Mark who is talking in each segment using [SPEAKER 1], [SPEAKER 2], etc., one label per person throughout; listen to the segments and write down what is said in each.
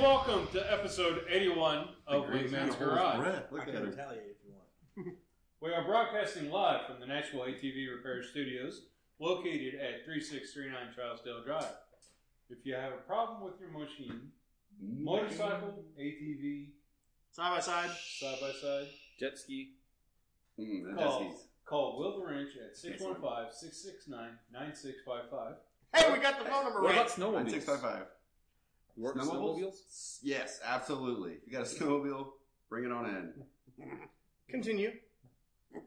[SPEAKER 1] Welcome to episode 81 of Wingman's Garage.
[SPEAKER 2] Look
[SPEAKER 3] I
[SPEAKER 2] at
[SPEAKER 3] can
[SPEAKER 2] her.
[SPEAKER 3] retaliate if you want.
[SPEAKER 1] We are broadcasting live from the Nashville ATV Repair Studios, located at 3639 Trousdale Drive. If you have a problem with your machine, motorcycle, ATV,
[SPEAKER 3] Side by side.
[SPEAKER 1] side by side,
[SPEAKER 4] Jet ski.
[SPEAKER 2] Mm, the
[SPEAKER 1] call,
[SPEAKER 2] Jessies.
[SPEAKER 1] call Will the Wrench at 615 669 9655.
[SPEAKER 3] Hey, we got the phone number
[SPEAKER 4] What about
[SPEAKER 3] right.
[SPEAKER 2] Nine
[SPEAKER 4] snowmobiles?
[SPEAKER 2] six five five.
[SPEAKER 4] You work with
[SPEAKER 2] Snowmobiles?
[SPEAKER 4] snowmobiles?
[SPEAKER 2] S- Yes, absolutely. If you got a snowmobile, bring it on in.
[SPEAKER 3] Continue.
[SPEAKER 1] My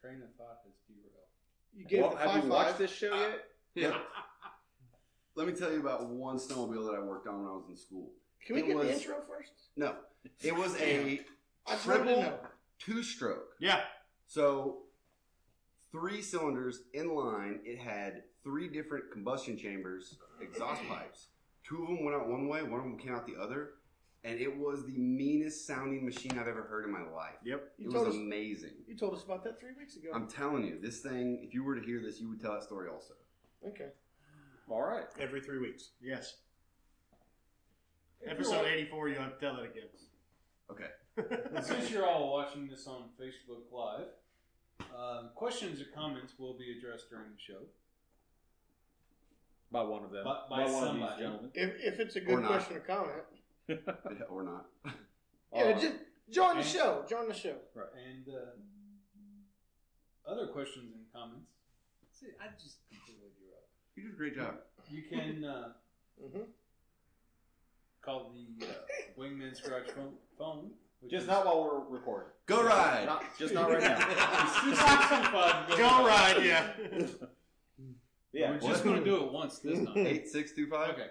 [SPEAKER 1] train of thought has derailed.
[SPEAKER 3] You gave
[SPEAKER 4] Well,
[SPEAKER 3] the
[SPEAKER 4] have
[SPEAKER 3] five Uh,
[SPEAKER 4] you watched
[SPEAKER 3] five.
[SPEAKER 4] this show yet?
[SPEAKER 2] Yeah. Let me tell you about one snowmobile that I worked on when I was in school.
[SPEAKER 3] Can we
[SPEAKER 2] It
[SPEAKER 3] get the
[SPEAKER 2] was-
[SPEAKER 3] intro first?
[SPEAKER 2] No, it was a
[SPEAKER 3] I just wanted to
[SPEAKER 2] triple
[SPEAKER 3] know.
[SPEAKER 2] two stroke.
[SPEAKER 3] Yeah.
[SPEAKER 2] So three cylinders in line. It had three different combustion chambers, exhaust pipes. Two of them went out one way, one of them came out the other, and it was the meanest sounding machine I've ever heard in my life.
[SPEAKER 3] Yep.
[SPEAKER 2] It
[SPEAKER 3] You told
[SPEAKER 2] was
[SPEAKER 3] us.
[SPEAKER 2] amazing.
[SPEAKER 3] You told us about that three weeks ago.
[SPEAKER 2] I'm telling you, this thing, if you were to hear this, you would tell that story also.
[SPEAKER 3] okay.
[SPEAKER 4] All right.
[SPEAKER 5] Every three weeks. Yes.
[SPEAKER 1] If
[SPEAKER 5] Episode
[SPEAKER 1] you're-
[SPEAKER 5] 84, you have to tell it again.
[SPEAKER 2] Okay.
[SPEAKER 1] Since you're all watching this on Facebook Live, um, questions or comments will be addressed during the show.
[SPEAKER 4] By one of them.
[SPEAKER 1] By- by
[SPEAKER 4] one of
[SPEAKER 1] somebody.
[SPEAKER 4] these gentlemen.
[SPEAKER 3] If, if it's a
[SPEAKER 2] Or
[SPEAKER 3] good
[SPEAKER 2] not.
[SPEAKER 3] question or comment,
[SPEAKER 2] or not.
[SPEAKER 4] All
[SPEAKER 3] yeah,
[SPEAKER 4] right.
[SPEAKER 3] just join the
[SPEAKER 1] And-
[SPEAKER 3] show. Join the show.
[SPEAKER 1] And uh, other questions and comments. See, I just completely derailed.
[SPEAKER 2] You did a great job.
[SPEAKER 1] You can uh,
[SPEAKER 3] Mm-hmm.
[SPEAKER 1] call the uh, Wingman's Garage phone. phone which
[SPEAKER 4] Just
[SPEAKER 1] is
[SPEAKER 4] not while we're recording.
[SPEAKER 2] Go ride!
[SPEAKER 4] Not, just not right now.
[SPEAKER 1] 265
[SPEAKER 5] Go ride, yeah.
[SPEAKER 1] We're
[SPEAKER 4] yeah.
[SPEAKER 1] just
[SPEAKER 2] What?
[SPEAKER 1] going to do it once this time.
[SPEAKER 2] 8625?
[SPEAKER 1] Okay.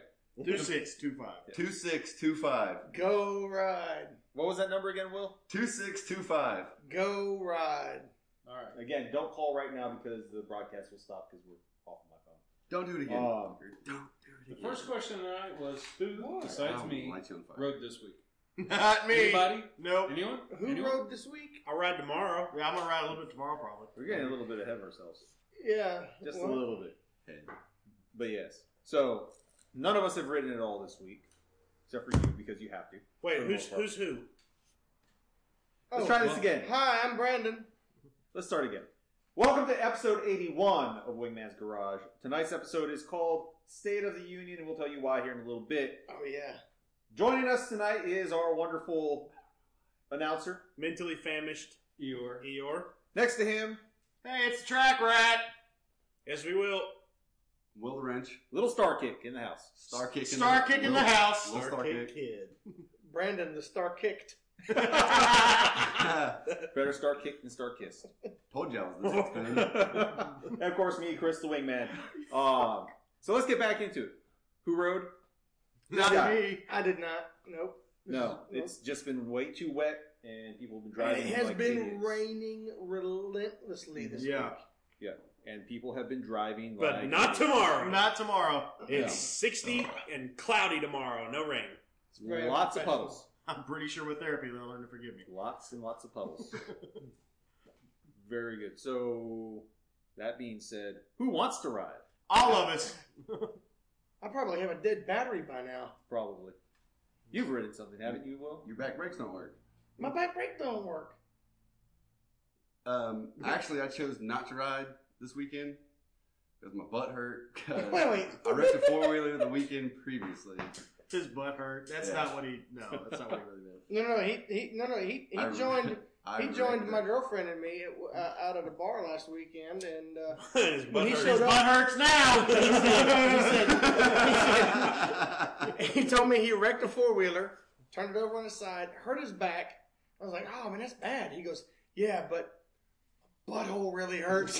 [SPEAKER 5] Two six two five.
[SPEAKER 2] 2625.
[SPEAKER 3] Go ride.
[SPEAKER 4] What was that number again, Will?
[SPEAKER 2] 2625.
[SPEAKER 3] Go ride.
[SPEAKER 1] All right.
[SPEAKER 4] Again, don't call right now because the broadcast will stop because we're off of my phone.
[SPEAKER 2] Don't do it again.
[SPEAKER 4] Um,
[SPEAKER 2] fucker. Don't do it
[SPEAKER 1] The
[SPEAKER 2] again.
[SPEAKER 1] first question tonight was Who, besides
[SPEAKER 4] Oh
[SPEAKER 2] I'll
[SPEAKER 1] me,
[SPEAKER 2] light you on fire.
[SPEAKER 1] rode this week?
[SPEAKER 5] Not me.
[SPEAKER 1] Anybody?
[SPEAKER 5] Nope.
[SPEAKER 1] Anyone?
[SPEAKER 3] Who
[SPEAKER 1] Anyone?
[SPEAKER 3] rode this week?
[SPEAKER 5] I'll ride tomorrow. Yeah, I'm going to ride a little bit tomorrow, probably.
[SPEAKER 4] We're getting a little bit ahead of ourselves.
[SPEAKER 3] Yeah.
[SPEAKER 4] Just
[SPEAKER 3] well,
[SPEAKER 4] a little bit.
[SPEAKER 2] Hey,
[SPEAKER 4] But yes. So, none of us have ridden at all this week. Except for you because you have to.
[SPEAKER 5] Wait,
[SPEAKER 4] For the
[SPEAKER 5] who's
[SPEAKER 4] most part.
[SPEAKER 5] who's who?
[SPEAKER 4] Let's
[SPEAKER 3] Oh,
[SPEAKER 4] try this
[SPEAKER 1] well,
[SPEAKER 4] again.
[SPEAKER 3] Hi, I'm Brandon.
[SPEAKER 4] Let's start again. Welcome to episode 81 of Wingman's Garage. Tonight's episode is called State of the Union, and we'll tell you why here in a little bit.
[SPEAKER 3] Oh yeah.
[SPEAKER 4] Joining us tonight is our wonderful announcer.
[SPEAKER 5] Mentally famished
[SPEAKER 1] Eeyore.
[SPEAKER 5] Eeyore.
[SPEAKER 4] Next to him,
[SPEAKER 5] Hey, it's a track rat. Yes, we will.
[SPEAKER 2] Will the wrench.
[SPEAKER 4] Little Star Kick in the house.
[SPEAKER 2] Star kick.
[SPEAKER 5] Star
[SPEAKER 2] in
[SPEAKER 5] kick in the house.
[SPEAKER 2] Little star
[SPEAKER 5] Kid
[SPEAKER 2] kick.
[SPEAKER 5] kid.
[SPEAKER 3] Brandon, the star kicked.
[SPEAKER 4] Better Star Kick than Star Kissed.
[SPEAKER 2] Told you I was this expensive.
[SPEAKER 4] and of course, me, Chris the Wingman. Um, so let's get back into it. Who rode?
[SPEAKER 5] Not me.
[SPEAKER 3] I did not. Nope.
[SPEAKER 4] No, it's just been way too wet, and people have been
[SPEAKER 3] And
[SPEAKER 4] driving.
[SPEAKER 3] it has
[SPEAKER 4] like
[SPEAKER 3] been
[SPEAKER 4] idiots.
[SPEAKER 3] raining relentlessly this
[SPEAKER 5] Yeah.
[SPEAKER 4] Yeah, and people have been driving.
[SPEAKER 5] But
[SPEAKER 4] like
[SPEAKER 5] not
[SPEAKER 4] idiots.
[SPEAKER 5] tomorrow. Not tomorrow. It's 60
[SPEAKER 4] Yeah.
[SPEAKER 5] and cloudy tomorrow. No rain.
[SPEAKER 3] very
[SPEAKER 4] Lots of
[SPEAKER 3] professional.
[SPEAKER 4] puddles.
[SPEAKER 5] I'm pretty sure with therapy they'll learn to forgive me.
[SPEAKER 4] Lots and lots of puddles. Very good. So, that being said, who wants to ride?
[SPEAKER 5] All of us.
[SPEAKER 3] I probably have a dead battery by now.
[SPEAKER 4] Probably. You've ridden something, haven't you, Will?
[SPEAKER 2] Your back brakes don't work.
[SPEAKER 3] My back brake don't work.
[SPEAKER 2] Um, actually, I chose not to ride this weekend because my butt hurt. 'cause
[SPEAKER 3] Wait, wait.
[SPEAKER 2] I wrecked a four wheeler the weekend previously.
[SPEAKER 5] His butt hurt. That's
[SPEAKER 2] Yeah.
[SPEAKER 5] not what he. No, that's not what he really did.
[SPEAKER 3] No, no, he, he no, no, he, he
[SPEAKER 2] I-
[SPEAKER 3] joined.
[SPEAKER 2] I
[SPEAKER 3] he joined
[SPEAKER 2] wrecked
[SPEAKER 3] my
[SPEAKER 2] it.
[SPEAKER 3] girlfriend and me at, uh, out at a bar last weekend, and uh,
[SPEAKER 5] His butt,
[SPEAKER 3] he
[SPEAKER 5] hurts.
[SPEAKER 3] showed
[SPEAKER 5] His
[SPEAKER 3] up-
[SPEAKER 5] butt hurts now.
[SPEAKER 3] he told me he wrecked a four wheeler, turned it over on his side, hurt his back. I was like, "Oh man, that's bad." He goes, "Yeah, but my butthole really hurts."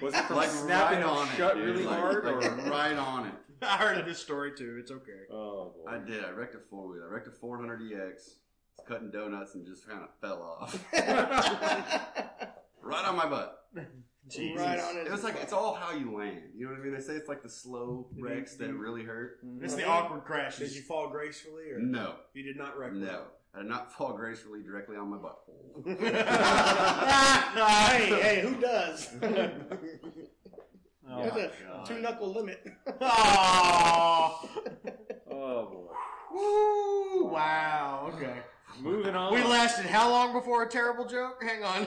[SPEAKER 4] Was it from
[SPEAKER 2] like
[SPEAKER 4] snapping
[SPEAKER 2] right on it,
[SPEAKER 4] shut
[SPEAKER 2] dude.
[SPEAKER 4] really
[SPEAKER 2] Like-
[SPEAKER 4] hard?
[SPEAKER 2] like
[SPEAKER 4] or?
[SPEAKER 2] right on it.
[SPEAKER 5] I heard this story too. It's okay.
[SPEAKER 4] Oh, boy.
[SPEAKER 2] I did. I wrecked a four wheeler. I wrecked a 400 EX. Was cutting donuts and just kind of fell off. right on my butt.
[SPEAKER 5] Jesus.
[SPEAKER 3] right on
[SPEAKER 2] It
[SPEAKER 3] it.
[SPEAKER 2] was like it's all how you land. You know what I mean? They say it's like the slow
[SPEAKER 3] Mm-hmm.
[SPEAKER 2] wrecks that really hurt.
[SPEAKER 5] It's the awkward crashes.
[SPEAKER 3] Did you fall gracefully, or
[SPEAKER 2] No,
[SPEAKER 5] You did not wreck.
[SPEAKER 2] no. I did not fall gracefully directly on my butthole.
[SPEAKER 5] Ah,
[SPEAKER 3] hey, hey, who does? Oh
[SPEAKER 1] Oh.
[SPEAKER 3] That's a two knuckle limit.
[SPEAKER 5] Aww.
[SPEAKER 4] Oh boy.
[SPEAKER 3] Woo! Wow. Okay.
[SPEAKER 4] Moving on.
[SPEAKER 3] We lasted how long before a terrible joke? Hang on.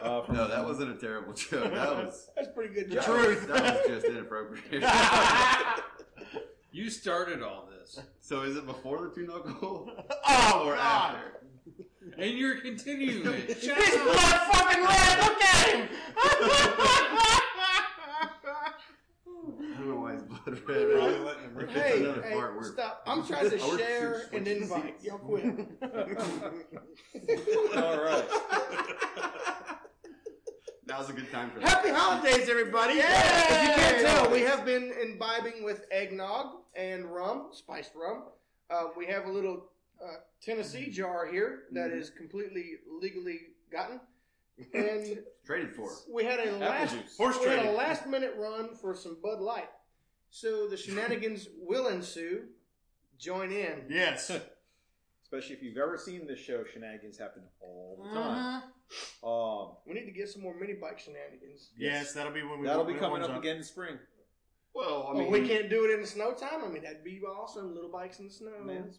[SPEAKER 4] Uh, from-
[SPEAKER 2] No, that wasn't a terrible joke. That was
[SPEAKER 3] That's pretty good. The
[SPEAKER 2] that was-
[SPEAKER 3] truth.
[SPEAKER 2] that was just inappropriate.
[SPEAKER 1] You started all this,
[SPEAKER 2] so is it before the two knuckle
[SPEAKER 3] oh,
[SPEAKER 2] or
[SPEAKER 3] God.
[SPEAKER 2] after?
[SPEAKER 1] and you're continuing it.
[SPEAKER 3] He's blood fucking red. Look at him.
[SPEAKER 2] I don't know why it's blood
[SPEAKER 3] Right?
[SPEAKER 2] red.
[SPEAKER 5] letting him
[SPEAKER 2] rip it.
[SPEAKER 3] hey,
[SPEAKER 2] another
[SPEAKER 3] hey
[SPEAKER 2] part where-
[SPEAKER 3] stop! I'm trying to
[SPEAKER 2] I work
[SPEAKER 3] share
[SPEAKER 2] six
[SPEAKER 3] and
[SPEAKER 2] fucking
[SPEAKER 3] invite.
[SPEAKER 2] seats.
[SPEAKER 3] Y'all quit.
[SPEAKER 4] All right.
[SPEAKER 2] That was a good time for that.
[SPEAKER 3] Happy holidays, everybody! If you can't tell, we have been imbibing with eggnog and rum, spiced rum. Uh, we have a little uh, Tennessee jar here that is completely legally gotten, and
[SPEAKER 2] Traded for.
[SPEAKER 3] we had a last
[SPEAKER 4] juice.
[SPEAKER 3] we had a
[SPEAKER 5] trading.
[SPEAKER 3] last minute run for some Bud Light. So the shenanigans will ensue. Join in.
[SPEAKER 5] Yes.
[SPEAKER 4] Especially if you've ever seen this show, shenanigans happen all
[SPEAKER 5] Uh-huh.
[SPEAKER 4] the time. Um,
[SPEAKER 3] We need to get some more mini bike shenanigans.
[SPEAKER 5] Yes, that'll be when we
[SPEAKER 4] that'll
[SPEAKER 5] when
[SPEAKER 4] be
[SPEAKER 5] it
[SPEAKER 4] coming
[SPEAKER 5] warms
[SPEAKER 4] up again in spring.
[SPEAKER 2] Well, I
[SPEAKER 3] Oh,
[SPEAKER 2] mean,
[SPEAKER 3] we can't do it in the snow time. I mean, that'd be awesome. Little bikes in the snow.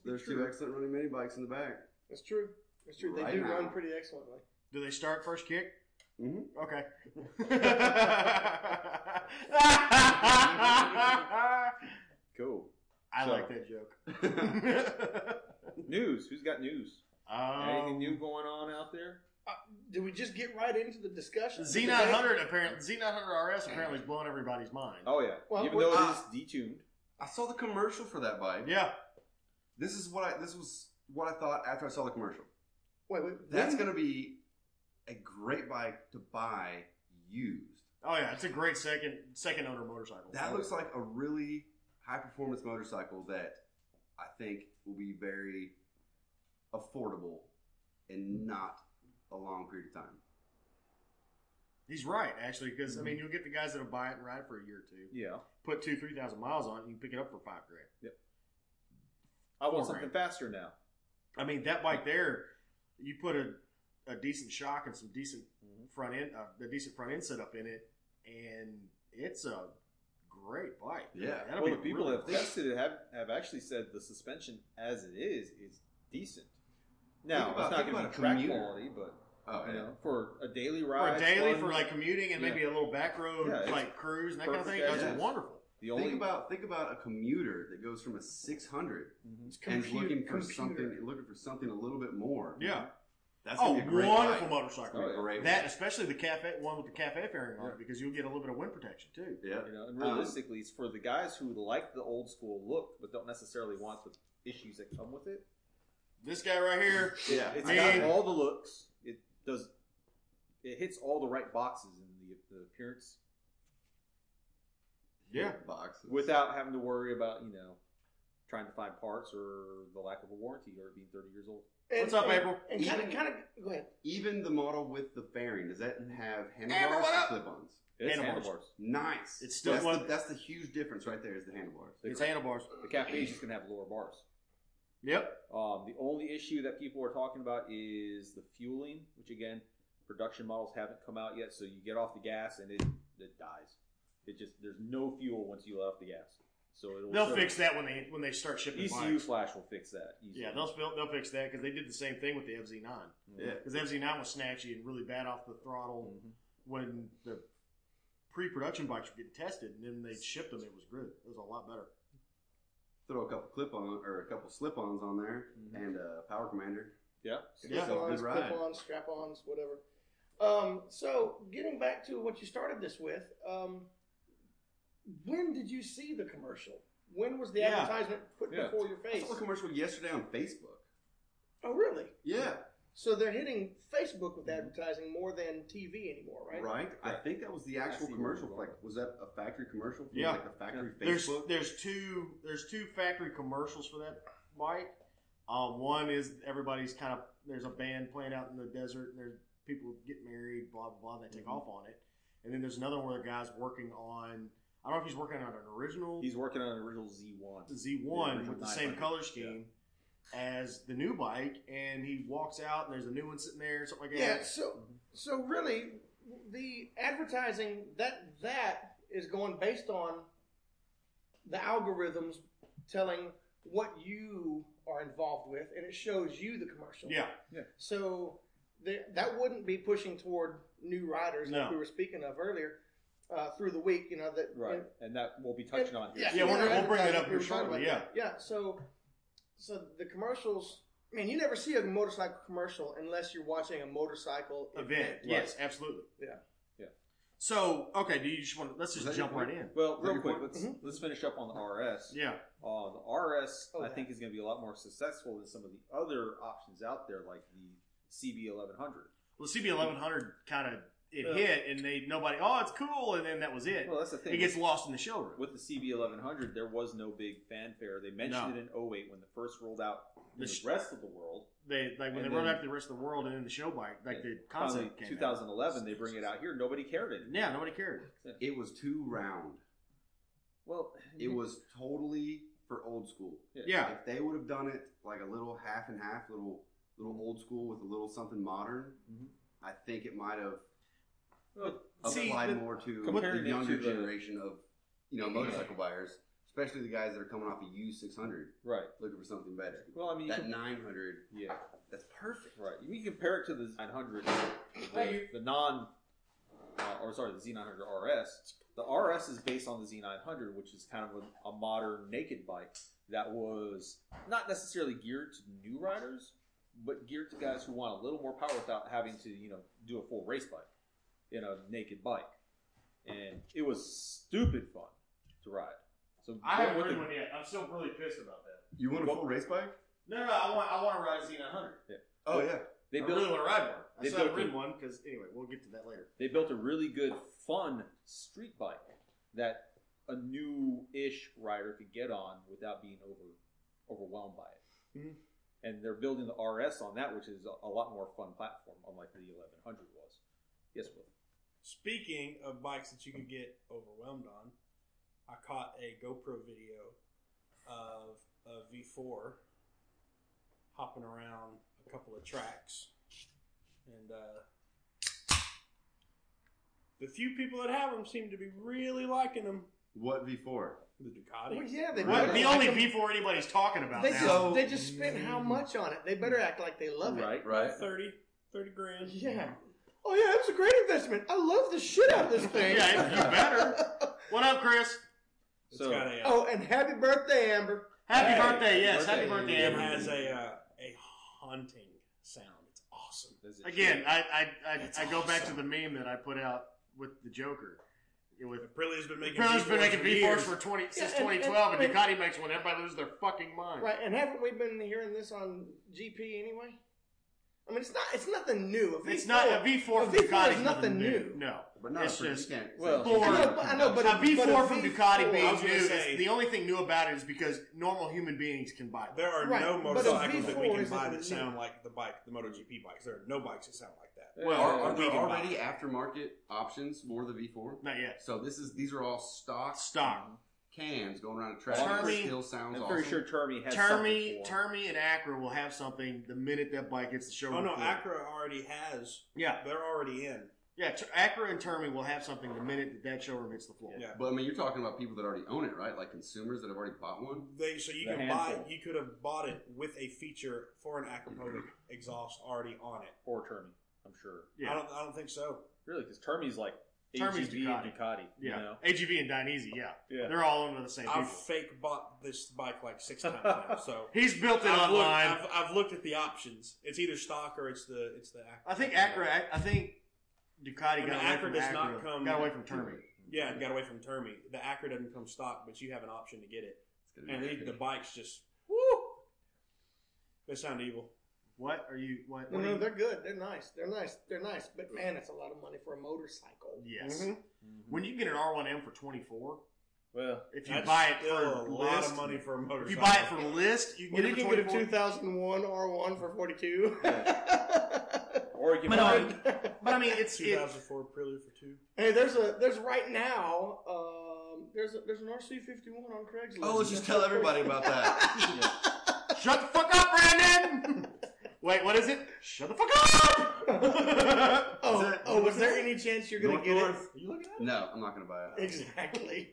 [SPEAKER 2] there's two excellent running mini bikes in the back.
[SPEAKER 3] That's true. That's true. They
[SPEAKER 2] Right
[SPEAKER 3] do
[SPEAKER 2] now.
[SPEAKER 3] run pretty excellently.
[SPEAKER 5] Do they start first kick?
[SPEAKER 2] Mhm.
[SPEAKER 4] Mm-hmm.
[SPEAKER 5] Okay.
[SPEAKER 4] Cool.
[SPEAKER 5] I
[SPEAKER 4] So-
[SPEAKER 5] like that joke.
[SPEAKER 4] News. Who's got news? Anything
[SPEAKER 5] um,
[SPEAKER 4] new going on out there?
[SPEAKER 3] Uh, did we just get right into the discussion?
[SPEAKER 5] Z nine hundred apparently Z nine hundred RS apparently is blowing everybody's mind.
[SPEAKER 4] Oh yeah.
[SPEAKER 3] Well,
[SPEAKER 4] Even
[SPEAKER 3] we're-
[SPEAKER 4] though
[SPEAKER 2] ah.
[SPEAKER 4] it is detuned.
[SPEAKER 2] I saw the commercial for that bike.
[SPEAKER 5] Yeah,
[SPEAKER 2] This is what I. This was what I thought after I saw the commercial.
[SPEAKER 3] Wait, wait.
[SPEAKER 2] That's
[SPEAKER 3] when-
[SPEAKER 2] going to be a great bike to buy used.
[SPEAKER 5] oh yeah, it's a great second second owner motorcycle.
[SPEAKER 2] That looks like a really high performance motorcycle that I think will be very affordable in not a long period of time.
[SPEAKER 5] He's right actually because I mean you'll get the guys that'll buy it and ride it for a year or two,
[SPEAKER 4] Mm-hmm. Yeah.
[SPEAKER 5] put two three thousand miles on it, and you pick it up for five grand.
[SPEAKER 4] I want
[SPEAKER 5] Four
[SPEAKER 4] something
[SPEAKER 5] grand.
[SPEAKER 4] faster now.
[SPEAKER 5] I mean, that bike there, you put a, a decent shock and some decent front end, uh, a decent front end setup in it, and it's a great bike.
[SPEAKER 2] Yeah.
[SPEAKER 5] That'll
[SPEAKER 4] Well,
[SPEAKER 5] be
[SPEAKER 4] the people
[SPEAKER 5] really
[SPEAKER 4] that have
[SPEAKER 5] cool.
[SPEAKER 4] tested it have, have actually said the suspension as it is is decent.
[SPEAKER 2] Think
[SPEAKER 4] Now
[SPEAKER 2] about-
[SPEAKER 4] it's not
[SPEAKER 2] think
[SPEAKER 4] going
[SPEAKER 2] about
[SPEAKER 4] to be
[SPEAKER 2] a
[SPEAKER 4] track
[SPEAKER 2] commuter.
[SPEAKER 4] quality, but
[SPEAKER 2] Oh,
[SPEAKER 4] you
[SPEAKER 2] yeah.
[SPEAKER 4] know, for a daily ride,
[SPEAKER 5] for a daily
[SPEAKER 4] fun,
[SPEAKER 5] for like commuting and maybe a little back road
[SPEAKER 4] Yeah, it's
[SPEAKER 5] like cruise and that kind of thing.
[SPEAKER 4] perfect
[SPEAKER 5] That's
[SPEAKER 2] idea.
[SPEAKER 5] wonderful.
[SPEAKER 4] the only
[SPEAKER 2] Think about think about a commuter that goes from a 600
[SPEAKER 4] Mhm.
[SPEAKER 3] It's
[SPEAKER 2] and is
[SPEAKER 3] compu-
[SPEAKER 2] looking for
[SPEAKER 3] computer.
[SPEAKER 2] something looking for something a little bit more.
[SPEAKER 5] Yeah.
[SPEAKER 2] That's
[SPEAKER 5] Oh,
[SPEAKER 2] gonna be a great
[SPEAKER 5] wonderful
[SPEAKER 2] bike. It's
[SPEAKER 5] motorcycle.
[SPEAKER 2] gonna be a
[SPEAKER 4] Oh,
[SPEAKER 2] great
[SPEAKER 5] That especially the cafe one with the cafe fairing on
[SPEAKER 4] Yeah.
[SPEAKER 5] it because you'll get a little bit of wind protection too.
[SPEAKER 2] one. Yeah.
[SPEAKER 4] You know, and
[SPEAKER 2] Um,
[SPEAKER 4] realistically, it's for the guys who like the old school look, but don't necessarily want the issues that come with it.
[SPEAKER 5] This guy right here,
[SPEAKER 2] Yeah.
[SPEAKER 4] It's
[SPEAKER 5] I
[SPEAKER 4] got
[SPEAKER 5] mean-
[SPEAKER 4] all the looks. It does. It hits all the right boxes in the, the appearance
[SPEAKER 5] yeah,
[SPEAKER 2] Boxes.
[SPEAKER 4] without having to worry about you know trying to find parts or the lack of a warranty or it being thirty years old.
[SPEAKER 3] And-
[SPEAKER 5] What's up,
[SPEAKER 3] and-
[SPEAKER 5] April?
[SPEAKER 3] And kind of, kind of. Go ahead.
[SPEAKER 2] Even the model with the fairing, does that have handlebars
[SPEAKER 5] Everyone
[SPEAKER 2] or
[SPEAKER 5] up!
[SPEAKER 2] clip-ons?
[SPEAKER 4] It's
[SPEAKER 5] Handlebars.
[SPEAKER 4] handlebars.
[SPEAKER 2] Nice.
[SPEAKER 5] It's still
[SPEAKER 2] that's,
[SPEAKER 5] one-
[SPEAKER 2] the, that's the huge difference right there is the handlebars.
[SPEAKER 5] it's handlebars.
[SPEAKER 4] The cafe is just gonna have lower bars.
[SPEAKER 5] Yep,
[SPEAKER 4] Um, the only issue that people are talking about is the fueling, which again, production models haven't come out yet. So you get off the gas and it it dies. It just there's no fuel once you let off the gas. So it'll E
[SPEAKER 5] they'll
[SPEAKER 4] so
[SPEAKER 5] fix that when they when they start shipping.
[SPEAKER 4] ECU
[SPEAKER 5] bikes.
[SPEAKER 4] Flash will fix that. easily.
[SPEAKER 5] Yeah, they'll fil- they'll fix that because they did the same thing with the FZ9
[SPEAKER 4] Mm-hmm.
[SPEAKER 2] Yeah.
[SPEAKER 5] because FZ9 was snatchy and really bad off the throttle
[SPEAKER 4] Mhm.
[SPEAKER 2] Mm-hmm.
[SPEAKER 5] when the pre-production bikes were getting tested, and then they shipped them. It was good. It was a lot better.
[SPEAKER 2] Throw a couple clip-on or a couple slip-ons on there
[SPEAKER 4] Mhm.
[SPEAKER 2] and a power commander.
[SPEAKER 4] Yeah.
[SPEAKER 5] Yeah.
[SPEAKER 2] So good
[SPEAKER 3] Clip-ons,
[SPEAKER 2] ride.
[SPEAKER 3] clip-ons, strap-ons, whatever. Um, so, getting back to what you started this with, um, when did you see the commercial? When was the
[SPEAKER 5] Yeah.
[SPEAKER 3] advertisement put
[SPEAKER 4] Yeah.
[SPEAKER 3] before your
[SPEAKER 2] I
[SPEAKER 3] face?
[SPEAKER 2] saw a commercial yesterday on Facebook.
[SPEAKER 3] Oh, really?
[SPEAKER 2] Yeah,
[SPEAKER 3] So they're hitting Facebook with
[SPEAKER 5] Mm-hmm.
[SPEAKER 3] advertising more than TV anymore, right?
[SPEAKER 2] right. I think that was the actual
[SPEAKER 4] see where
[SPEAKER 2] commercial.
[SPEAKER 4] you're
[SPEAKER 2] for, Like, was that a factory commercial? From,
[SPEAKER 5] Yeah.
[SPEAKER 2] like a factory
[SPEAKER 5] There's
[SPEAKER 2] Facebook.
[SPEAKER 5] there's two there's two factory commercials for that bike. Um, one is everybody's kind of there's a band playing out in the desert, and there's people get married, blah blah blah, and they
[SPEAKER 2] Mm-hmm.
[SPEAKER 5] take off on it. And then there's another one where the guy's working on. I don't know if he's working on an original
[SPEAKER 4] He's working on an original Z one.
[SPEAKER 5] Z1
[SPEAKER 4] Yeah,
[SPEAKER 5] with the
[SPEAKER 4] nine
[SPEAKER 5] same
[SPEAKER 4] hundred,
[SPEAKER 5] color scheme as the new bike, and he walks out, and there's a new one sitting there, something like that.
[SPEAKER 3] Yeah. So,
[SPEAKER 4] Mm-hmm.
[SPEAKER 3] so really, the advertising that that is going based on the algorithms telling what you are involved with, and it shows you the commercial.
[SPEAKER 5] Yeah.
[SPEAKER 3] So there, that wouldn't be pushing toward new riders
[SPEAKER 5] No.
[SPEAKER 3] like we were speaking of earlier uh, through the week. You know that
[SPEAKER 4] Right, and that we'll be touching on here.
[SPEAKER 3] Yeah,
[SPEAKER 5] Yeah, we're,
[SPEAKER 3] yeah,
[SPEAKER 5] we'll bring it
[SPEAKER 3] advertising,
[SPEAKER 5] up
[SPEAKER 3] we
[SPEAKER 5] here
[SPEAKER 3] were talking
[SPEAKER 5] shortly.
[SPEAKER 3] about
[SPEAKER 5] Yeah.
[SPEAKER 3] Yeah, so so the commercials. I mean, you never see a motorcycle commercial unless you're watching a motorcycle
[SPEAKER 5] Event. Yes, absolutely.
[SPEAKER 3] Yeah.
[SPEAKER 4] Yeah.
[SPEAKER 5] So, okay, do you just want to, let's
[SPEAKER 2] Was
[SPEAKER 5] just
[SPEAKER 2] that
[SPEAKER 5] jump
[SPEAKER 2] your
[SPEAKER 5] right
[SPEAKER 2] point?
[SPEAKER 5] in.
[SPEAKER 4] Well,
[SPEAKER 2] Is that
[SPEAKER 4] real
[SPEAKER 2] your
[SPEAKER 4] quick,
[SPEAKER 2] point?
[SPEAKER 4] let's
[SPEAKER 5] Mm-hmm.
[SPEAKER 4] let's finish up on the RS.
[SPEAKER 5] Yeah.
[SPEAKER 4] Uh, the RS,
[SPEAKER 3] Oh,
[SPEAKER 4] I
[SPEAKER 3] yeah.
[SPEAKER 4] think, is going to be a lot more successful than some of the other options out there, like the CB1100.
[SPEAKER 5] Well, the CB 1100 kind of, it
[SPEAKER 4] Yeah.
[SPEAKER 5] hit and they, nobody, oh, it's cool. And then that was it.
[SPEAKER 4] Well, that's the thing.
[SPEAKER 5] it gets lost in the showroom.
[SPEAKER 4] with the CB1100, there was no big fanfare. They mentioned it in 08 when the first rolled out in
[SPEAKER 5] The
[SPEAKER 4] the,
[SPEAKER 5] sh-
[SPEAKER 4] rest of the world.
[SPEAKER 5] They like when
[SPEAKER 4] And
[SPEAKER 5] they run
[SPEAKER 4] then-
[SPEAKER 5] after the rest of the world and then the show bike, like the
[SPEAKER 4] Finally,
[SPEAKER 5] concept came. out.
[SPEAKER 4] 2011, they bring it out here. Nobody cared it.
[SPEAKER 5] Yeah, nobody cared.
[SPEAKER 2] It was too round.
[SPEAKER 4] Well,
[SPEAKER 2] It was totally for old school.
[SPEAKER 5] Yeah,
[SPEAKER 2] If they would have done it like a little half and half, little little old school with a little something modern,
[SPEAKER 4] Mhm.
[SPEAKER 2] I think it might have
[SPEAKER 4] Well,
[SPEAKER 5] See,
[SPEAKER 2] applied
[SPEAKER 5] the-
[SPEAKER 2] more to
[SPEAKER 4] comparing
[SPEAKER 2] the
[SPEAKER 4] it
[SPEAKER 2] younger
[SPEAKER 4] to the-
[SPEAKER 2] generation of you know motorcycle buyers, especially the guys that are coming off a U six hundred
[SPEAKER 4] right.
[SPEAKER 2] looking for something better.
[SPEAKER 4] Well, I mean, you
[SPEAKER 2] That
[SPEAKER 4] can,
[SPEAKER 2] nine hundred,
[SPEAKER 4] yeah,
[SPEAKER 2] that's perfect.
[SPEAKER 4] right. You can compare it to the 900, the,
[SPEAKER 3] Thank
[SPEAKER 4] the non, uh, or sorry, the Z900 RS. The RS is based on the Z900, which is kind of a, a modern naked bike that was not necessarily geared to new riders, but geared to guys who want a little more power without having to, you know, do a full race bike in a naked bike. And it was stupid fun to ride. So what the-
[SPEAKER 5] one yet. I'm still really pissed about that.
[SPEAKER 2] You want a full race bike?
[SPEAKER 5] No, no, I want I want to ride a Z900.
[SPEAKER 2] Oh yeah.
[SPEAKER 4] they built
[SPEAKER 5] want to ride one. I
[SPEAKER 4] they
[SPEAKER 5] still haven't
[SPEAKER 4] built
[SPEAKER 5] ridden
[SPEAKER 4] it.
[SPEAKER 5] one because anyway, we'll get to that later.
[SPEAKER 4] they built a really good, fun street bike that a new-ish rider could get on without being over overwhelmed by it.
[SPEAKER 5] Mhm.
[SPEAKER 4] And they're building the RS on that, which is a, a lot more fun platform, unlike the 1100 was. Yes, Will.
[SPEAKER 6] Speaking of bikes that you could get overwhelmed on, I caught a GoPro video of a V4 hopping around a couple of tracks. And uh, the few people that have them seem to be really liking them.
[SPEAKER 2] What V four?
[SPEAKER 6] The Ducati.
[SPEAKER 3] Well, yeah, they
[SPEAKER 5] Well,
[SPEAKER 3] better
[SPEAKER 5] the
[SPEAKER 3] act
[SPEAKER 5] only
[SPEAKER 3] like-
[SPEAKER 5] V4 anybody's talking about
[SPEAKER 3] They
[SPEAKER 5] now.
[SPEAKER 3] just
[SPEAKER 2] So-
[SPEAKER 3] they just spent how much on it? They better act like they love it.
[SPEAKER 4] Right,
[SPEAKER 2] Right.
[SPEAKER 6] 30, 30 grand.
[SPEAKER 3] Yeah. Oh yeah, it was a great investment. I love the shit out of this thing.
[SPEAKER 5] Yeah, it- you better. what up, Chris?
[SPEAKER 6] It's
[SPEAKER 4] So-
[SPEAKER 6] got a, uh,
[SPEAKER 3] oh, and happy birthday, Amber.
[SPEAKER 5] Happy
[SPEAKER 4] Hey,
[SPEAKER 5] birthday! Yes,
[SPEAKER 4] birthday.
[SPEAKER 5] happy birthday,
[SPEAKER 6] it
[SPEAKER 5] Amber.
[SPEAKER 6] has a, uh, a haunting sound. It's awesome.
[SPEAKER 4] Is it
[SPEAKER 5] Again,
[SPEAKER 4] true?
[SPEAKER 5] I I, I,
[SPEAKER 6] That's
[SPEAKER 5] I go back to
[SPEAKER 6] awesome.
[SPEAKER 5] the meme that I put out with the Joker. It was
[SPEAKER 6] Aprilia's been making
[SPEAKER 5] April's been
[SPEAKER 6] V4s
[SPEAKER 5] making
[SPEAKER 6] for
[SPEAKER 5] V4s
[SPEAKER 6] years.
[SPEAKER 5] for 20 since
[SPEAKER 3] and- and-
[SPEAKER 5] 2012, and,
[SPEAKER 3] I mean-
[SPEAKER 5] Ducati makes one. Everybody loses their fucking mind.
[SPEAKER 3] Right, and haven't we been hearing this on GP anyway? I mean, it's not it's nothing new. A
[SPEAKER 5] It's
[SPEAKER 3] V4
[SPEAKER 5] not a V4
[SPEAKER 3] a
[SPEAKER 5] from
[SPEAKER 3] V4 is
[SPEAKER 5] Ducati.
[SPEAKER 3] nothing new.
[SPEAKER 5] No,
[SPEAKER 2] But not
[SPEAKER 5] It's
[SPEAKER 2] for,
[SPEAKER 5] just-
[SPEAKER 2] you can't,
[SPEAKER 4] well-
[SPEAKER 2] you can't
[SPEAKER 5] I
[SPEAKER 3] know, but- I know, but
[SPEAKER 5] a V4
[SPEAKER 3] but a
[SPEAKER 5] from
[SPEAKER 3] V4
[SPEAKER 5] Ducati
[SPEAKER 6] I
[SPEAKER 5] being
[SPEAKER 6] was
[SPEAKER 5] new.
[SPEAKER 6] gonna
[SPEAKER 5] Is,
[SPEAKER 6] say-
[SPEAKER 5] the only thing new about it is because normal human beings can buy it.
[SPEAKER 6] There are
[SPEAKER 3] Right,
[SPEAKER 6] no
[SPEAKER 3] but a
[SPEAKER 6] motorcycles that we
[SPEAKER 3] V4
[SPEAKER 6] can
[SPEAKER 3] isn't
[SPEAKER 6] buy
[SPEAKER 3] new.
[SPEAKER 6] that sound like the bike, the MotoGP bikes. There are no bikes that sound like that.
[SPEAKER 2] Well, are,
[SPEAKER 4] Yeah.
[SPEAKER 2] are there
[SPEAKER 6] we can buy.
[SPEAKER 2] already aftermarket options for the V four?
[SPEAKER 5] Not yet.
[SPEAKER 2] So this is these are all stock
[SPEAKER 5] Stock.
[SPEAKER 2] cans going around a track.
[SPEAKER 5] Termi-
[SPEAKER 2] still sounds
[SPEAKER 4] I'm
[SPEAKER 2] awesome.
[SPEAKER 4] pretty sure Termi has
[SPEAKER 5] Termi,
[SPEAKER 4] something for
[SPEAKER 5] Termi, and Acura will have something the minute that bike hits the showroom.
[SPEAKER 6] Oh no,
[SPEAKER 5] floor.
[SPEAKER 6] Acura already has.
[SPEAKER 5] Yeah,
[SPEAKER 6] They're already in.
[SPEAKER 5] yeah. Ter- Acura and Termi will have something the minute that that showroom hits the floor.
[SPEAKER 6] Yeah.
[SPEAKER 2] But I mean, you're talking about people that already own it, right? Like consumers that have already bought one.
[SPEAKER 6] They so you
[SPEAKER 4] The
[SPEAKER 6] can
[SPEAKER 4] handful.
[SPEAKER 6] buy. You could have bought it with a feature for an Acapulco exhaust already on it.
[SPEAKER 4] or Termi. I'm sure.
[SPEAKER 5] Yeah.
[SPEAKER 6] I don't. I don't think so.
[SPEAKER 4] Really, because Termi's like
[SPEAKER 5] Termi's
[SPEAKER 4] AGV and Ducati. You
[SPEAKER 5] Yeah.
[SPEAKER 4] know?
[SPEAKER 5] AGV and Dainese, yeah.
[SPEAKER 4] Yeah.
[SPEAKER 5] They're all owned by the same people.
[SPEAKER 6] I've fake bought this bike like six times now. So
[SPEAKER 5] He's built it
[SPEAKER 6] I've, looked,
[SPEAKER 5] online.
[SPEAKER 6] I've, I've looked at the options. It's either stock or it's the it's the. Acura.
[SPEAKER 5] I think Acura, I- I think Ducati got
[SPEAKER 6] I mean,
[SPEAKER 5] away
[SPEAKER 6] Acura
[SPEAKER 5] from
[SPEAKER 6] does
[SPEAKER 5] Acura.
[SPEAKER 6] not come-
[SPEAKER 5] got away from Termi.
[SPEAKER 6] Yeah, it got away from Termi. The Acura doesn't come stock, but you have an option to get it.
[SPEAKER 2] It's gonna be
[SPEAKER 6] And
[SPEAKER 2] epic.
[SPEAKER 6] the, the bikes just woo. They sound evil.
[SPEAKER 5] What are you? What?
[SPEAKER 3] No,
[SPEAKER 5] what are
[SPEAKER 3] no,
[SPEAKER 5] you
[SPEAKER 3] they're good. They're nice. They're nice. They're nice. But man, it's a lot of money for a motorcycle. Mm-hmm.
[SPEAKER 5] yes.
[SPEAKER 6] Mhm.
[SPEAKER 5] When you get an R1M for twenty four,
[SPEAKER 4] Mm-hmm. Well,
[SPEAKER 5] if you
[SPEAKER 6] That's
[SPEAKER 5] buy it
[SPEAKER 6] still
[SPEAKER 5] for
[SPEAKER 6] a lot
[SPEAKER 5] list-
[SPEAKER 6] of money for a
[SPEAKER 5] If
[SPEAKER 6] motorcycle.
[SPEAKER 5] you buy it for list, you
[SPEAKER 3] Well,
[SPEAKER 5] can
[SPEAKER 3] you
[SPEAKER 5] get it
[SPEAKER 3] can
[SPEAKER 5] for
[SPEAKER 3] get a
[SPEAKER 5] twenty four.
[SPEAKER 3] 2001 R1 for 42.
[SPEAKER 4] or you can
[SPEAKER 5] But,
[SPEAKER 4] buy
[SPEAKER 5] um, But I mean, it's it,
[SPEAKER 6] 2004 Prelude for two.
[SPEAKER 3] hey, there's a there's right now. Um, there's a, there's an RC51 on Craigslist.
[SPEAKER 2] oh, let's just tell everybody about that.
[SPEAKER 5] shut the fuck up, Brandon. Wait, what is it? Shut the fuck up.
[SPEAKER 3] oh,
[SPEAKER 2] Is that-
[SPEAKER 3] oh, was there any chance you're gonna
[SPEAKER 2] North
[SPEAKER 3] get
[SPEAKER 2] North?
[SPEAKER 6] Are you looking at
[SPEAKER 2] No, I'm not gonna buy it.
[SPEAKER 3] it? Exactly.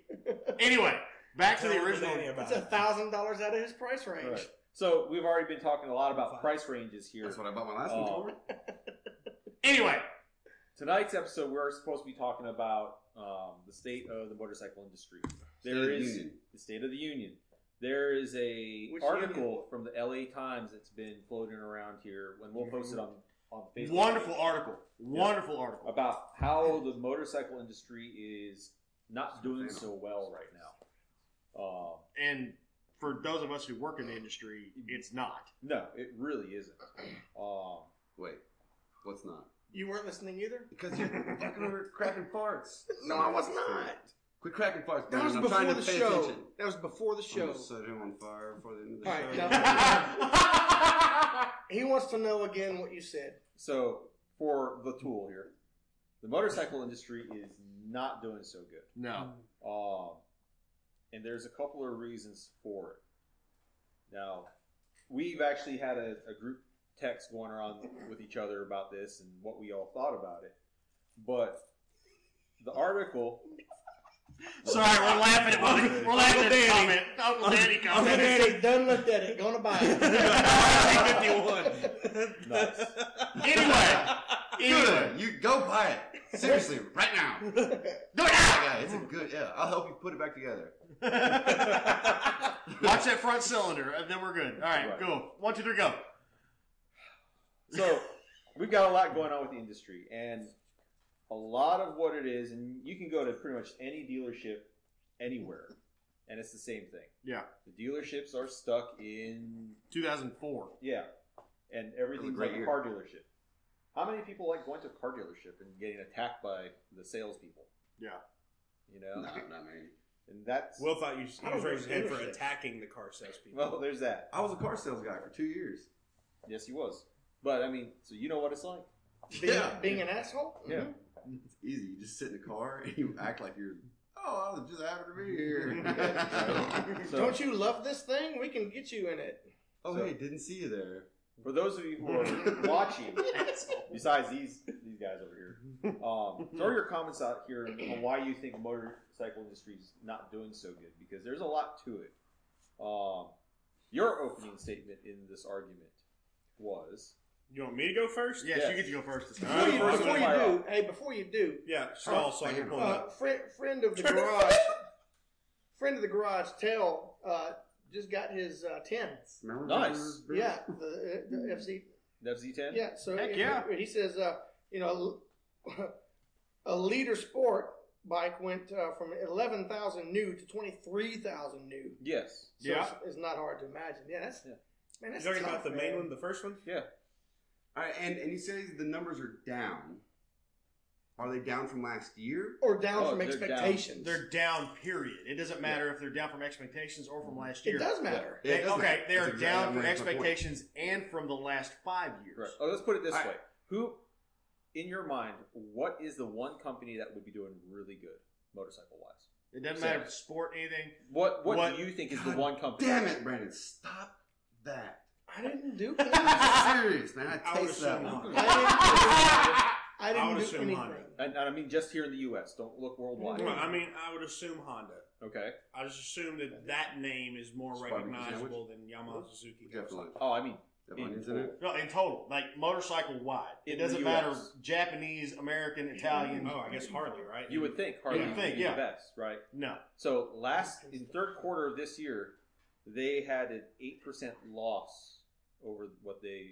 [SPEAKER 5] Anyway, Back to the
[SPEAKER 6] Tell
[SPEAKER 5] original.
[SPEAKER 6] Danny about
[SPEAKER 3] It's a
[SPEAKER 6] it.
[SPEAKER 3] thousand dollars out of his price range.
[SPEAKER 4] Right. So we've already been talking a lot about price ranges here.
[SPEAKER 2] That's what I bought my last
[SPEAKER 3] Oh,
[SPEAKER 4] Uh,
[SPEAKER 2] one for.
[SPEAKER 5] Anyway,
[SPEAKER 4] Tonight's episode, we're supposed to be talking about um, the state of the motorcycle industry. There
[SPEAKER 2] State of
[SPEAKER 4] is
[SPEAKER 2] the Union.
[SPEAKER 4] the State of the Union. There is a
[SPEAKER 3] Which
[SPEAKER 4] article
[SPEAKER 3] union?
[SPEAKER 4] from the LA Times that's been floating around here, and we'll post it on on Facebook.
[SPEAKER 5] wonderful article. Wonderful article.
[SPEAKER 4] about how the motorcycle industry is not doing so well right now. Um,
[SPEAKER 5] And for those of us who work in the industry, it's not.
[SPEAKER 4] no, it really isn't. Um,
[SPEAKER 2] Wait, what's not?
[SPEAKER 3] You weren't listening either.
[SPEAKER 2] Because you're fucking over cracking farts.
[SPEAKER 3] No, I was not.
[SPEAKER 2] Quit cracking farts,
[SPEAKER 3] That
[SPEAKER 2] Brandon.
[SPEAKER 3] was
[SPEAKER 2] I'm
[SPEAKER 3] before
[SPEAKER 2] trying to
[SPEAKER 3] the
[SPEAKER 2] pay
[SPEAKER 3] show.
[SPEAKER 2] attention.
[SPEAKER 3] That was before the
[SPEAKER 2] I'm
[SPEAKER 3] show.
[SPEAKER 2] gonna set him on fire before the end of the
[SPEAKER 3] All right,
[SPEAKER 2] show.
[SPEAKER 3] He wants to know again what you said.
[SPEAKER 4] so for the tool here, the motorcycle industry is not doing so good.
[SPEAKER 5] No.
[SPEAKER 4] Um, and there's a couple of reasons for it. Now, we've actually had a, a group text going around with each other about this and what we all thought about it. But the article,
[SPEAKER 5] Sorry, we're laughing at we're laughing at the comment. Uncle Danny
[SPEAKER 3] Uncle
[SPEAKER 5] comment.
[SPEAKER 3] Daddy done looked at it. Gonna buy it.
[SPEAKER 4] nice.
[SPEAKER 5] Anyway, anyway,
[SPEAKER 2] Good. You go buy it. Seriously, right now. Do it now,
[SPEAKER 5] Ah!
[SPEAKER 2] guys. It's a good. Yeah, I'll help you put it back together.
[SPEAKER 5] watch that front cylinder, and then we're good. All right,
[SPEAKER 4] Right.
[SPEAKER 5] go. One, two, three, go.
[SPEAKER 4] So we've got a lot going on with the industry, and a lot of what it is, and you can go to pretty much any dealership anywhere, and it's the same thing.
[SPEAKER 5] Yeah.
[SPEAKER 4] the dealerships are stuck in
[SPEAKER 5] 2004.
[SPEAKER 4] yeah, and everything's
[SPEAKER 2] great
[SPEAKER 4] like a
[SPEAKER 2] year.
[SPEAKER 4] car dealership. How many people like going to a car dealership and getting attacked by the salespeople?
[SPEAKER 5] Yeah.
[SPEAKER 4] you know,
[SPEAKER 2] No, not me.
[SPEAKER 4] and that's
[SPEAKER 6] Will thought you,
[SPEAKER 3] I
[SPEAKER 6] he
[SPEAKER 3] don't
[SPEAKER 6] was raising him for
[SPEAKER 3] give a shit.
[SPEAKER 6] attacking the car salespeople.
[SPEAKER 4] well, there's that.
[SPEAKER 2] I was a car sales guy for two years.
[SPEAKER 4] Yes, he was, but I mean, so you know what it's like.
[SPEAKER 3] being,
[SPEAKER 2] Yeah.
[SPEAKER 3] being an asshole. Mm-hmm.
[SPEAKER 4] Yeah.
[SPEAKER 2] It's easy. You just sit in the car and you act like you're. Oh, I was just happy to be here.
[SPEAKER 4] So-
[SPEAKER 3] Don't you love this thing? We can get you in it.
[SPEAKER 2] oh,
[SPEAKER 4] So-
[SPEAKER 2] hey, didn't see you there.
[SPEAKER 4] For those of you who are watching, besides these these guys over here, um, throw your comments out here on why you think the motorcycle industry is not doing so good because there's a lot to it. Um, your opening statement in this argument was
[SPEAKER 6] You want me to go first?
[SPEAKER 5] Yes,
[SPEAKER 4] Yes.
[SPEAKER 5] you get to go first. This
[SPEAKER 3] Before
[SPEAKER 6] Alright,
[SPEAKER 5] time.
[SPEAKER 3] you,
[SPEAKER 6] first
[SPEAKER 3] before
[SPEAKER 6] one
[SPEAKER 3] you
[SPEAKER 4] fire
[SPEAKER 3] do, hey, before you do,
[SPEAKER 6] Yeah, stall so I can pull it
[SPEAKER 3] uh,
[SPEAKER 6] up.
[SPEAKER 3] friend, friend of the garage, friend of the garage, Tail, uh, just got his uh, ten.
[SPEAKER 2] Remember
[SPEAKER 4] Nice.
[SPEAKER 3] Yeah, uh, the, the
[SPEAKER 6] Hmm.
[SPEAKER 3] FC.
[SPEAKER 4] FZ10.
[SPEAKER 3] Yeah, so
[SPEAKER 5] Heck
[SPEAKER 3] he-
[SPEAKER 5] yeah.
[SPEAKER 3] he says, uh, you know, a leader sport bike went uh, from eleven thousand new to twenty three thousand new.
[SPEAKER 4] Yes.
[SPEAKER 3] So
[SPEAKER 5] Yeah.
[SPEAKER 3] it's, it's not hard to imagine. Yeah, that's
[SPEAKER 4] Yeah.
[SPEAKER 3] man,
[SPEAKER 6] You
[SPEAKER 3] that's
[SPEAKER 6] talking
[SPEAKER 3] tough,
[SPEAKER 6] about the
[SPEAKER 3] man.
[SPEAKER 6] main one, the first one?
[SPEAKER 2] All right, and and you say the numbers are down. Are they down from last year?
[SPEAKER 3] or down
[SPEAKER 4] Oh,
[SPEAKER 3] from
[SPEAKER 4] they're down.
[SPEAKER 3] expectations.
[SPEAKER 5] They're down, period. It doesn't matter if they're down from expectations or from last year.
[SPEAKER 3] It does matter.
[SPEAKER 5] They-
[SPEAKER 2] It doesn't.
[SPEAKER 5] okay, they
[SPEAKER 2] That's
[SPEAKER 5] are
[SPEAKER 2] exactly-
[SPEAKER 5] down
[SPEAKER 2] I mean,
[SPEAKER 5] from
[SPEAKER 2] that's my point.
[SPEAKER 5] expectations and from the last five years.
[SPEAKER 4] Right. Oh, let's put it this
[SPEAKER 5] All right.
[SPEAKER 4] way: Who, in your mind, what is the one company that would be doing really good motorcycle wise?
[SPEAKER 5] It doesn't
[SPEAKER 4] So-
[SPEAKER 5] matter if it's sport, anything.
[SPEAKER 4] What, what
[SPEAKER 5] What-
[SPEAKER 4] do you think is the
[SPEAKER 2] God
[SPEAKER 4] one company?
[SPEAKER 2] Damn it, Brandon! Stop that.
[SPEAKER 3] I didn't do.
[SPEAKER 2] I'm serious, man. I
[SPEAKER 6] I would
[SPEAKER 2] taste that
[SPEAKER 6] assume
[SPEAKER 2] one.
[SPEAKER 6] Honda.
[SPEAKER 3] I didn't, I
[SPEAKER 6] I
[SPEAKER 3] didn't
[SPEAKER 6] would
[SPEAKER 3] do
[SPEAKER 6] assume
[SPEAKER 3] anything.
[SPEAKER 6] Honda.
[SPEAKER 4] And, and I mean just here in the U.S. Don't look worldwide.
[SPEAKER 6] Well, I mean, I would assume Honda.
[SPEAKER 4] Okay.
[SPEAKER 6] I just assume that that name is more
[SPEAKER 2] Spider-Man
[SPEAKER 6] recognizable than Yamaha Suzuki.
[SPEAKER 2] Definitely.
[SPEAKER 4] Oh, I mean,
[SPEAKER 2] Have onions in it?
[SPEAKER 5] No, in total, like motorcycle wide.
[SPEAKER 4] In
[SPEAKER 5] It
[SPEAKER 4] the
[SPEAKER 5] doesn't matter
[SPEAKER 4] US.
[SPEAKER 5] Japanese, American, Italian.
[SPEAKER 6] Oh, I guess Harley, right?
[SPEAKER 4] you would think Harley
[SPEAKER 5] You would
[SPEAKER 4] would
[SPEAKER 5] think,
[SPEAKER 4] be
[SPEAKER 5] yeah.
[SPEAKER 4] the best, right?
[SPEAKER 5] No.
[SPEAKER 4] So last in third quarter of this year, they had an eight percent loss over what they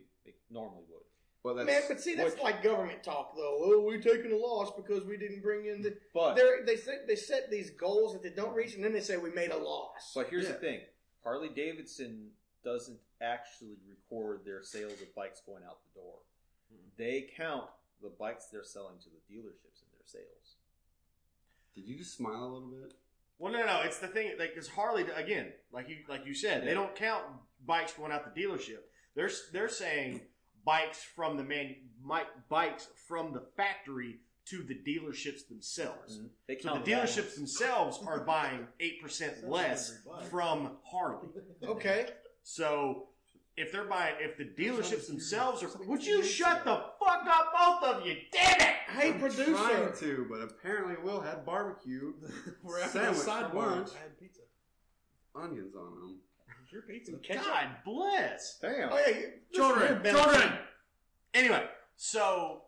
[SPEAKER 4] normally would.
[SPEAKER 2] Well, that's
[SPEAKER 3] Man, but see, that's
[SPEAKER 4] Which-
[SPEAKER 3] like government talk, though. Oh, we're taking a loss because we didn't bring in the.
[SPEAKER 4] But
[SPEAKER 3] They're, they set, they set these goals that they don't reach, and then they say we made a loss.
[SPEAKER 4] but here's the
[SPEAKER 2] Yeah.
[SPEAKER 4] thing: Harley Davidson doesn't actually record their sales of bikes going out the door. They count the bikes they're selling to the dealerships in their sales.
[SPEAKER 2] Did you just smile a little bit?
[SPEAKER 5] Well, no, no. It's the thing, like, because Harley again, like you, like you said, they
[SPEAKER 4] Yeah.
[SPEAKER 5] don't count bikes going out the dealership. They're s- they're saying bikes from the man, mi- bikes from the factory to the dealerships themselves. So
[SPEAKER 4] They
[SPEAKER 5] the
[SPEAKER 4] count that.
[SPEAKER 5] dealerships themselves are buying eight percent less from Harley.
[SPEAKER 3] Okay.
[SPEAKER 5] So if they're buying, if the dealerships themselves are,
[SPEAKER 3] Something
[SPEAKER 5] would you
[SPEAKER 3] serious
[SPEAKER 5] shut the fuck up, both of you? Damn it!
[SPEAKER 3] Hey,
[SPEAKER 2] I'm
[SPEAKER 3] producer.
[SPEAKER 2] Trying to, but apparently Will had barbecue.
[SPEAKER 6] We're after
[SPEAKER 2] Sandwich
[SPEAKER 6] a side
[SPEAKER 2] for
[SPEAKER 6] bar.
[SPEAKER 2] lunch.
[SPEAKER 6] I had pizza.
[SPEAKER 2] onions on them.
[SPEAKER 6] Your pizza.
[SPEAKER 5] God bless.
[SPEAKER 2] Damn.
[SPEAKER 3] Oh, yeah, you-
[SPEAKER 5] Children,
[SPEAKER 3] this-
[SPEAKER 5] children. Anyway, so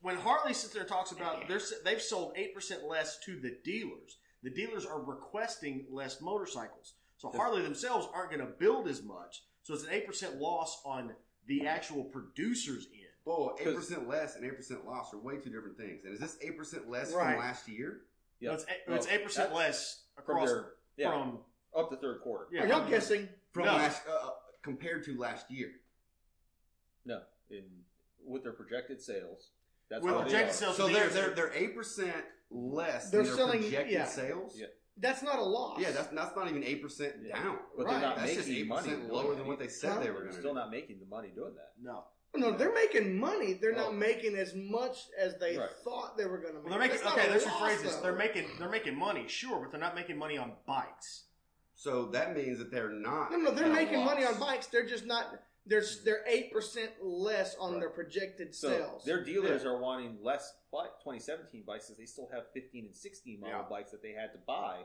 [SPEAKER 5] when Hartley sits there and talks about they're, they've sold eight percent less to the dealers, the dealers are requesting less motorcycles. So Hartley themselves aren't going to build as much. So it's an eight percent loss on the actual producers end.
[SPEAKER 2] Well, Oh, eight
[SPEAKER 4] 'Cause-
[SPEAKER 2] percent less and eight percent loss are way two different things. And is this eight percent less
[SPEAKER 3] Right.
[SPEAKER 2] from last year?
[SPEAKER 4] Yeah.
[SPEAKER 5] No, it's eight- it's
[SPEAKER 4] Well,
[SPEAKER 5] eight percent
[SPEAKER 4] that's
[SPEAKER 5] less
[SPEAKER 4] from
[SPEAKER 5] across from,
[SPEAKER 4] their- yeah, up to third quarter.
[SPEAKER 5] yeah.
[SPEAKER 3] Are y'all guessing?
[SPEAKER 2] From
[SPEAKER 5] No.
[SPEAKER 2] last uh, uh, compared to last year?
[SPEAKER 4] No, in with their projected sales. That's
[SPEAKER 5] With
[SPEAKER 4] how they
[SPEAKER 5] projected
[SPEAKER 4] are.
[SPEAKER 5] sales-
[SPEAKER 2] So
[SPEAKER 5] the
[SPEAKER 2] they're
[SPEAKER 5] years-
[SPEAKER 2] they're they're eight percent less.
[SPEAKER 3] They're
[SPEAKER 2] than their
[SPEAKER 3] selling-
[SPEAKER 2] projected
[SPEAKER 3] yeah.
[SPEAKER 2] sales.
[SPEAKER 4] Yeah.
[SPEAKER 3] That's not a loss.
[SPEAKER 2] Yeah, that's that's not even eight percent
[SPEAKER 4] Yeah.
[SPEAKER 2] down.
[SPEAKER 4] but
[SPEAKER 3] Right.
[SPEAKER 4] they're not
[SPEAKER 2] That's
[SPEAKER 4] making
[SPEAKER 2] just eight
[SPEAKER 4] money
[SPEAKER 2] percent lower than what they said they
[SPEAKER 4] They're
[SPEAKER 2] were going to.
[SPEAKER 4] still not making the money doing that.
[SPEAKER 5] No,
[SPEAKER 3] no. They're making money. They're
[SPEAKER 4] Oh.
[SPEAKER 3] not making as much as they
[SPEAKER 4] Right.
[SPEAKER 3] thought they were going to make.
[SPEAKER 5] well, they're
[SPEAKER 3] That's
[SPEAKER 5] making
[SPEAKER 3] not
[SPEAKER 5] okay.
[SPEAKER 3] a
[SPEAKER 5] Let's
[SPEAKER 3] loss,
[SPEAKER 5] rephrase this.
[SPEAKER 3] though.
[SPEAKER 5] They're making they're making money, sure, but they're not making money on bikes.
[SPEAKER 2] So that means that they're not.
[SPEAKER 3] No, no, they're
[SPEAKER 2] at a
[SPEAKER 3] making money
[SPEAKER 2] loss.
[SPEAKER 3] on bikes. They're just not. They're they're eight percent less on
[SPEAKER 4] Right.
[SPEAKER 3] their projected
[SPEAKER 4] So
[SPEAKER 3] sales.
[SPEAKER 4] their dealers are wanting less bike 2017 bikes because they still have 15 and 16 model
[SPEAKER 5] Yeah.
[SPEAKER 4] bikes that they had to buy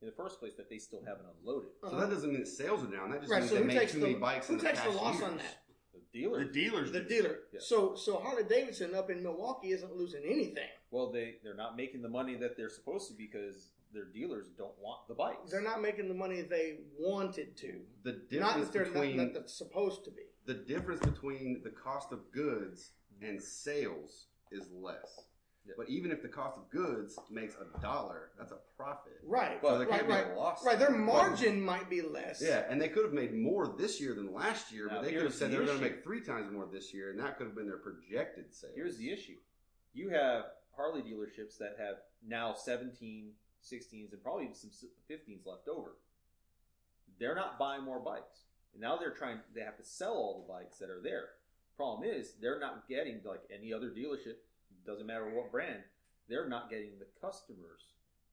[SPEAKER 4] in the first place that they
[SPEAKER 3] Mm-hmm.
[SPEAKER 4] still haven't unloaded.
[SPEAKER 2] So that doesn't mean that sales are down. That just
[SPEAKER 3] Uh-huh. Right,
[SPEAKER 2] means
[SPEAKER 3] so
[SPEAKER 2] they
[SPEAKER 3] who
[SPEAKER 2] made
[SPEAKER 3] takes
[SPEAKER 2] too
[SPEAKER 3] the-
[SPEAKER 2] many bikes
[SPEAKER 3] who
[SPEAKER 2] in the
[SPEAKER 3] takes
[SPEAKER 2] past
[SPEAKER 3] the loss
[SPEAKER 2] years.
[SPEAKER 3] on that?
[SPEAKER 4] The dealers,
[SPEAKER 5] The dealers,
[SPEAKER 3] the
[SPEAKER 5] do.
[SPEAKER 3] dealer.
[SPEAKER 4] Yeah.
[SPEAKER 3] So so Harley Davidson up in Milwaukee isn't losing anything.
[SPEAKER 4] well, they they're not making the money that they're supposed to because their dealers don't want the bikes.
[SPEAKER 3] They're not making the money they wanted to.
[SPEAKER 2] The
[SPEAKER 3] Not
[SPEAKER 2] difference
[SPEAKER 3] that they're
[SPEAKER 2] between
[SPEAKER 3] not that they're supposed to be.
[SPEAKER 2] the difference between the cost of goods and sales is less.
[SPEAKER 4] Yeah.
[SPEAKER 2] But even if the cost of goods makes a dollar, that's a profit.
[SPEAKER 3] Right.
[SPEAKER 2] So there
[SPEAKER 3] right.
[SPEAKER 2] can't be
[SPEAKER 3] Right.
[SPEAKER 2] a loss.
[SPEAKER 3] Right. Their
[SPEAKER 2] there.
[SPEAKER 3] margin might be less.
[SPEAKER 2] Yeah, and they could have made more this year than last year,
[SPEAKER 4] Now,
[SPEAKER 2] but they could have
[SPEAKER 4] here's
[SPEAKER 2] said
[SPEAKER 4] the
[SPEAKER 2] they were going to
[SPEAKER 4] issue.
[SPEAKER 2] make three times more this year, and that could have been their projected sales.
[SPEAKER 4] Here's the issue. You have Harley dealerships that have now 17, 16s, and probably even some 15s left over. They're not buying more bikes. And now they're trying, they have to sell all the bikes that are there. Problem is, they're not getting, like any other dealership, doesn't matter what brand, they're not getting the customers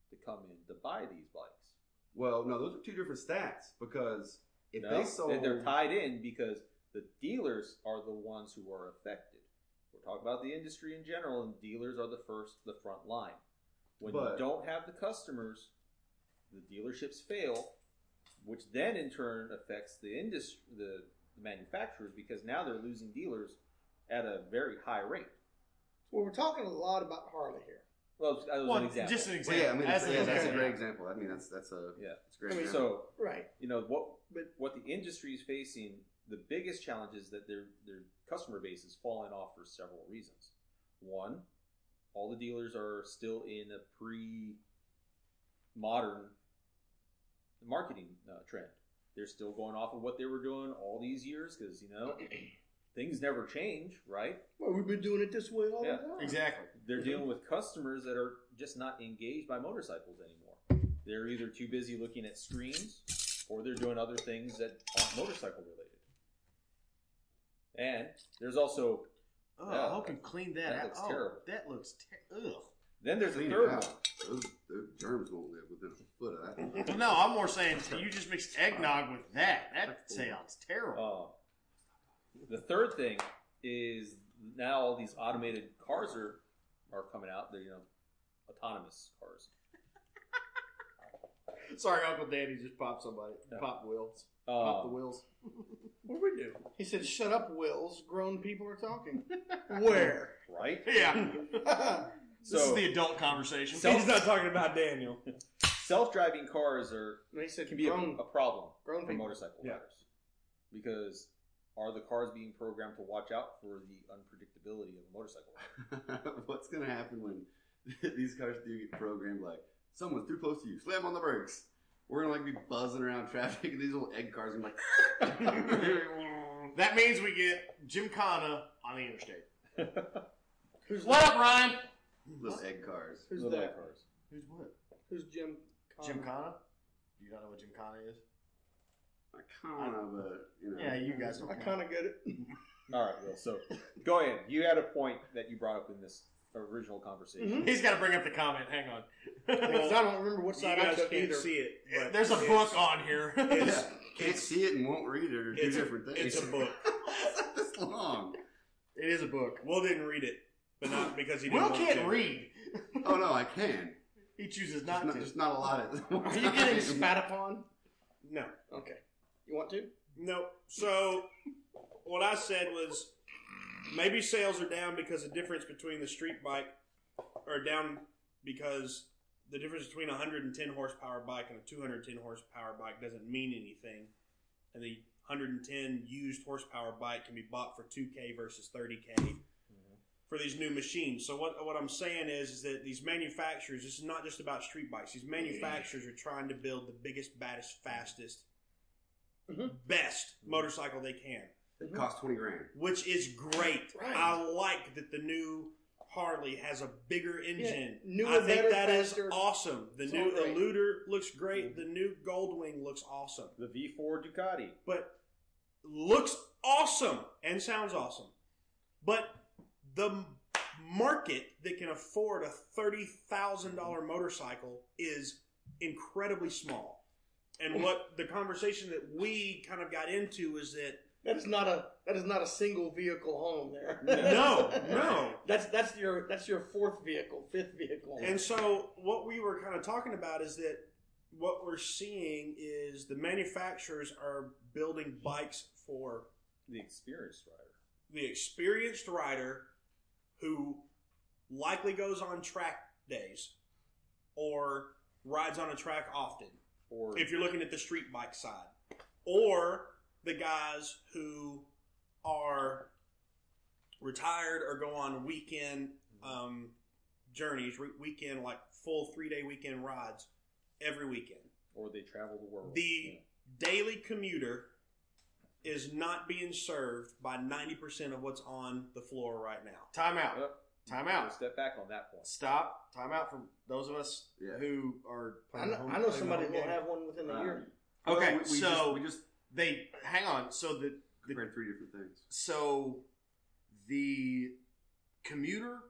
[SPEAKER 4] to come in to buy these bikes.
[SPEAKER 2] Well, no, those are two different stats because if
[SPEAKER 4] No,
[SPEAKER 2] they sold,
[SPEAKER 4] they're tied in because the dealers are the ones who are affected. We're talking about the industry in general, and dealers are the first, the front line. When
[SPEAKER 2] But-
[SPEAKER 4] you don't have the customers, the dealerships fail, which then in turn affects the industry, the, the manufacturers, because now they're losing dealers at a very high rate.
[SPEAKER 3] Well, we're talking a lot about Harley here.
[SPEAKER 4] Well, that was
[SPEAKER 5] Well,
[SPEAKER 4] an example.
[SPEAKER 5] just an
[SPEAKER 2] well,
[SPEAKER 5] example.
[SPEAKER 2] yeah, I mean,
[SPEAKER 5] As
[SPEAKER 2] that's,
[SPEAKER 5] an
[SPEAKER 2] yeah, that's a
[SPEAKER 5] example.
[SPEAKER 2] great example. I mean, that's that's a
[SPEAKER 4] Yeah.
[SPEAKER 2] it's a great.
[SPEAKER 3] I mean,
[SPEAKER 2] example.
[SPEAKER 4] so
[SPEAKER 3] Right.
[SPEAKER 4] you know what
[SPEAKER 3] But-
[SPEAKER 4] what the industry is facing the biggest challenge is that their their customer base is falling off for several reasons one all the dealers are still in a pre modern marketing uh, trend they're still going off of what they were doing all these years because you know things never change right
[SPEAKER 3] Well, we've been doing it this way all
[SPEAKER 4] Yeah,
[SPEAKER 3] the time.
[SPEAKER 5] Exactly.
[SPEAKER 4] they're dealing with customers that are just not engaged by motorcycles anymore. They're either too busy looking at screens or they're doing other things that aren't motorcycle related. And there's also
[SPEAKER 5] Oh,
[SPEAKER 4] Yeah.
[SPEAKER 5] I hope you cleaned that,
[SPEAKER 4] That
[SPEAKER 5] out.
[SPEAKER 4] looks
[SPEAKER 5] oh,
[SPEAKER 4] terrible.
[SPEAKER 5] That looks ter- ugh.
[SPEAKER 4] then there's
[SPEAKER 2] Clean
[SPEAKER 4] a
[SPEAKER 2] it
[SPEAKER 4] third
[SPEAKER 2] out.
[SPEAKER 4] one.
[SPEAKER 2] Those, those germs won't live within a foot of that.
[SPEAKER 5] Well, no, I'm more saying you just mixed eggnog with that. That sounds terrible.
[SPEAKER 4] Uh, the third thing is now all these automated cars are are coming out. They're you know autonomous cars.
[SPEAKER 5] Sorry, Uncle Danny just popped somebody.
[SPEAKER 4] No.
[SPEAKER 5] Popped wheels. Popped the
[SPEAKER 4] Uh,
[SPEAKER 5] wheels.
[SPEAKER 3] What do we do? He said, "Shut up, Wills. Grown people are talking." Where?
[SPEAKER 4] right?
[SPEAKER 5] Yeah. this is
[SPEAKER 4] So
[SPEAKER 5] the adult conversation.
[SPEAKER 4] So-
[SPEAKER 6] He's not talking about Daniel.
[SPEAKER 4] self-driving cars are
[SPEAKER 3] And he said,
[SPEAKER 4] can be a,
[SPEAKER 3] "Grown,
[SPEAKER 4] a problem.
[SPEAKER 3] grown
[SPEAKER 4] for
[SPEAKER 3] people."
[SPEAKER 4] motorcycle
[SPEAKER 6] Yeah.
[SPEAKER 4] riders because are the cars being programmed to watch out for the unpredictability of a motorcycle rider?
[SPEAKER 2] What's going to happen when these cars do get programmed? Like someone's too close to you, slam on the brakes. We're gonna like be buzzing around traffic, and these little egg cars are gonna be like.
[SPEAKER 5] that means we get Jim Connor on the interstate.
[SPEAKER 3] Who's
[SPEAKER 5] What
[SPEAKER 3] that?
[SPEAKER 5] up, Ryan?
[SPEAKER 2] Little egg cars.
[SPEAKER 3] Who's
[SPEAKER 4] Little
[SPEAKER 3] that?
[SPEAKER 4] cars.
[SPEAKER 5] Who's what?
[SPEAKER 3] Who's Jim? Conner?
[SPEAKER 5] Jim Connor? Do you not know what Jim Connor is?
[SPEAKER 2] I kind of, uh, you know.
[SPEAKER 5] Yeah, you guys
[SPEAKER 3] I
[SPEAKER 5] don't.
[SPEAKER 3] kind of get it.
[SPEAKER 4] All right, Will. So go ahead. You had a point that you brought up in this original conversation.
[SPEAKER 3] Mhm.
[SPEAKER 5] He's got to bring up the comment. Hang on.
[SPEAKER 3] Because I don't remember what
[SPEAKER 6] You
[SPEAKER 3] side I
[SPEAKER 6] guys
[SPEAKER 3] took
[SPEAKER 6] can't
[SPEAKER 3] either.
[SPEAKER 6] see it. but
[SPEAKER 5] There's a
[SPEAKER 6] it's-
[SPEAKER 5] book on here.
[SPEAKER 6] It's,
[SPEAKER 2] Can't see it and won't read it or do
[SPEAKER 6] It's a-
[SPEAKER 2] different things.
[SPEAKER 6] it's a book.
[SPEAKER 2] It's not this long.
[SPEAKER 5] it is a book.
[SPEAKER 6] Will didn't read it, but not because he didn't
[SPEAKER 5] Will
[SPEAKER 6] want
[SPEAKER 5] can't
[SPEAKER 6] to.
[SPEAKER 5] read.
[SPEAKER 2] Oh no, I can.
[SPEAKER 5] He chooses
[SPEAKER 2] Just
[SPEAKER 5] not
[SPEAKER 2] not,
[SPEAKER 5] to.
[SPEAKER 2] just not a lot at
[SPEAKER 3] Are you getting spat upon?
[SPEAKER 6] No.
[SPEAKER 3] Okay. You want to?
[SPEAKER 6] No. So what I said was maybe sales are down because the difference between the street bike are down because the difference between a 110 horsepower bike and a 210 horsepower bike doesn't mean anything. And the 110 used horsepower bike can be bought for 2k versus 30k for these new machines. So what what I'm saying is, is that these manufacturers, this is not just about street bikes. These manufacturers are trying to build the biggest, baddest, fastest,
[SPEAKER 3] Mhm.
[SPEAKER 6] best motorcycle they can,
[SPEAKER 2] It costs twenty grand.
[SPEAKER 6] which is great.
[SPEAKER 3] Right.
[SPEAKER 6] I like that the new Harley has a bigger engine.
[SPEAKER 3] newer,
[SPEAKER 6] I think
[SPEAKER 3] better,
[SPEAKER 6] that is
[SPEAKER 3] faster.
[SPEAKER 6] awesome. The
[SPEAKER 3] It's
[SPEAKER 6] new
[SPEAKER 3] all great. Mm-hmm.
[SPEAKER 6] Eluder looks great. The new Goldwing looks awesome.
[SPEAKER 4] The V4 Ducati.
[SPEAKER 6] but looks awesome and sounds awesome. But the market that can afford a thirty thousand
[SPEAKER 3] Mm-hmm.
[SPEAKER 6] dollar motorcycle is incredibly small. And what the conversation that we kind of got into is that
[SPEAKER 3] That is not a that is not a single vehicle home there.
[SPEAKER 6] no, no,
[SPEAKER 3] That's that's your that's your fourth vehicle, fifth vehicle.
[SPEAKER 6] And so what we were kind of talking about is that what we're seeing is the manufacturers are building bikes for
[SPEAKER 4] The experienced rider.
[SPEAKER 6] the experienced rider who likely goes on track days or rides on a track often
[SPEAKER 4] Or
[SPEAKER 6] if you're looking at the street bike side or the guys who are retired or go on weekend um, journeys re- weekend like full three day weekend rides every weekend
[SPEAKER 4] or they travel the world.
[SPEAKER 6] The-
[SPEAKER 4] Yeah.
[SPEAKER 6] daily commuter is not being served by 90% of what's on the floor right now
[SPEAKER 5] Time out.
[SPEAKER 3] Oh.
[SPEAKER 4] Yep.
[SPEAKER 5] Time out.
[SPEAKER 4] Step back on that point.
[SPEAKER 5] Stop. Time out for those of us
[SPEAKER 2] Yeah.
[SPEAKER 5] who are
[SPEAKER 3] I
[SPEAKER 5] playing.
[SPEAKER 3] know,
[SPEAKER 5] the home,
[SPEAKER 3] I know
[SPEAKER 5] playing the
[SPEAKER 3] somebody
[SPEAKER 5] home
[SPEAKER 3] who will
[SPEAKER 5] game.
[SPEAKER 3] have one within a
[SPEAKER 2] Uh,
[SPEAKER 3] year.
[SPEAKER 5] Okay,
[SPEAKER 2] we, we
[SPEAKER 5] so-
[SPEAKER 2] just, we just
[SPEAKER 5] They hang on. So the
[SPEAKER 2] compared three different things.
[SPEAKER 5] so the commuter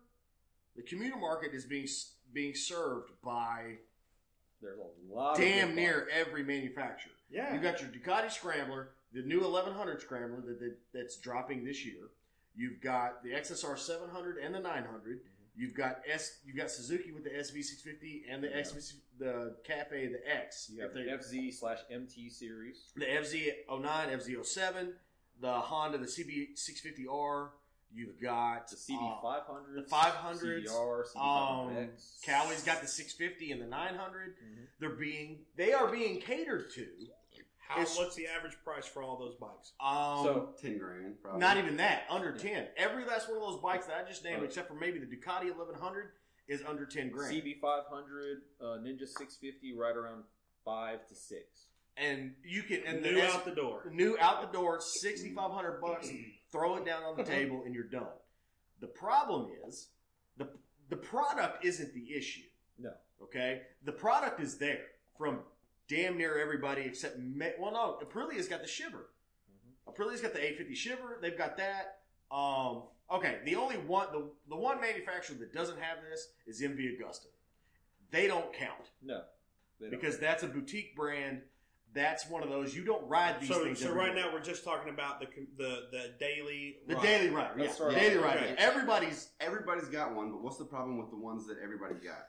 [SPEAKER 5] the commuter market is being s- being served by
[SPEAKER 4] There's a lot
[SPEAKER 5] damn
[SPEAKER 4] of good
[SPEAKER 5] near every manufacturer.
[SPEAKER 3] Yeah.
[SPEAKER 5] You got your Ducati Scrambler, the new 1100 Scrambler that, that that's dropping this year. You've got the XSR 700 and the 900.
[SPEAKER 4] Mm-hmm.
[SPEAKER 5] You've got S. You've got Suzuki with the SV650 and the
[SPEAKER 4] Yeah.
[SPEAKER 5] XV, the Cafe, the X.
[SPEAKER 4] You have
[SPEAKER 5] If
[SPEAKER 4] the
[SPEAKER 5] they-
[SPEAKER 4] FZ slash MT series.
[SPEAKER 5] the FZ09, FZ07, the Honda, the CB650R. You've got
[SPEAKER 4] The CB500.
[SPEAKER 5] the 500s,
[SPEAKER 4] CBR,
[SPEAKER 5] uh, um,
[SPEAKER 4] CB500X.
[SPEAKER 5] Cowley's got the 650 and the 900.
[SPEAKER 4] Mhm.
[SPEAKER 5] They're being they are being catered to.
[SPEAKER 6] How,
[SPEAKER 5] It's-
[SPEAKER 6] what's the average price for all those bikes?
[SPEAKER 5] Um,
[SPEAKER 4] So- uh,
[SPEAKER 2] Ten grand, probably.
[SPEAKER 5] not even that under
[SPEAKER 4] Yeah.
[SPEAKER 5] ten. Every last one of those bikes that I just named,
[SPEAKER 4] Right.
[SPEAKER 5] except for maybe the Ducati 1100, is under ten grand.
[SPEAKER 4] CB500, uh, Ninja 650, right around five to six.
[SPEAKER 5] and you can and
[SPEAKER 6] new
[SPEAKER 5] the S-
[SPEAKER 6] out the door.
[SPEAKER 5] new out the door, sixty five hundred bucks. Throw it down on the table, and you're done. The problem is the the product isn't the issue.
[SPEAKER 4] No.
[SPEAKER 5] Okay, the product is there from damn near everybody except Ma- well, no, Aprilia's got the shiver.
[SPEAKER 6] Mm-hmm.
[SPEAKER 5] Aprilia's got the 850 shiver. They've got that. Um, okay, the only one the the one manufacturer that doesn't have this is MV Augusta. They don't count
[SPEAKER 4] No. They don't.
[SPEAKER 5] because that's a boutique brand. That's one of those you don't ride these
[SPEAKER 6] So,
[SPEAKER 5] things.
[SPEAKER 6] so
[SPEAKER 5] every
[SPEAKER 6] right
[SPEAKER 5] day.
[SPEAKER 6] now we're just talking about the com- the the daily
[SPEAKER 5] the
[SPEAKER 6] ride.
[SPEAKER 5] daily rider, yeah,
[SPEAKER 4] Let's start
[SPEAKER 5] the daily
[SPEAKER 4] off.
[SPEAKER 5] rider.
[SPEAKER 6] Okay.
[SPEAKER 5] Everybody's
[SPEAKER 2] Everybody's got one, but what's the problem with the ones that everybody's got?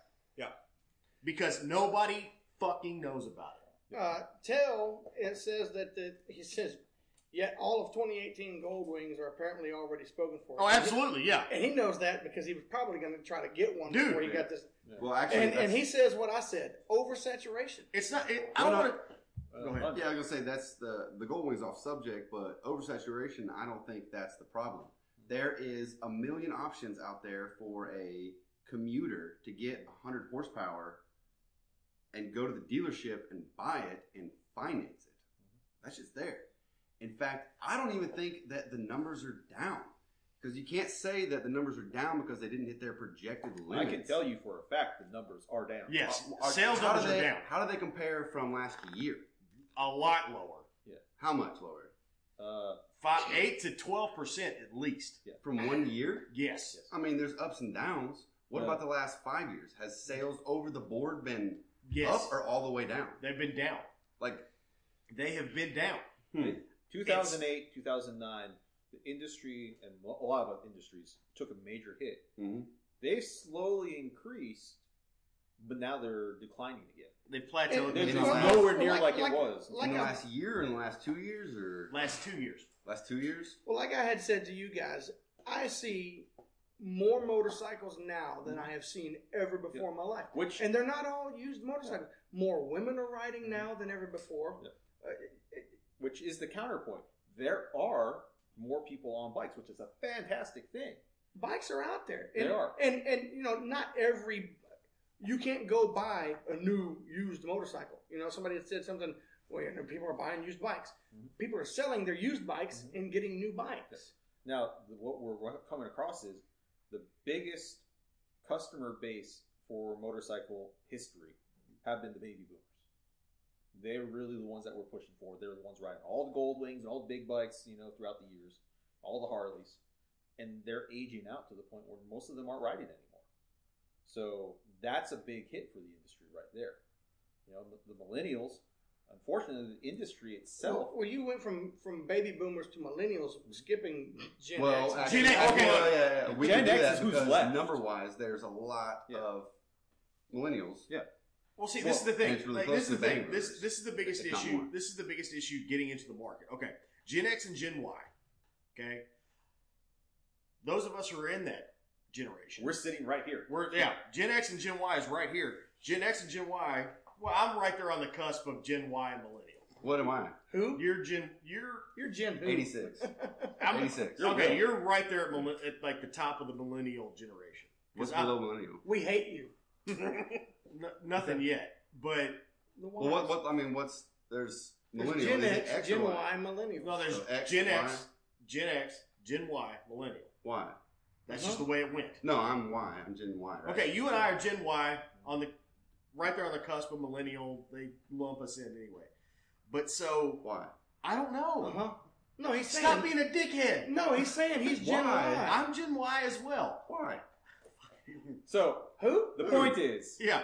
[SPEAKER 5] because nobody fucking knows about it.
[SPEAKER 3] Uh, tell it says that the, he says, yet all of 2018 Goldwings are apparently already spoken for.
[SPEAKER 5] Oh, absolutely, yeah.
[SPEAKER 3] And he knows that because he was probably going to try to get one
[SPEAKER 5] Dude.
[SPEAKER 3] before he got this.
[SPEAKER 2] Well, actually,
[SPEAKER 3] And, and
[SPEAKER 2] that's-
[SPEAKER 3] he says what I said: oversaturation.
[SPEAKER 5] It's not. It, I don't
[SPEAKER 2] Well,
[SPEAKER 5] want to.
[SPEAKER 4] Uh,
[SPEAKER 5] Go ahead.
[SPEAKER 4] Honda.
[SPEAKER 2] Yeah, I was gonna say that's the the gold wings off subject, but oversaturation. I don't think that's the problem. There is a million options out there for a commuter to get 100 horsepower and go to the dealership and buy it and finance it. That's just there. In fact, I don't even think that the numbers are down because you can't say that the numbers are down because they didn't hit their projected
[SPEAKER 4] I
[SPEAKER 2] limits.
[SPEAKER 4] can tell you for a fact the numbers are down.
[SPEAKER 5] Yes,
[SPEAKER 2] Uh, are-
[SPEAKER 5] sales
[SPEAKER 2] how
[SPEAKER 5] numbers
[SPEAKER 2] do
[SPEAKER 5] are
[SPEAKER 2] they-
[SPEAKER 5] down
[SPEAKER 2] How do they compare from last year?
[SPEAKER 5] a lot lower,
[SPEAKER 2] How much lower?
[SPEAKER 4] Uh,
[SPEAKER 5] five, eight to twelve percent at least.
[SPEAKER 2] From one year?
[SPEAKER 5] Yes,
[SPEAKER 4] Yes.
[SPEAKER 2] I mean, there's ups and downs. What
[SPEAKER 4] Yeah.
[SPEAKER 2] about the last five years? Has sales over the board been
[SPEAKER 5] yes,
[SPEAKER 2] up or all the way down?
[SPEAKER 5] they've been down.
[SPEAKER 2] Like,
[SPEAKER 5] They have been down.
[SPEAKER 4] 2008, 2009, the industry and a lot of industries took a major hit.
[SPEAKER 2] mhm.
[SPEAKER 4] They've slowly increased, but now they're declining again.
[SPEAKER 5] They've plateaued.
[SPEAKER 2] It-
[SPEAKER 4] It's,
[SPEAKER 2] In
[SPEAKER 4] it's
[SPEAKER 2] the last-
[SPEAKER 4] nowhere near like, it was.
[SPEAKER 2] in
[SPEAKER 3] Like
[SPEAKER 2] the
[SPEAKER 3] a-
[SPEAKER 2] last year, in the last two years, or
[SPEAKER 5] last two years.
[SPEAKER 2] last two years?
[SPEAKER 3] Well, like I had said to you guys, I see more motorcycles now than I have seen ever before in my life.
[SPEAKER 4] Which
[SPEAKER 3] And they're not all used motorcycles. More women are riding now than ever before.
[SPEAKER 4] Yeah.
[SPEAKER 3] Uh, it-
[SPEAKER 4] which is the counterpoint. There are more people on bikes, which is a fantastic thing.
[SPEAKER 3] bikes are out there.
[SPEAKER 4] They
[SPEAKER 3] and,
[SPEAKER 4] are.
[SPEAKER 3] and and you know, not every you can't go buy a new used motorcycle. You know, somebody had said something. Well, you know, people are buying used bikes.
[SPEAKER 4] Mhm.
[SPEAKER 3] People are selling their used bikes
[SPEAKER 4] Mhm.
[SPEAKER 3] and getting new bikes.
[SPEAKER 4] Now, the- what we're what coming across is the biggest customer base for motorcycle history have been the baby boomers. They're really the ones that we're pushing for. They're the ones riding all the gold wings and all the big bikes, you know, throughout the years, all the Harleys, and they're aging out to the point where most of them aren't riding anymore. So that's a big hit for the industry right there. You know, the, the millennials, unfortunately, the industry itself.
[SPEAKER 3] well, you went from from baby boomers to millennials, skipping Gen
[SPEAKER 2] well,
[SPEAKER 3] X.
[SPEAKER 2] actually,
[SPEAKER 5] Gen X,
[SPEAKER 2] actually,
[SPEAKER 5] okay.
[SPEAKER 2] yeah, yeah, yeah, we
[SPEAKER 4] Gen
[SPEAKER 2] can do
[SPEAKER 4] X
[SPEAKER 2] that
[SPEAKER 4] is who's
[SPEAKER 2] because
[SPEAKER 4] left.
[SPEAKER 2] Number-wise, there's a lot
[SPEAKER 4] Yeah.
[SPEAKER 2] of millennials.
[SPEAKER 5] Well, see, this is the
[SPEAKER 2] Well,
[SPEAKER 5] thing.
[SPEAKER 2] it's really
[SPEAKER 5] Like,
[SPEAKER 2] close
[SPEAKER 5] this is
[SPEAKER 2] to
[SPEAKER 5] the thing.
[SPEAKER 2] Bangers.
[SPEAKER 5] This this is the biggest
[SPEAKER 2] If not
[SPEAKER 5] issue.
[SPEAKER 2] more.
[SPEAKER 5] This is the biggest issue getting into the market. Okay, Gen X and Gen Y. Okay, those of us who are in that generation,
[SPEAKER 4] We're sitting right here.
[SPEAKER 5] we're yeah. Gen X and Gen Y is right here. Gen X and Gen Y. Well, I'm right there on the cusp of Gen Y and millennial.
[SPEAKER 2] What am I?
[SPEAKER 3] Who?
[SPEAKER 5] You're Gen. You're.
[SPEAKER 3] You're Gen who?
[SPEAKER 2] 86.
[SPEAKER 5] I'm,
[SPEAKER 2] 86.
[SPEAKER 5] okay, you're right there at, millen- at like the top of the millennial generation. 'Cause
[SPEAKER 2] What's
[SPEAKER 5] I-
[SPEAKER 2] below millennial?
[SPEAKER 3] we hate you.
[SPEAKER 5] N- nothing yet, but
[SPEAKER 3] The
[SPEAKER 2] Well, what, what? I mean, what's there's
[SPEAKER 3] There's
[SPEAKER 2] millennial,
[SPEAKER 3] Gen
[SPEAKER 2] there's
[SPEAKER 3] X,
[SPEAKER 2] X or
[SPEAKER 3] Gen
[SPEAKER 2] Y?
[SPEAKER 3] Y, millennials.
[SPEAKER 5] no, there's
[SPEAKER 2] So X,
[SPEAKER 5] Gen
[SPEAKER 2] Y.
[SPEAKER 5] X, Gen X, Gen Y, millennial.
[SPEAKER 2] Why?
[SPEAKER 5] That's just the way it went.
[SPEAKER 2] No, I'm Y. I'm Gen Y. Right?
[SPEAKER 5] Okay, you and I are Gen Y on the right there on the cusp of millennial. They lump us in anyway. But so
[SPEAKER 2] Why?
[SPEAKER 5] I don't know.
[SPEAKER 3] Uh huh. No, he's saying.
[SPEAKER 5] Stop being a dickhead.
[SPEAKER 3] no, he's saying he's Gen
[SPEAKER 2] Why?
[SPEAKER 3] Y.
[SPEAKER 5] I'm Gen Y as well.
[SPEAKER 2] Why?
[SPEAKER 4] So
[SPEAKER 3] Who?
[SPEAKER 4] The point is,
[SPEAKER 5] Yeah,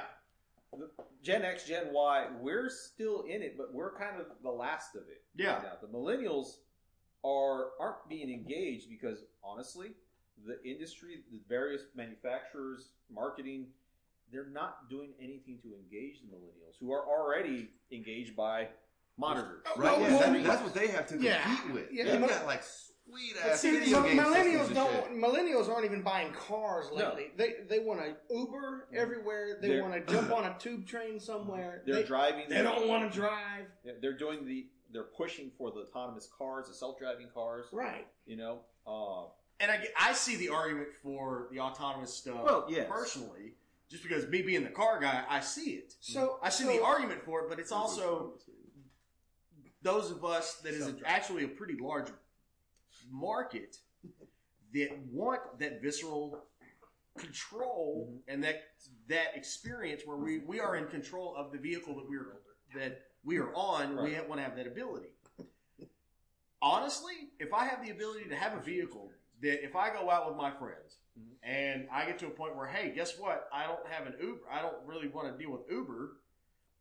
[SPEAKER 4] Gen X, Gen Y, we're still in it, but we're kind of the last of it.
[SPEAKER 5] yeah.
[SPEAKER 4] Now, the millennials are aren't being engaged because honestly, the industry, the various manufacturers, marketing, they're not doing anything to engage the millennials who are already engaged by monitors.
[SPEAKER 2] Right?
[SPEAKER 3] Well,
[SPEAKER 2] yeah,
[SPEAKER 3] well,
[SPEAKER 2] that-
[SPEAKER 3] we-
[SPEAKER 2] that's what they have to compete
[SPEAKER 3] Yeah.
[SPEAKER 2] with.
[SPEAKER 3] Yeah,
[SPEAKER 2] They've
[SPEAKER 3] but-
[SPEAKER 2] got like sweet
[SPEAKER 3] But
[SPEAKER 2] ass
[SPEAKER 3] see,
[SPEAKER 2] video
[SPEAKER 3] mi-
[SPEAKER 2] game
[SPEAKER 3] millennials
[SPEAKER 2] systems
[SPEAKER 3] don't.
[SPEAKER 2] and shit.
[SPEAKER 3] Millennials aren't even buying cars
[SPEAKER 4] No.
[SPEAKER 3] lately. They they want to Uber everywhere. They
[SPEAKER 4] They're-
[SPEAKER 3] want to jump on a tube train somewhere.
[SPEAKER 4] They're
[SPEAKER 3] they,
[SPEAKER 4] driving.
[SPEAKER 3] they don't want to drive.
[SPEAKER 4] They're doing the. They're pushing for the autonomous cars, the self-driving cars.
[SPEAKER 3] Right.
[SPEAKER 4] You know. Uh,
[SPEAKER 5] And I, get- I see the argument for the autonomous stuff.
[SPEAKER 4] Well, yes.
[SPEAKER 5] personally, just because me being the car guy, I see it.
[SPEAKER 3] So
[SPEAKER 5] I see
[SPEAKER 3] so,
[SPEAKER 5] the argument for it, but it's also those of us that is actually a pretty large market that want that visceral control and that that experience where we, we are in control of the vehicle that we are that we are on. We
[SPEAKER 4] Right.
[SPEAKER 5] want to have that ability. Honestly, if I have the ability to have a vehicle that if I go out with my friends
[SPEAKER 4] Mhm.
[SPEAKER 5] and I get to a point where hey, guess what? I don't have an Uber. I don't really want to deal with Uber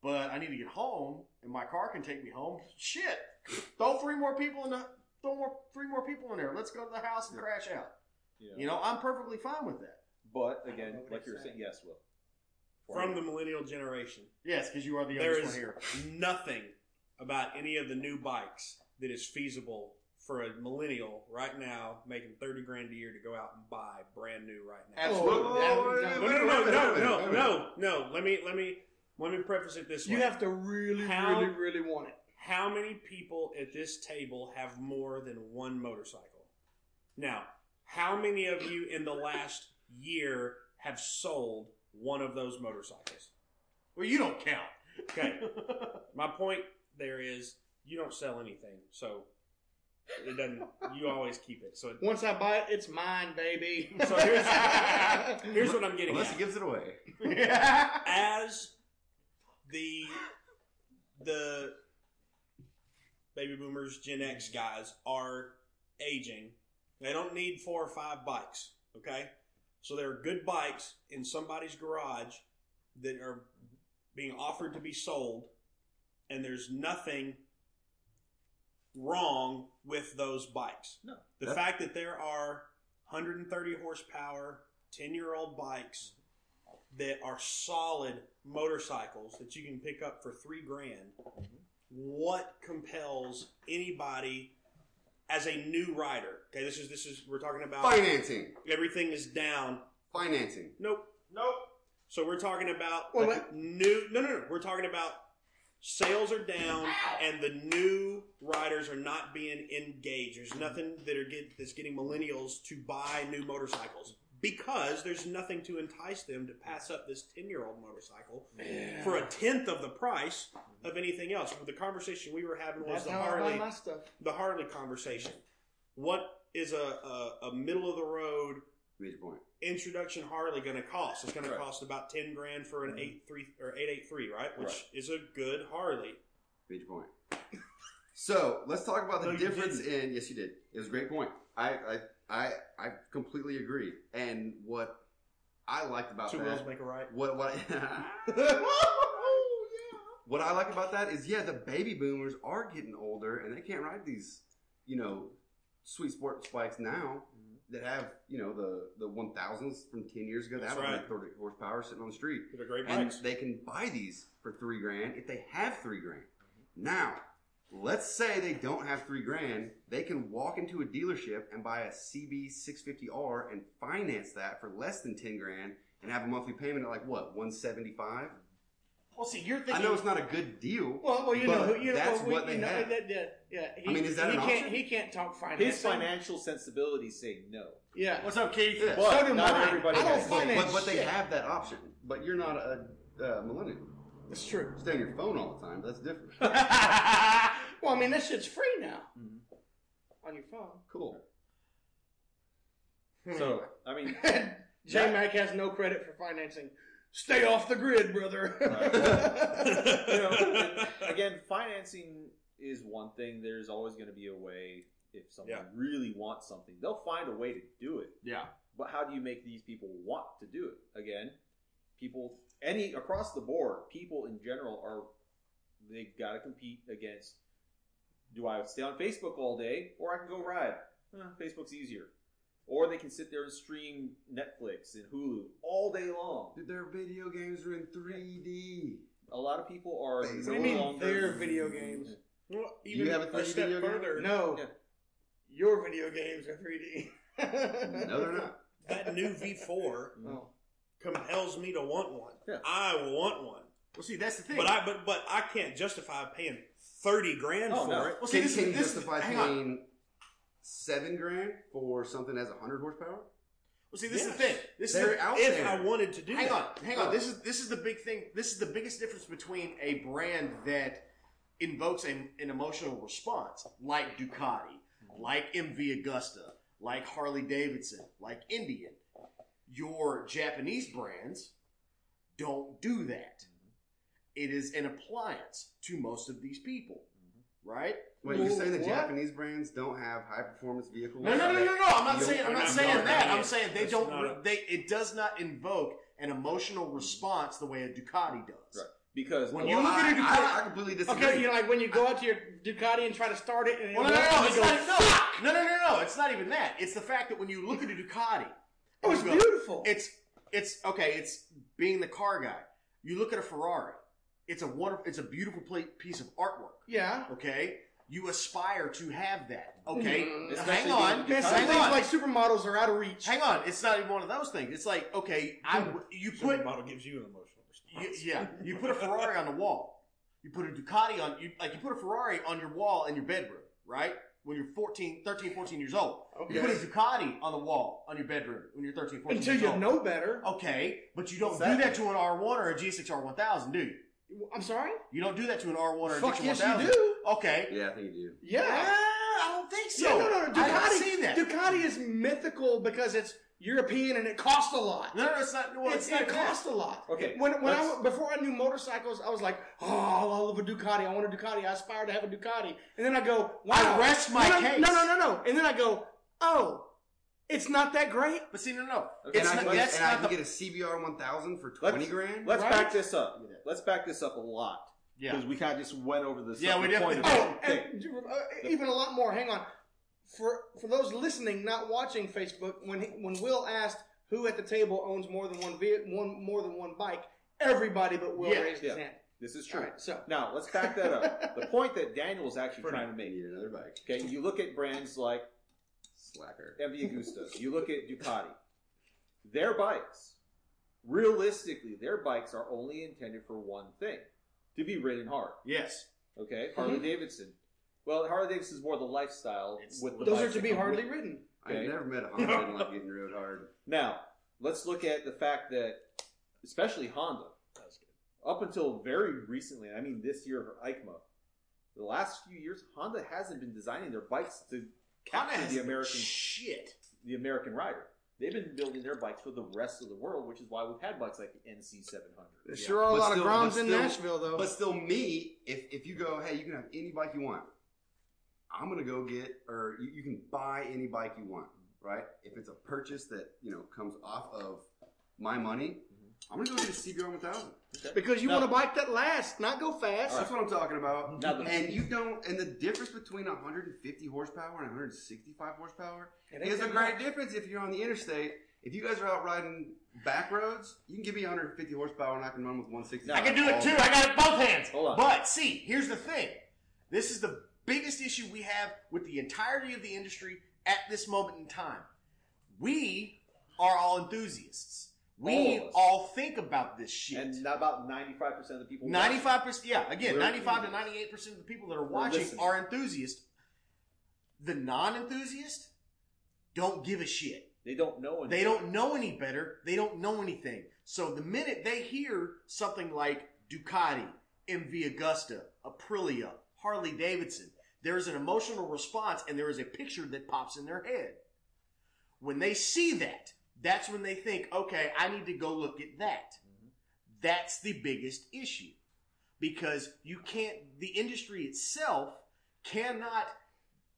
[SPEAKER 5] but I need to get home, and my car can take me home. Shit, throw three more people in the throw more three more people in there. Let's go to the house and crash out.
[SPEAKER 4] you know.
[SPEAKER 5] You know, I'm perfectly fine with that.
[SPEAKER 4] But
[SPEAKER 3] I don't know
[SPEAKER 4] again,
[SPEAKER 3] what
[SPEAKER 4] like
[SPEAKER 3] he's
[SPEAKER 4] you were saying,
[SPEAKER 3] saying.
[SPEAKER 4] yes, Will.
[SPEAKER 6] From the millennial generation,
[SPEAKER 5] Yes, because you are the
[SPEAKER 6] there
[SPEAKER 5] youngest one
[SPEAKER 6] is
[SPEAKER 5] here.
[SPEAKER 6] nothing about any of the new bikes that is feasible for a millennial right now making 30 grand a year to go out and buy brand new right now.
[SPEAKER 5] Absolutely.
[SPEAKER 6] No, no, no, no, no, no, no. Let me let me let me preface it this way.
[SPEAKER 3] you have to really,
[SPEAKER 6] How-
[SPEAKER 3] really, really want it.
[SPEAKER 6] How many people at this table have more than one motorcycle? Now, how many of you in the last year have sold one of those motorcycles?
[SPEAKER 5] Well, you don't count.
[SPEAKER 6] Okay. My point there is you don't sell anything, so it doesn't. You always keep it. So,
[SPEAKER 3] Once I buy it, it's mine, baby.
[SPEAKER 6] so here's here's what I'm getting
[SPEAKER 2] Unless he
[SPEAKER 6] at.
[SPEAKER 2] gives it away.
[SPEAKER 6] As the the baby boomers, Gen X guys are aging, they don't need four or five bikes. Okay, so there are good bikes in somebody's garage that are being offered to be sold, and there's nothing wrong with those bikes.
[SPEAKER 4] No.
[SPEAKER 6] The
[SPEAKER 2] That's-
[SPEAKER 6] fact that there are 130 horsepower, 10 year old bikes that are solid motorcycles that you can pick up for three grand, what compels anybody as a new rider? Okay, this is this is we're talking about
[SPEAKER 2] Financing.
[SPEAKER 6] everything is down.
[SPEAKER 2] Financing.
[SPEAKER 6] Nope. Nope. So we're talking about
[SPEAKER 3] Well,
[SPEAKER 6] like new. No, no, no. We're talking about sales are down and the new riders are not being engaged. There's nothing that are get, that's getting millennials to buy new motorcycles because there's nothing to entice them to pass up this ten year old motorcycle for a tenth of the price of anything else. The conversation we were having was
[SPEAKER 3] That's
[SPEAKER 6] the
[SPEAKER 3] how I buy
[SPEAKER 6] Harley
[SPEAKER 3] my stuff.
[SPEAKER 6] the Harley conversation. What is a, a, a middle of the road
[SPEAKER 2] Major point.
[SPEAKER 6] introduction Harley going to cost? It's going
[SPEAKER 4] Right.
[SPEAKER 6] to cost about ten grand for an eight three or eight eight three, right? Which
[SPEAKER 4] Right.
[SPEAKER 6] is a good Harley.
[SPEAKER 2] Major point. So let's talk about the
[SPEAKER 6] No, you
[SPEAKER 2] difference in. Yes, you did. It was a great point. I I I, I completely agree. And what I liked about
[SPEAKER 6] Two
[SPEAKER 2] that,
[SPEAKER 6] wheels make a right.
[SPEAKER 2] what what what I like about that is yeah, the baby boomers are getting older and they can't ride these you know sweet sports bikes now
[SPEAKER 6] Mm-hmm.
[SPEAKER 2] that have you know the the one thousands from ten years ago that
[SPEAKER 6] That's
[SPEAKER 2] have 130
[SPEAKER 6] right.
[SPEAKER 2] horsepower sitting on the street
[SPEAKER 6] They're great
[SPEAKER 2] and
[SPEAKER 6] bikes.
[SPEAKER 2] they can buy these for three grand if they have three grand. Now, let's say they don't have three grand, they can walk into a dealership and buy a CB650R and finance that for less than ten grand and have a monthly payment at like what 175.
[SPEAKER 5] Well, see, you're thinking.
[SPEAKER 2] I know it's not a good deal.
[SPEAKER 3] Well, well, you know,
[SPEAKER 2] But
[SPEAKER 3] who- you know,
[SPEAKER 2] that's
[SPEAKER 3] well, we-
[SPEAKER 2] what they
[SPEAKER 3] you know,
[SPEAKER 2] have.
[SPEAKER 3] that- that- yeah, he,
[SPEAKER 2] I mean, is that
[SPEAKER 3] he
[SPEAKER 2] an
[SPEAKER 3] can't,
[SPEAKER 2] option?
[SPEAKER 3] He can't talk finance.
[SPEAKER 4] His financial sensibilities say no.
[SPEAKER 3] Yeah.
[SPEAKER 5] What's up, Keith?
[SPEAKER 2] Yeah.
[SPEAKER 4] But
[SPEAKER 3] So do
[SPEAKER 4] not
[SPEAKER 3] mine.
[SPEAKER 4] everybody
[SPEAKER 3] I don't
[SPEAKER 4] has.
[SPEAKER 2] but,
[SPEAKER 3] finance
[SPEAKER 2] but, but they
[SPEAKER 3] shit.
[SPEAKER 2] have that option. But you're not a uh, millennial.
[SPEAKER 3] That's true.
[SPEAKER 2] Stay on your phone all the time. That's different.
[SPEAKER 3] Well, I mean, that shit's free now on your phone.
[SPEAKER 2] cool.
[SPEAKER 4] So I mean,
[SPEAKER 3] J Mac has no credit for financing. Stay off the grid, brother.
[SPEAKER 4] you know, again, financing is one thing. There's always going to be a way if someone
[SPEAKER 6] Yeah.
[SPEAKER 4] really wants something, they'll find a way to do it.
[SPEAKER 5] Yeah.
[SPEAKER 4] But how do you make these people want to do it? Again, people any across the board, people in general are they've got to compete against. Do I stay on Facebook all day, or I can go ride? Eh, Facebook's easier. Or they can sit there and stream Netflix and Hulu all day long.
[SPEAKER 2] Dude, their video games are in 3D.
[SPEAKER 4] A lot of people are
[SPEAKER 2] What do
[SPEAKER 4] no
[SPEAKER 2] you mean
[SPEAKER 4] longer
[SPEAKER 3] their video games?
[SPEAKER 6] Well,
[SPEAKER 2] Do you have a 3D video game?
[SPEAKER 3] no,
[SPEAKER 4] Yeah.
[SPEAKER 3] your video games are 3D.
[SPEAKER 2] No, they're not.
[SPEAKER 6] that new V4
[SPEAKER 3] Oh.
[SPEAKER 6] compels me to want one.
[SPEAKER 4] Yeah.
[SPEAKER 6] I want one,
[SPEAKER 5] Well, see, that's the thing.
[SPEAKER 6] but I but but I can't justify paying thirty grand
[SPEAKER 4] Oh,
[SPEAKER 6] for
[SPEAKER 4] no.
[SPEAKER 6] it.
[SPEAKER 5] well, see,
[SPEAKER 2] Can,
[SPEAKER 5] this
[SPEAKER 2] can you
[SPEAKER 5] is this is
[SPEAKER 2] justify
[SPEAKER 5] hang on.
[SPEAKER 2] paying seven grand for something that's hundred horsepower?
[SPEAKER 5] Well, see, this is the
[SPEAKER 6] Yes.
[SPEAKER 5] thing. This is
[SPEAKER 2] They're
[SPEAKER 5] the-
[SPEAKER 2] out
[SPEAKER 6] If
[SPEAKER 2] there.
[SPEAKER 6] I wanted to do
[SPEAKER 5] hang on,
[SPEAKER 6] that.
[SPEAKER 5] hang on. This is this is the big thing. This is the biggest difference between a brand that invokes a, an emotional response, like Ducati, like MV Augusta, like Harley Davidson, like Indian. Your Japanese brands don't do that. It is an appliance to most of these people, right?
[SPEAKER 2] Wait, you're
[SPEAKER 3] Well,
[SPEAKER 2] saying the
[SPEAKER 3] what?
[SPEAKER 2] Japanese brands don't have high performance vehicles?
[SPEAKER 5] No, no, no, no, no. I'm not saying. I'm not
[SPEAKER 6] Not
[SPEAKER 5] saying
[SPEAKER 6] knocking
[SPEAKER 5] that.
[SPEAKER 6] it.
[SPEAKER 5] I'm saying they
[SPEAKER 6] That's
[SPEAKER 5] don't.
[SPEAKER 6] not a-
[SPEAKER 5] They it does not invoke an emotional response the way a Ducati does.
[SPEAKER 4] Right. Because
[SPEAKER 5] When
[SPEAKER 4] a
[SPEAKER 5] you
[SPEAKER 4] lot-
[SPEAKER 5] look at a
[SPEAKER 2] I-
[SPEAKER 5] Ducati-
[SPEAKER 2] I, I completely disagree.
[SPEAKER 3] Okay, you know, like when you go out to your Ducati and try to start it, and it
[SPEAKER 5] Well, no, no,
[SPEAKER 3] won't,
[SPEAKER 5] no,
[SPEAKER 3] you
[SPEAKER 5] it's
[SPEAKER 3] go,
[SPEAKER 5] not, no, no, no, no, no, it's not even that. It's the fact that when you look at a Ducati,
[SPEAKER 3] Oh, it's
[SPEAKER 5] you go,
[SPEAKER 3] beautiful.
[SPEAKER 5] It's it's okay. It's being the car guy. You look at a Ferrari. It's a wonderful. It's a beautiful pla- piece of artwork.
[SPEAKER 3] yeah.
[SPEAKER 5] Okay, you aspire to have that. Okay,
[SPEAKER 3] Mhm.
[SPEAKER 5] hang
[SPEAKER 4] Especially
[SPEAKER 5] on,
[SPEAKER 3] Man,
[SPEAKER 4] being Ducati.
[SPEAKER 3] some
[SPEAKER 5] hang
[SPEAKER 3] things
[SPEAKER 5] on,
[SPEAKER 3] like supermodels are out of reach.
[SPEAKER 5] hang on. It's not even one of those things. It's like okay, I you
[SPEAKER 6] Super
[SPEAKER 5] put
[SPEAKER 6] model gives you an emotional
[SPEAKER 5] you,
[SPEAKER 6] response.
[SPEAKER 5] yeah, you put a Ferrari on the wall. You put a Ducati on you like you put a Ferrari on your wall in your bedroom, right? When you're 14, 13, 14 years old. You put a Ducati on the wall on your bedroom when you're 13, 14
[SPEAKER 3] Until
[SPEAKER 5] years
[SPEAKER 3] you
[SPEAKER 5] old.
[SPEAKER 3] know better.
[SPEAKER 2] Oh.
[SPEAKER 5] Okay, but you don't do
[SPEAKER 4] Exactly.
[SPEAKER 5] that to an R1 or a G6R1000, do you?
[SPEAKER 3] I'm sorry?
[SPEAKER 5] You don't do that to an R1 or a
[SPEAKER 3] Fuck yes,
[SPEAKER 5] G6R1000.
[SPEAKER 3] you do.
[SPEAKER 5] Okay.
[SPEAKER 2] Yeah, I think you
[SPEAKER 3] Yeah.
[SPEAKER 5] I don't think so.
[SPEAKER 3] yeah, no, no, no.
[SPEAKER 5] I
[SPEAKER 3] Ducati,
[SPEAKER 5] haven't seen that.
[SPEAKER 3] Ducati is mythical because it's European and it costs a lot.
[SPEAKER 5] no, no, it's not. Well,
[SPEAKER 3] It-
[SPEAKER 5] it's not
[SPEAKER 3] it
[SPEAKER 5] that.
[SPEAKER 3] costs a lot.
[SPEAKER 4] Okay,
[SPEAKER 3] When, when I,
[SPEAKER 4] let's-
[SPEAKER 3] before I knew motorcycles, I was like, oh, I love a Ducati. I want a Ducati. I aspire to have a Ducati. And then I go, wow.
[SPEAKER 5] I rest my
[SPEAKER 3] no, no,
[SPEAKER 5] case.
[SPEAKER 3] No, no, no, no. And then I go, oh, it's not that great.
[SPEAKER 5] But see, no, no.
[SPEAKER 2] do.
[SPEAKER 4] Okay.
[SPEAKER 5] It's
[SPEAKER 2] And, I,
[SPEAKER 5] not,
[SPEAKER 2] can,
[SPEAKER 5] that's
[SPEAKER 2] and I
[SPEAKER 5] not
[SPEAKER 2] can
[SPEAKER 5] the.
[SPEAKER 2] get a CBR 1000 for
[SPEAKER 4] Let's-
[SPEAKER 2] 20 grand?
[SPEAKER 4] Let's
[SPEAKER 3] Right?
[SPEAKER 4] back this up.
[SPEAKER 5] Yeah.
[SPEAKER 4] Let's back this up a lot
[SPEAKER 5] yeah.
[SPEAKER 4] because we kind of just went over this.
[SPEAKER 5] Yeah,
[SPEAKER 4] the
[SPEAKER 5] we definitely
[SPEAKER 4] point of
[SPEAKER 3] Oh,
[SPEAKER 4] it.
[SPEAKER 3] and,
[SPEAKER 4] Okay.
[SPEAKER 3] uh, even a lot more. Hang on. For for those listening, not watching Facebook, when he, when Will asked who at the table owns more than one ve- one more than one bike? Everybody but Will
[SPEAKER 5] Yeah,
[SPEAKER 3] raised his
[SPEAKER 4] yeah.
[SPEAKER 3] hand.
[SPEAKER 4] This is
[SPEAKER 3] All
[SPEAKER 4] true.
[SPEAKER 3] right, so
[SPEAKER 4] Now let's back that up. the point that Daniel's actually trying to
[SPEAKER 2] I
[SPEAKER 4] make.
[SPEAKER 2] need another bike.
[SPEAKER 4] Okay, you look at brands like
[SPEAKER 2] Slacker.
[SPEAKER 4] MV Agusta. you look at Ducati. Their bikes, realistically, their bikes are only intended for one thing: to be ridden hard.
[SPEAKER 5] Yes.
[SPEAKER 4] Okay, Harley Davidson. Well, Harley Davidson is more the lifestyle.
[SPEAKER 5] It's-
[SPEAKER 4] with the
[SPEAKER 3] those are
[SPEAKER 4] bikes
[SPEAKER 3] to
[SPEAKER 4] that
[SPEAKER 3] be
[SPEAKER 4] come
[SPEAKER 3] hardly
[SPEAKER 4] with-
[SPEAKER 3] ridden.
[SPEAKER 4] Okay.
[SPEAKER 2] I've never met a Honda that didn't like getting rode hard.
[SPEAKER 4] Now, let's look at the fact that, especially Honda, up until very recently, I mean this year for EICMA, the last few years, Honda hasn't been designing their bikes to capture
[SPEAKER 5] Honda has
[SPEAKER 4] the American
[SPEAKER 5] shit.
[SPEAKER 4] the American rider. They've been building their bikes for the rest of the world, which is why we've had bikes like the NC700.
[SPEAKER 3] There sure are a
[SPEAKER 2] But
[SPEAKER 3] lot
[SPEAKER 2] still-
[SPEAKER 3] of Groms
[SPEAKER 2] but
[SPEAKER 3] in
[SPEAKER 2] still-
[SPEAKER 3] Nashville, though.
[SPEAKER 2] But still, me, if if you go, hey, you can have any bike you want. I'm gonna go get, or you, you can buy any bike you want, right? If it's a purchase that you know comes off of my money, I'm gonna go get a CBR 1000.
[SPEAKER 3] because you
[SPEAKER 4] No.
[SPEAKER 3] want a bike that lasts, not go fast.
[SPEAKER 2] That's what I'm talking about.
[SPEAKER 4] Now the-
[SPEAKER 2] and you don't, and the difference between 150 horsepower and 165 horsepower
[SPEAKER 3] It ain't
[SPEAKER 2] is a
[SPEAKER 3] that
[SPEAKER 2] great
[SPEAKER 3] much.
[SPEAKER 2] difference if you're on the interstate. If you guys are out riding back roads, you can give me 150 horsepower and I can run with 160.
[SPEAKER 4] I
[SPEAKER 5] I can do it too. I got it both hands.
[SPEAKER 4] Oh. Hold on.
[SPEAKER 5] But see, here's the thing. This is the biggest issue we have with the entirety of the industry at this moment in time. We are all enthusiasts. We
[SPEAKER 4] All of us.
[SPEAKER 5] all, think about this shit.
[SPEAKER 4] And not about 95% of the people. watching.
[SPEAKER 5] Ninety-five percent, yeah. Again,
[SPEAKER 2] We're-
[SPEAKER 5] ninety-five to ninety-eight percent of the people that are watching
[SPEAKER 4] listening.
[SPEAKER 5] are enthusiasts. The non-enthusiast don't give a shit.
[SPEAKER 4] They don't know anything.
[SPEAKER 5] They don't know any better. They don't know anything. So the minute they hear something like Ducati, MV Augusta, Aprilia, Harley Davidson, there is an emotional response and there is a picture that pops in their head. When they see that, that's when they think, okay, I need to go look at that. That's the biggest issue because you can't, the industry itself cannot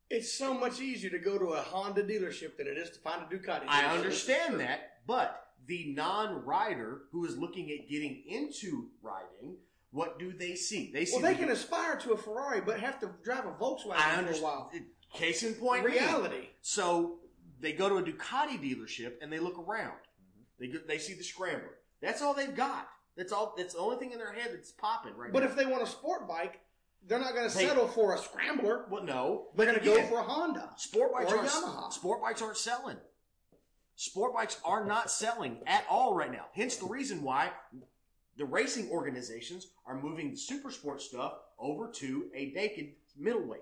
[SPEAKER 3] It's so much easier to go to a Honda dealership than it is to find a Ducati.
[SPEAKER 5] I
[SPEAKER 3] dealership.
[SPEAKER 5] understand that, but the non-rider who is looking at getting into riding, what do they see? They see.
[SPEAKER 3] Well, they
[SPEAKER 5] the-
[SPEAKER 3] can aspire to a Ferrari, but have to drive a
[SPEAKER 5] I
[SPEAKER 3] Volkswagen for a
[SPEAKER 5] understand.
[SPEAKER 3] while.
[SPEAKER 5] Case in point, me.
[SPEAKER 3] Reality.
[SPEAKER 5] So they go to a Ducati dealership and they look around.
[SPEAKER 3] Mm-hmm.
[SPEAKER 5] They go, they see the scrambler. That's all they've got. That's all. That's the only thing in their head that's popping right
[SPEAKER 3] But
[SPEAKER 5] now.
[SPEAKER 3] if they want a sport bike, they're not going to
[SPEAKER 5] They-
[SPEAKER 3] settle for a Scrambler.
[SPEAKER 5] well, no,
[SPEAKER 3] They're going to go
[SPEAKER 5] again,
[SPEAKER 3] for a Honda.
[SPEAKER 5] Sport bikes
[SPEAKER 3] Or
[SPEAKER 5] aren't
[SPEAKER 3] Yamaha.
[SPEAKER 5] sport bikes aren't selling. Sport bikes are not selling at all right now. Hence the reason why the racing organizations are moving the super sport stuff over to a naked middleweight.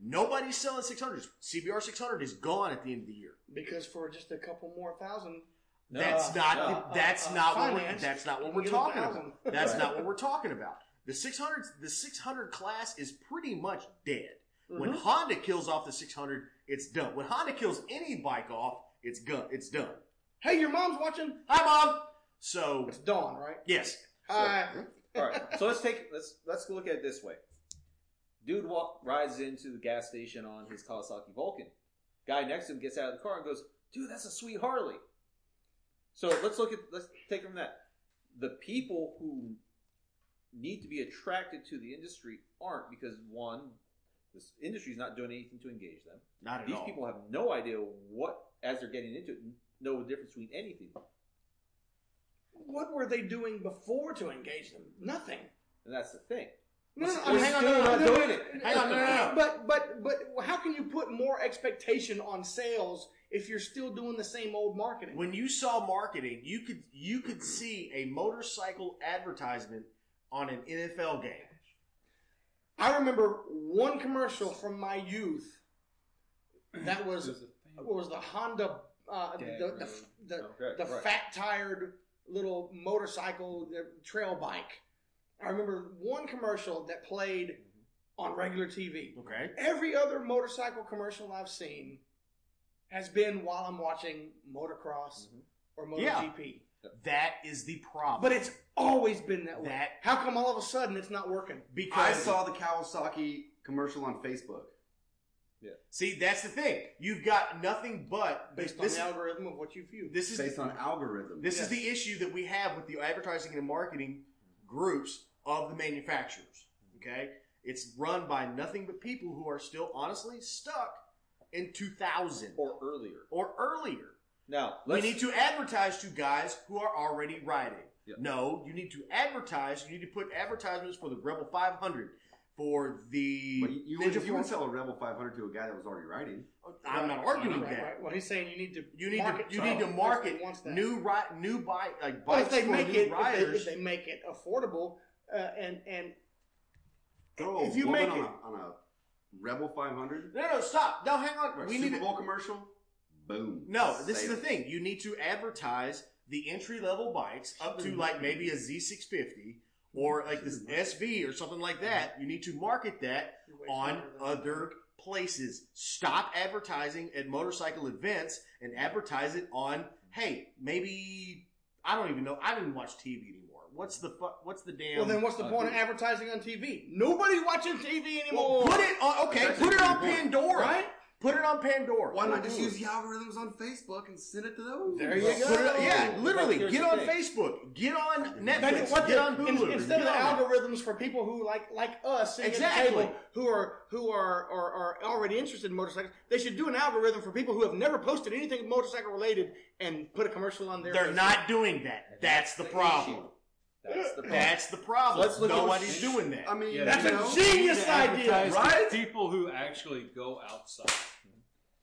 [SPEAKER 5] Nobody's selling 600s. CBR 600 is gone at the end of the year.
[SPEAKER 3] Because for just a couple more thousand,
[SPEAKER 4] No,
[SPEAKER 5] that's not
[SPEAKER 4] no.
[SPEAKER 5] the- that's
[SPEAKER 3] Uh, uh,
[SPEAKER 5] not what we're,
[SPEAKER 3] financed.
[SPEAKER 5] that's not what
[SPEAKER 3] You
[SPEAKER 5] we're
[SPEAKER 3] get a
[SPEAKER 5] talking
[SPEAKER 3] thousand.
[SPEAKER 5] about. That's
[SPEAKER 4] Right.
[SPEAKER 5] not what we're talking about. The 600 the 600 class is pretty much dead. When
[SPEAKER 3] Mm-hmm.
[SPEAKER 5] Honda kills off the 600, it's done. When Honda kills any bike off, it's gun it's done.
[SPEAKER 3] hey, your mom's watching.
[SPEAKER 5] Hi mom. So
[SPEAKER 3] It's Dawn, right? Uh,
[SPEAKER 5] yes,
[SPEAKER 3] Hi.
[SPEAKER 4] All right, so let's take let's let's look at it this way. Dude walk, rides into the gas station on his Kawasaki Vulcan. Guy next to him gets out of the car and goes, "Dude, that's a sweet Harley." So let's look at let's take from that. The people who need to be attracted to the industry aren't because one, this industry's not doing anything to engage them.
[SPEAKER 5] not at
[SPEAKER 4] These
[SPEAKER 5] all.
[SPEAKER 4] people have no idea what as they're getting into it, know the difference between anything.
[SPEAKER 3] What were they doing before to engage them? Nothing.
[SPEAKER 4] And that's the thing.
[SPEAKER 3] No, no,
[SPEAKER 4] We're
[SPEAKER 3] I mean, hang on,
[SPEAKER 4] still
[SPEAKER 3] no, no,
[SPEAKER 4] not
[SPEAKER 3] no, no,
[SPEAKER 4] doing
[SPEAKER 3] no,
[SPEAKER 4] it.
[SPEAKER 3] no,
[SPEAKER 5] Hang on, no, no, no.
[SPEAKER 3] But but but how can you put more expectation on sales if you're still doing the same old marketing?
[SPEAKER 5] When you saw marketing, you could you could see a motorcycle advertisement on an NFL game.
[SPEAKER 3] I remember one commercial from my youth that
[SPEAKER 1] uh,
[SPEAKER 3] was what was the Honda uh,
[SPEAKER 1] Dad
[SPEAKER 3] the, the,
[SPEAKER 1] road.
[SPEAKER 3] the,
[SPEAKER 4] Okay,
[SPEAKER 3] the
[SPEAKER 4] right.
[SPEAKER 3] fat tired little motorcycle the trail bike. I remember one commercial that played on regular TV.
[SPEAKER 5] Okay.
[SPEAKER 3] Every other motorcycle commercial I've seen has been while I'm watching motocross or
[SPEAKER 5] Mm-hmm. Yeah.
[SPEAKER 3] MotoGP.
[SPEAKER 5] That is the problem.
[SPEAKER 3] But it's always been that way.
[SPEAKER 5] That-
[SPEAKER 3] How come all of a sudden it's not working?
[SPEAKER 5] because
[SPEAKER 2] I saw the Kawasaki commercial on Facebook.
[SPEAKER 5] See, that's the thing. You've got nothing but
[SPEAKER 3] Based on
[SPEAKER 5] this.
[SPEAKER 3] the algorithm of what you view.
[SPEAKER 5] this
[SPEAKER 2] It's
[SPEAKER 5] is
[SPEAKER 2] based on algorithm.
[SPEAKER 5] this is the issue that we have with the advertising and marketing groups of the manufacturers. Okay, it's run by nothing but people who are still honestly stuck in 2000
[SPEAKER 4] Or earlier.
[SPEAKER 5] or earlier.
[SPEAKER 4] Now,
[SPEAKER 5] We
[SPEAKER 4] let's,
[SPEAKER 5] need to advertise to guys who are already riding.
[SPEAKER 4] Yep.
[SPEAKER 5] No, you need to advertise. You need to put advertisements for the Rebel 500, for the
[SPEAKER 2] But you, you,
[SPEAKER 5] Ninja
[SPEAKER 2] would, you would
[SPEAKER 5] Force-
[SPEAKER 2] sell a Rebel 500 to a guy that was already riding.
[SPEAKER 5] I'm not arguing
[SPEAKER 3] Right,
[SPEAKER 5] that.
[SPEAKER 3] right. Well, he's saying you need to
[SPEAKER 5] You need
[SPEAKER 3] market
[SPEAKER 5] to you need to
[SPEAKER 3] someone
[SPEAKER 5] market
[SPEAKER 3] that wants that.
[SPEAKER 5] new ri- new bike like
[SPEAKER 3] Well, if
[SPEAKER 5] bikes
[SPEAKER 3] they
[SPEAKER 5] for
[SPEAKER 3] make
[SPEAKER 5] new
[SPEAKER 3] it, if they,
[SPEAKER 5] riders.
[SPEAKER 3] if they make it affordable, uh, and and
[SPEAKER 2] Throw
[SPEAKER 5] If
[SPEAKER 2] a
[SPEAKER 5] you
[SPEAKER 2] woman
[SPEAKER 5] make
[SPEAKER 2] on
[SPEAKER 5] it-
[SPEAKER 2] a, on a Rebel 500,
[SPEAKER 5] no, no, stop. No, hang on.
[SPEAKER 2] or a
[SPEAKER 5] we
[SPEAKER 2] Super
[SPEAKER 5] need to,
[SPEAKER 2] Bowl commercial. Boom.
[SPEAKER 5] No, this is
[SPEAKER 2] Sale.
[SPEAKER 5] the thing. You need to advertise the entry level bikes up to
[SPEAKER 2] Mm-hmm.
[SPEAKER 5] like maybe a Z650 or like this SV or something like that. You need to market that
[SPEAKER 3] you waste
[SPEAKER 5] on
[SPEAKER 3] money.
[SPEAKER 5] other places. Stop advertising at motorcycle events and advertise it on, hey, maybe I don't even know. I don't even watch TV anymore. What's the fu- What's the damn?
[SPEAKER 3] Well, then what's the
[SPEAKER 4] uh,
[SPEAKER 3] point of advertising on TV? Nobody's watching TV
[SPEAKER 5] Well,
[SPEAKER 3] anymore.
[SPEAKER 5] put it on. Okay,
[SPEAKER 2] That's
[SPEAKER 5] put it
[SPEAKER 2] actually
[SPEAKER 5] on
[SPEAKER 2] a good point.
[SPEAKER 5] Pandora.
[SPEAKER 3] Right?
[SPEAKER 5] Put it on Pandora.
[SPEAKER 2] Why not just use the algorithms on Facebook and send it to those?
[SPEAKER 3] There you go.
[SPEAKER 5] Put it, yeah,
[SPEAKER 1] But
[SPEAKER 5] literally.
[SPEAKER 1] here's
[SPEAKER 5] Get
[SPEAKER 1] the
[SPEAKER 5] on
[SPEAKER 1] thing.
[SPEAKER 5] Facebook. Get on
[SPEAKER 3] That's
[SPEAKER 5] Netflix.
[SPEAKER 3] what
[SPEAKER 5] get
[SPEAKER 3] the-
[SPEAKER 5] on
[SPEAKER 3] in-
[SPEAKER 5] Hulu.
[SPEAKER 3] instead of
[SPEAKER 5] get
[SPEAKER 3] the
[SPEAKER 5] on-
[SPEAKER 3] algorithms for people who like like us sitting
[SPEAKER 5] Exactly.
[SPEAKER 3] at the table who are who are, are are already interested in motorcycles, they should do an algorithm for people who have never posted anything motorcycle related and put a commercial on there.
[SPEAKER 5] They're not doing that. That's the problem.
[SPEAKER 4] that's the problem.
[SPEAKER 5] That's the problem.
[SPEAKER 2] Let's look at
[SPEAKER 5] Nobody's
[SPEAKER 2] what-
[SPEAKER 5] doing that.
[SPEAKER 2] I mean,
[SPEAKER 1] Yeah,
[SPEAKER 3] That's
[SPEAKER 2] you
[SPEAKER 3] a
[SPEAKER 2] know,
[SPEAKER 3] genius idea,
[SPEAKER 1] Advertise to
[SPEAKER 3] right?
[SPEAKER 1] People who actually go outside.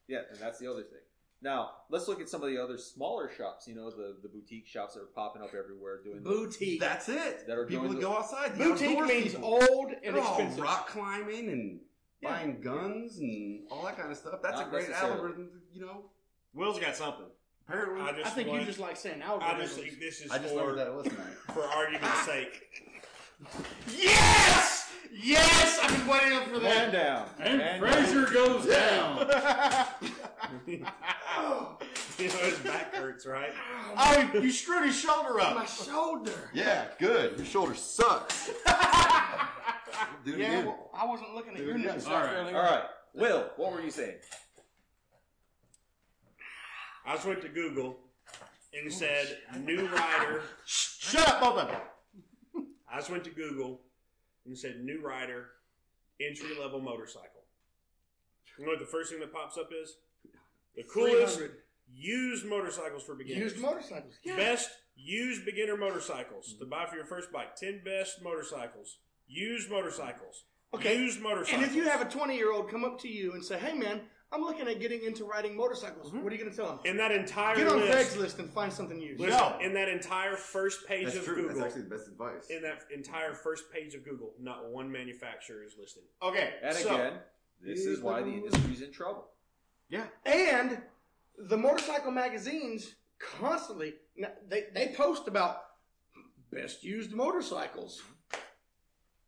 [SPEAKER 4] Yeah, and that's the other thing. Now, let's look at some of the other smaller shops, you know, the, the boutique shops that are popping up everywhere doing the,
[SPEAKER 3] Boutique.
[SPEAKER 2] that's it.
[SPEAKER 4] That are
[SPEAKER 2] people that
[SPEAKER 4] doing the-
[SPEAKER 2] go outside. the
[SPEAKER 3] Boutique
[SPEAKER 2] outdoors
[SPEAKER 3] means
[SPEAKER 2] people.
[SPEAKER 3] old and
[SPEAKER 2] They're all
[SPEAKER 3] expensive.
[SPEAKER 2] rock climbing and
[SPEAKER 3] Yeah.
[SPEAKER 2] buying guns and all that kind of stuff. That's
[SPEAKER 4] Not
[SPEAKER 2] a great
[SPEAKER 4] necessarily.
[SPEAKER 2] algorithm, you know.
[SPEAKER 5] Will's got something.
[SPEAKER 2] Apparently,
[SPEAKER 6] I
[SPEAKER 3] I
[SPEAKER 6] just
[SPEAKER 3] think
[SPEAKER 6] want,
[SPEAKER 3] you just like saying
[SPEAKER 6] I just
[SPEAKER 3] algorithms.
[SPEAKER 6] think this is
[SPEAKER 2] I just learned
[SPEAKER 6] for
[SPEAKER 2] that it was tonight.
[SPEAKER 6] for argument's sake.
[SPEAKER 5] Yes! Yes! I've been waiting up for that.
[SPEAKER 4] Man down.
[SPEAKER 1] And
[SPEAKER 4] Man
[SPEAKER 1] Fraser goes down.
[SPEAKER 6] You know, his back hurts, right?
[SPEAKER 5] oh, you screwed his shoulder
[SPEAKER 3] My
[SPEAKER 5] up.
[SPEAKER 3] shoulder.
[SPEAKER 2] yeah, good. Your shoulder sucks. Dude,
[SPEAKER 3] Yeah, well, I wasn't looking at
[SPEAKER 2] Dude,
[SPEAKER 3] your
[SPEAKER 2] yeah.
[SPEAKER 3] nuts.
[SPEAKER 1] All right.
[SPEAKER 4] All right, Will, what were you saying?
[SPEAKER 6] I just went to Google and it said new rider.
[SPEAKER 5] Shut up, both of you.
[SPEAKER 6] I just went to Google and it said new rider entry level motorcycle. You know what the first thing that pops up is? The coolest
[SPEAKER 3] 300.
[SPEAKER 6] used motorcycles for beginners.
[SPEAKER 3] Used motorcycles. Yeah.
[SPEAKER 6] Best used beginner motorcycles to buy for your first bike. 10 best motorcycles. Used motorcycles.
[SPEAKER 3] Okay.
[SPEAKER 6] Used motorcycles.
[SPEAKER 3] And if you have a 20 year old come up to you and say, hey man, I'm looking at getting into riding motorcycles, what are you going to tell him?
[SPEAKER 6] in that entire
[SPEAKER 3] Get on
[SPEAKER 6] list,
[SPEAKER 3] Craigslist and find something used.
[SPEAKER 6] listen,
[SPEAKER 5] No.
[SPEAKER 6] in that entire first page
[SPEAKER 2] that's
[SPEAKER 6] of
[SPEAKER 2] true.
[SPEAKER 6] Google,
[SPEAKER 2] That's actually the best advice.
[SPEAKER 6] in that entire first page of Google, not one manufacturer is listed.
[SPEAKER 5] Okay,
[SPEAKER 4] And
[SPEAKER 5] so,
[SPEAKER 4] again, this is why the industry's in trouble.
[SPEAKER 3] And the motorcycle magazines constantly n- they, they post about best used motorcycles.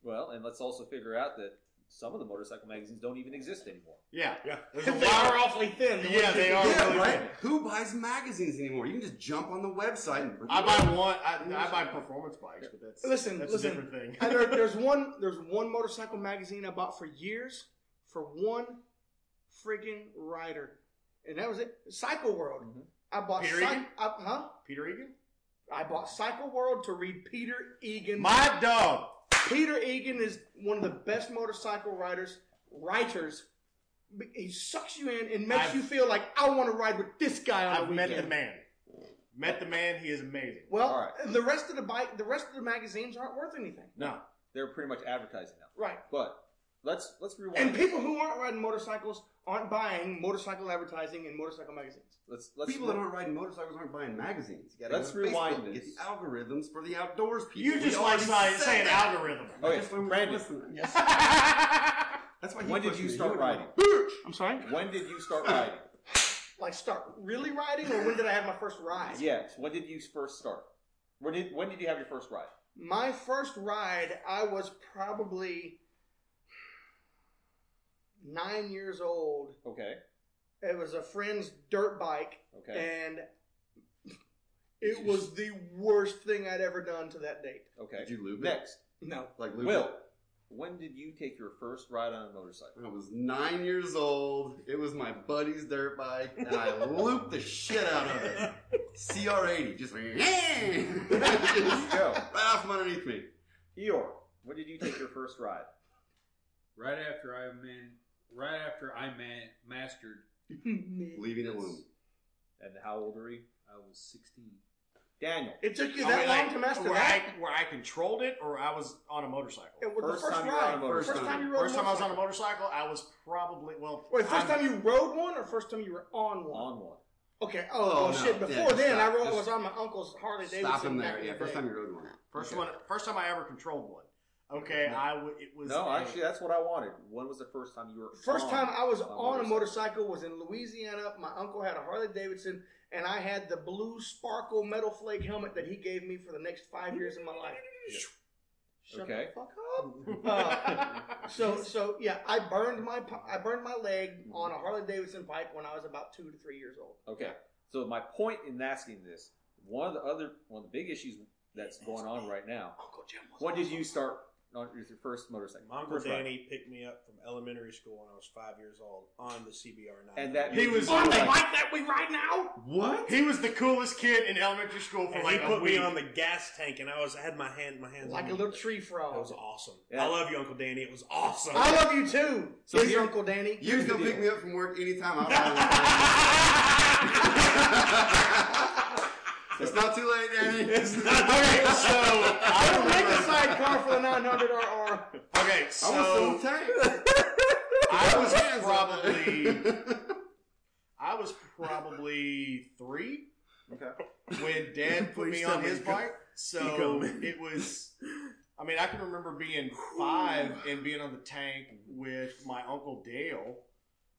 [SPEAKER 4] Well, and let's also figure out that some of the motorcycle magazines don't even exist anymore.
[SPEAKER 5] yeah,
[SPEAKER 6] Yeah.
[SPEAKER 5] there's
[SPEAKER 3] They
[SPEAKER 5] a lot.
[SPEAKER 3] are awfully thin.
[SPEAKER 5] Yeah, they are.
[SPEAKER 2] yeah,
[SPEAKER 5] really
[SPEAKER 2] right.
[SPEAKER 5] good.
[SPEAKER 2] Who buys magazines anymore? You can just jump on the website. And
[SPEAKER 5] I buy one. I, I buy performance bikes, but that's
[SPEAKER 3] Listen,
[SPEAKER 5] that's
[SPEAKER 3] listen.
[SPEAKER 5] a different
[SPEAKER 3] And
[SPEAKER 5] thing.
[SPEAKER 3] there, there's one there's one motorcycle magazine I bought for years for one friggin' rider, and that was it. Cycle World.
[SPEAKER 4] Mhm.
[SPEAKER 3] I bought
[SPEAKER 5] Mm-hmm. Peter
[SPEAKER 3] Cy-
[SPEAKER 5] Egan?
[SPEAKER 3] I, huh?
[SPEAKER 5] Peter Egan,
[SPEAKER 3] I bought Cycle World to read Peter Egan.
[SPEAKER 5] my dog.
[SPEAKER 3] Peter Egan is one of the best motorcycle riders writers. B- He sucks you in and makes
[SPEAKER 5] I've-
[SPEAKER 3] you feel like I want to ride with this guy on
[SPEAKER 5] I've
[SPEAKER 3] the
[SPEAKER 5] met
[SPEAKER 3] weekend.
[SPEAKER 5] the man. Met the man. He is amazing.
[SPEAKER 3] Well,
[SPEAKER 4] All right.
[SPEAKER 3] the rest of the bike, the rest of the magazines aren't worth anything,
[SPEAKER 5] No,
[SPEAKER 4] They're pretty much advertising now.
[SPEAKER 3] right?
[SPEAKER 4] But let's let's rewind.
[SPEAKER 3] And people who aren't riding motorcycles aren't buying motorcycle advertising and motorcycle magazines.
[SPEAKER 4] let's let's
[SPEAKER 2] People that aren't riding motorcycles aren't buying magazines. You gotta
[SPEAKER 4] Let's
[SPEAKER 2] go to
[SPEAKER 4] rewind
[SPEAKER 2] Facebook and get
[SPEAKER 4] this.
[SPEAKER 2] the algorithms for the outdoors people.
[SPEAKER 5] you
[SPEAKER 2] We
[SPEAKER 5] just like
[SPEAKER 2] already
[SPEAKER 5] saying,
[SPEAKER 2] said
[SPEAKER 5] saying
[SPEAKER 2] that.
[SPEAKER 5] algorithm.
[SPEAKER 4] Okay,
[SPEAKER 2] That's why we
[SPEAKER 4] Brandon.
[SPEAKER 2] listen. That's why he
[SPEAKER 4] when did
[SPEAKER 2] pushed
[SPEAKER 4] you
[SPEAKER 2] me. He
[SPEAKER 4] start
[SPEAKER 2] would've
[SPEAKER 4] riding?
[SPEAKER 3] I'm sorry.
[SPEAKER 4] When did you start riding?
[SPEAKER 3] Like start really riding, or when did I have my first ride?
[SPEAKER 4] Yeah, when did you first start? When did when did you have your first ride?
[SPEAKER 3] My first ride, I was probably nine years old.
[SPEAKER 4] Okay,
[SPEAKER 3] It was a friend's dirt bike,
[SPEAKER 4] okay,
[SPEAKER 3] and it was the worst thing I'd ever done to that date.
[SPEAKER 4] okay.
[SPEAKER 2] Did you lube it?
[SPEAKER 4] Next,
[SPEAKER 3] No.
[SPEAKER 2] Like lube
[SPEAKER 4] Will,
[SPEAKER 2] it?
[SPEAKER 4] when did you take your first ride on a motorcycle?
[SPEAKER 2] I was nine years old. It was my buddy's dirt bike, and I looped the shit out of it. CR80, just like, just
[SPEAKER 4] Go.
[SPEAKER 2] right off from underneath me.
[SPEAKER 4] Eeyore, when did you take your first ride?
[SPEAKER 1] Right after I man, right after I man, mastered
[SPEAKER 2] Leaving it alone.
[SPEAKER 4] And how old are you?
[SPEAKER 1] I was 16.
[SPEAKER 4] Daniel.
[SPEAKER 3] It took you
[SPEAKER 5] Are we,
[SPEAKER 3] that long
[SPEAKER 5] like,
[SPEAKER 3] to master
[SPEAKER 5] where
[SPEAKER 3] that.
[SPEAKER 5] I, where I controlled it, or I was on a motorcycle.
[SPEAKER 3] It was
[SPEAKER 4] First
[SPEAKER 3] the first
[SPEAKER 4] time you were on
[SPEAKER 3] ride.
[SPEAKER 4] a motorcycle.
[SPEAKER 3] First time you rode.
[SPEAKER 5] First time I was on a
[SPEAKER 3] motorcycle.
[SPEAKER 5] motorcycle, I was probably well.
[SPEAKER 3] Wait, 1st
[SPEAKER 5] I'm-
[SPEAKER 3] time you rode one or first time you were on one?
[SPEAKER 4] On one.
[SPEAKER 3] Okay. Oh,
[SPEAKER 2] Oh,
[SPEAKER 3] well,
[SPEAKER 2] no.
[SPEAKER 3] shit.
[SPEAKER 2] Yeah,
[SPEAKER 3] Before
[SPEAKER 2] just
[SPEAKER 3] then,
[SPEAKER 2] stop.
[SPEAKER 3] I rode,
[SPEAKER 2] Just
[SPEAKER 3] was on my uncle's Harley Davidson.
[SPEAKER 2] Stop him
[SPEAKER 3] back
[SPEAKER 2] there.
[SPEAKER 3] in
[SPEAKER 2] Yeah,
[SPEAKER 3] the
[SPEAKER 2] first
[SPEAKER 3] day.
[SPEAKER 2] time you rode one.
[SPEAKER 5] First
[SPEAKER 2] Okay.
[SPEAKER 5] one, first time I ever controlled one. Okay, I w- it was
[SPEAKER 4] No,
[SPEAKER 5] a-
[SPEAKER 4] actually, that's what I wanted. When was the first time you were
[SPEAKER 3] First
[SPEAKER 4] on
[SPEAKER 3] time I was
[SPEAKER 4] a
[SPEAKER 3] on a Oh, motorcycle was in Louisiana. My uncle had a Harley Davidson, and I had the blue sparkle metal flake helmet that he gave me for the next five years of my life. Shut
[SPEAKER 4] Okay.
[SPEAKER 3] the fuck up. Uh, so so yeah, I burned my pi- I burned my leg on a Harley Davidson pipe when I was about two to three years old.
[SPEAKER 4] Okay. So my point in asking this, one of the other one of the big issues that's going on right now.
[SPEAKER 3] Uncle Jim was.
[SPEAKER 4] When did
[SPEAKER 3] awesome.
[SPEAKER 4] you start on your first motorcycle?
[SPEAKER 6] My uncle
[SPEAKER 4] First ride.
[SPEAKER 6] Danny picked me up from elementary school when I was five years old on the CBR nine.
[SPEAKER 4] And that
[SPEAKER 5] He was-
[SPEAKER 3] on the
[SPEAKER 4] like-
[SPEAKER 3] bike that we ride now?
[SPEAKER 2] What?
[SPEAKER 5] he was the coolest kid in elementary school for
[SPEAKER 6] And
[SPEAKER 5] like
[SPEAKER 6] he put
[SPEAKER 5] a week.
[SPEAKER 6] me on the gas tank, and I was I had my hand my hands
[SPEAKER 3] Like
[SPEAKER 6] on
[SPEAKER 3] a
[SPEAKER 6] it.
[SPEAKER 3] little tree frog.
[SPEAKER 6] That was awesome.
[SPEAKER 4] Yeah.
[SPEAKER 6] I love you, Uncle Danny. It was awesome.
[SPEAKER 3] I love you too.
[SPEAKER 2] So
[SPEAKER 3] Here's
[SPEAKER 2] here-
[SPEAKER 3] your Uncle Danny.
[SPEAKER 2] You can
[SPEAKER 4] Here's the
[SPEAKER 2] come pick
[SPEAKER 4] deal.
[SPEAKER 2] me up from work anytime. I'll ride with you. it's not too late, Danny. It's not
[SPEAKER 5] okay, so I
[SPEAKER 3] I don't make a
[SPEAKER 5] remember-
[SPEAKER 3] sidecar for the 900RR.
[SPEAKER 5] Okay,
[SPEAKER 2] I was so
[SPEAKER 5] so
[SPEAKER 2] tight.
[SPEAKER 5] I was
[SPEAKER 2] Hands up.
[SPEAKER 5] probably I was probably three
[SPEAKER 4] Okay.
[SPEAKER 5] when Dad put
[SPEAKER 2] Please
[SPEAKER 5] me
[SPEAKER 2] tell
[SPEAKER 5] on
[SPEAKER 2] me
[SPEAKER 5] his
[SPEAKER 2] you got-
[SPEAKER 5] bike.
[SPEAKER 2] you
[SPEAKER 5] So
[SPEAKER 2] got me.
[SPEAKER 5] it was. I mean, I can remember being five and being on the tank with my uncle Dale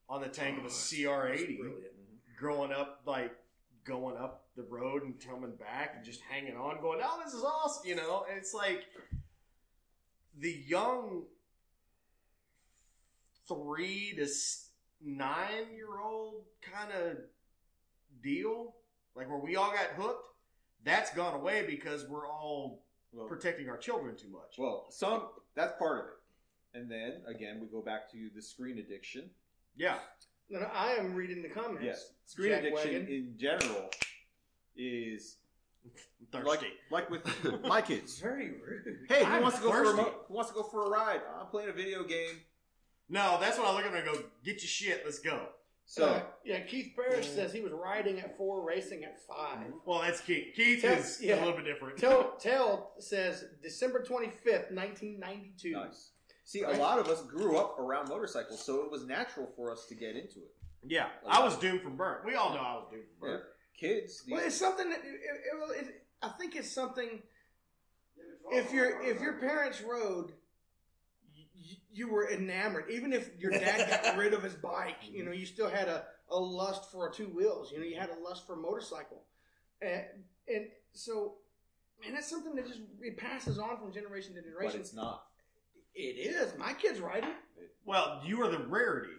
[SPEAKER 5] on the tank
[SPEAKER 4] Oh,
[SPEAKER 5] of a CR80,
[SPEAKER 4] Mm-hmm.
[SPEAKER 5] growing up like going up the road and coming back and just hanging on, going, "Oh, this is awesome!" You know, and it's like the young three to nine year old kind of deal, like where we all got hooked, that's gone away because we're all
[SPEAKER 4] Well,
[SPEAKER 5] protecting our children too much.
[SPEAKER 4] well, some that's part of it. And then again, we go back to the screen addiction.
[SPEAKER 5] yeah,
[SPEAKER 3] No, no, I am reading the comments.
[SPEAKER 4] Yes, screen
[SPEAKER 3] Jack
[SPEAKER 4] addiction
[SPEAKER 3] Wagon.
[SPEAKER 4] in general is
[SPEAKER 5] thirsty.
[SPEAKER 4] like like with my kids.
[SPEAKER 3] Very rude.
[SPEAKER 4] Hey, who
[SPEAKER 5] I'm
[SPEAKER 4] wants to go for
[SPEAKER 5] thirsty.
[SPEAKER 4] a mo- who wants to go for a ride? I'm playing a video game.
[SPEAKER 5] no, that's when I look at them and I go, "Get your shit, let's go."
[SPEAKER 4] So
[SPEAKER 3] Uh, yeah, Keith Parrish says he was riding at four, racing at five.
[SPEAKER 5] Well, that's Keith. Keith
[SPEAKER 3] Tell-
[SPEAKER 5] is
[SPEAKER 3] yeah.
[SPEAKER 5] a little bit different.
[SPEAKER 3] Tell Tell says December twenty fifth, nineteen ninety two.
[SPEAKER 4] Nice. See, a lot of us grew up around motorcycles, so it was natural for us to get into it.
[SPEAKER 5] yeah, I was doomed for burn. We all know I was doomed for burn.
[SPEAKER 4] Kids, these-
[SPEAKER 3] Well, it's something that it, it, it, it, I think it's something. If your if your parents rode, you, you were enamored. Even if your dad got rid of his bike, you know, you still had a, a lust for two wheels. You know, you had a lust for a motorcycle, and and so, man, that's something that just it passes on from generation to
[SPEAKER 4] but
[SPEAKER 3] generation.
[SPEAKER 4] it's not.
[SPEAKER 3] It is. My kids riding.
[SPEAKER 5] Well, you are the rarity.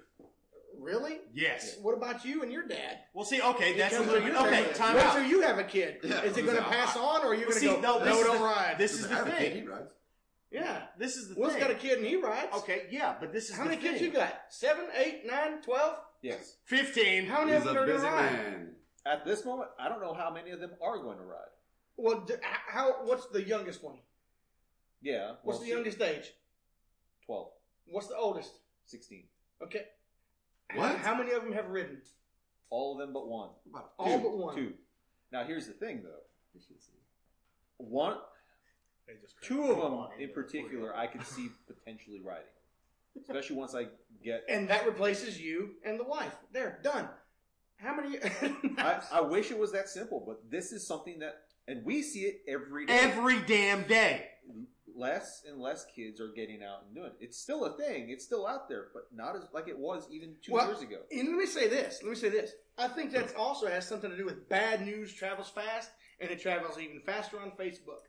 [SPEAKER 3] Really?
[SPEAKER 5] Yes.
[SPEAKER 3] What about you and your dad?
[SPEAKER 5] Well, see, okay, that's a
[SPEAKER 3] Because
[SPEAKER 5] little
[SPEAKER 3] when
[SPEAKER 5] bit.
[SPEAKER 3] you have
[SPEAKER 5] Okay,
[SPEAKER 3] a-
[SPEAKER 5] time
[SPEAKER 3] wait
[SPEAKER 5] out.
[SPEAKER 3] till you have a kid.
[SPEAKER 2] Yeah,
[SPEAKER 3] is
[SPEAKER 2] I
[SPEAKER 3] it
[SPEAKER 2] was
[SPEAKER 3] going to
[SPEAKER 2] like,
[SPEAKER 3] pass on, or are you
[SPEAKER 5] Well,
[SPEAKER 3] going to
[SPEAKER 5] see,
[SPEAKER 3] go?
[SPEAKER 5] no,
[SPEAKER 3] No,
[SPEAKER 5] this is
[SPEAKER 3] don't
[SPEAKER 5] the-
[SPEAKER 3] ride.
[SPEAKER 5] This is the
[SPEAKER 2] I have a kid,
[SPEAKER 5] thing.
[SPEAKER 2] He rides.
[SPEAKER 3] yeah.
[SPEAKER 5] This is the
[SPEAKER 3] Will's
[SPEAKER 5] thing.
[SPEAKER 3] got a kid and he rides.
[SPEAKER 5] Okay, yeah, but this is
[SPEAKER 3] How
[SPEAKER 5] the
[SPEAKER 3] many kids you
[SPEAKER 5] thing.
[SPEAKER 3] got? Seven, eight, nine, twelve?
[SPEAKER 4] Yes.
[SPEAKER 5] Fifteen.
[SPEAKER 3] How many of
[SPEAKER 2] He's
[SPEAKER 3] them
[SPEAKER 2] a
[SPEAKER 3] are going
[SPEAKER 2] busy
[SPEAKER 3] to ride?
[SPEAKER 2] man.
[SPEAKER 4] At this moment, I don't know how many of them are going to ride.
[SPEAKER 3] Well, d- h- how? What's the youngest one?
[SPEAKER 4] Yeah.
[SPEAKER 3] What's
[SPEAKER 4] well,
[SPEAKER 3] the youngest age?
[SPEAKER 4] 12,
[SPEAKER 3] What's the oldest?
[SPEAKER 4] 16.
[SPEAKER 3] Okay.
[SPEAKER 2] What?
[SPEAKER 3] How many of them have ridden?
[SPEAKER 4] All of them but one.
[SPEAKER 2] What about
[SPEAKER 3] All
[SPEAKER 4] Two.
[SPEAKER 3] but one.
[SPEAKER 4] Two. Now, here's the thing, though.
[SPEAKER 2] a efficiency?
[SPEAKER 4] One,
[SPEAKER 6] They just
[SPEAKER 4] two of them in particular, I could see potentially riding, especially once I get.
[SPEAKER 3] And that replaces you and the wife. There, done. How many?
[SPEAKER 4] I, I wish it was that simple, but this is something that, and we see it every day.
[SPEAKER 5] Every damn day.
[SPEAKER 4] less and less kids are getting out and doing it. It's still a thing. It's still out there, but not as like it was even two
[SPEAKER 3] Well-
[SPEAKER 4] years ago.
[SPEAKER 3] And let me say this. Let me say this. I think that also has something to do with bad news travels fast, and it travels even faster on Facebook.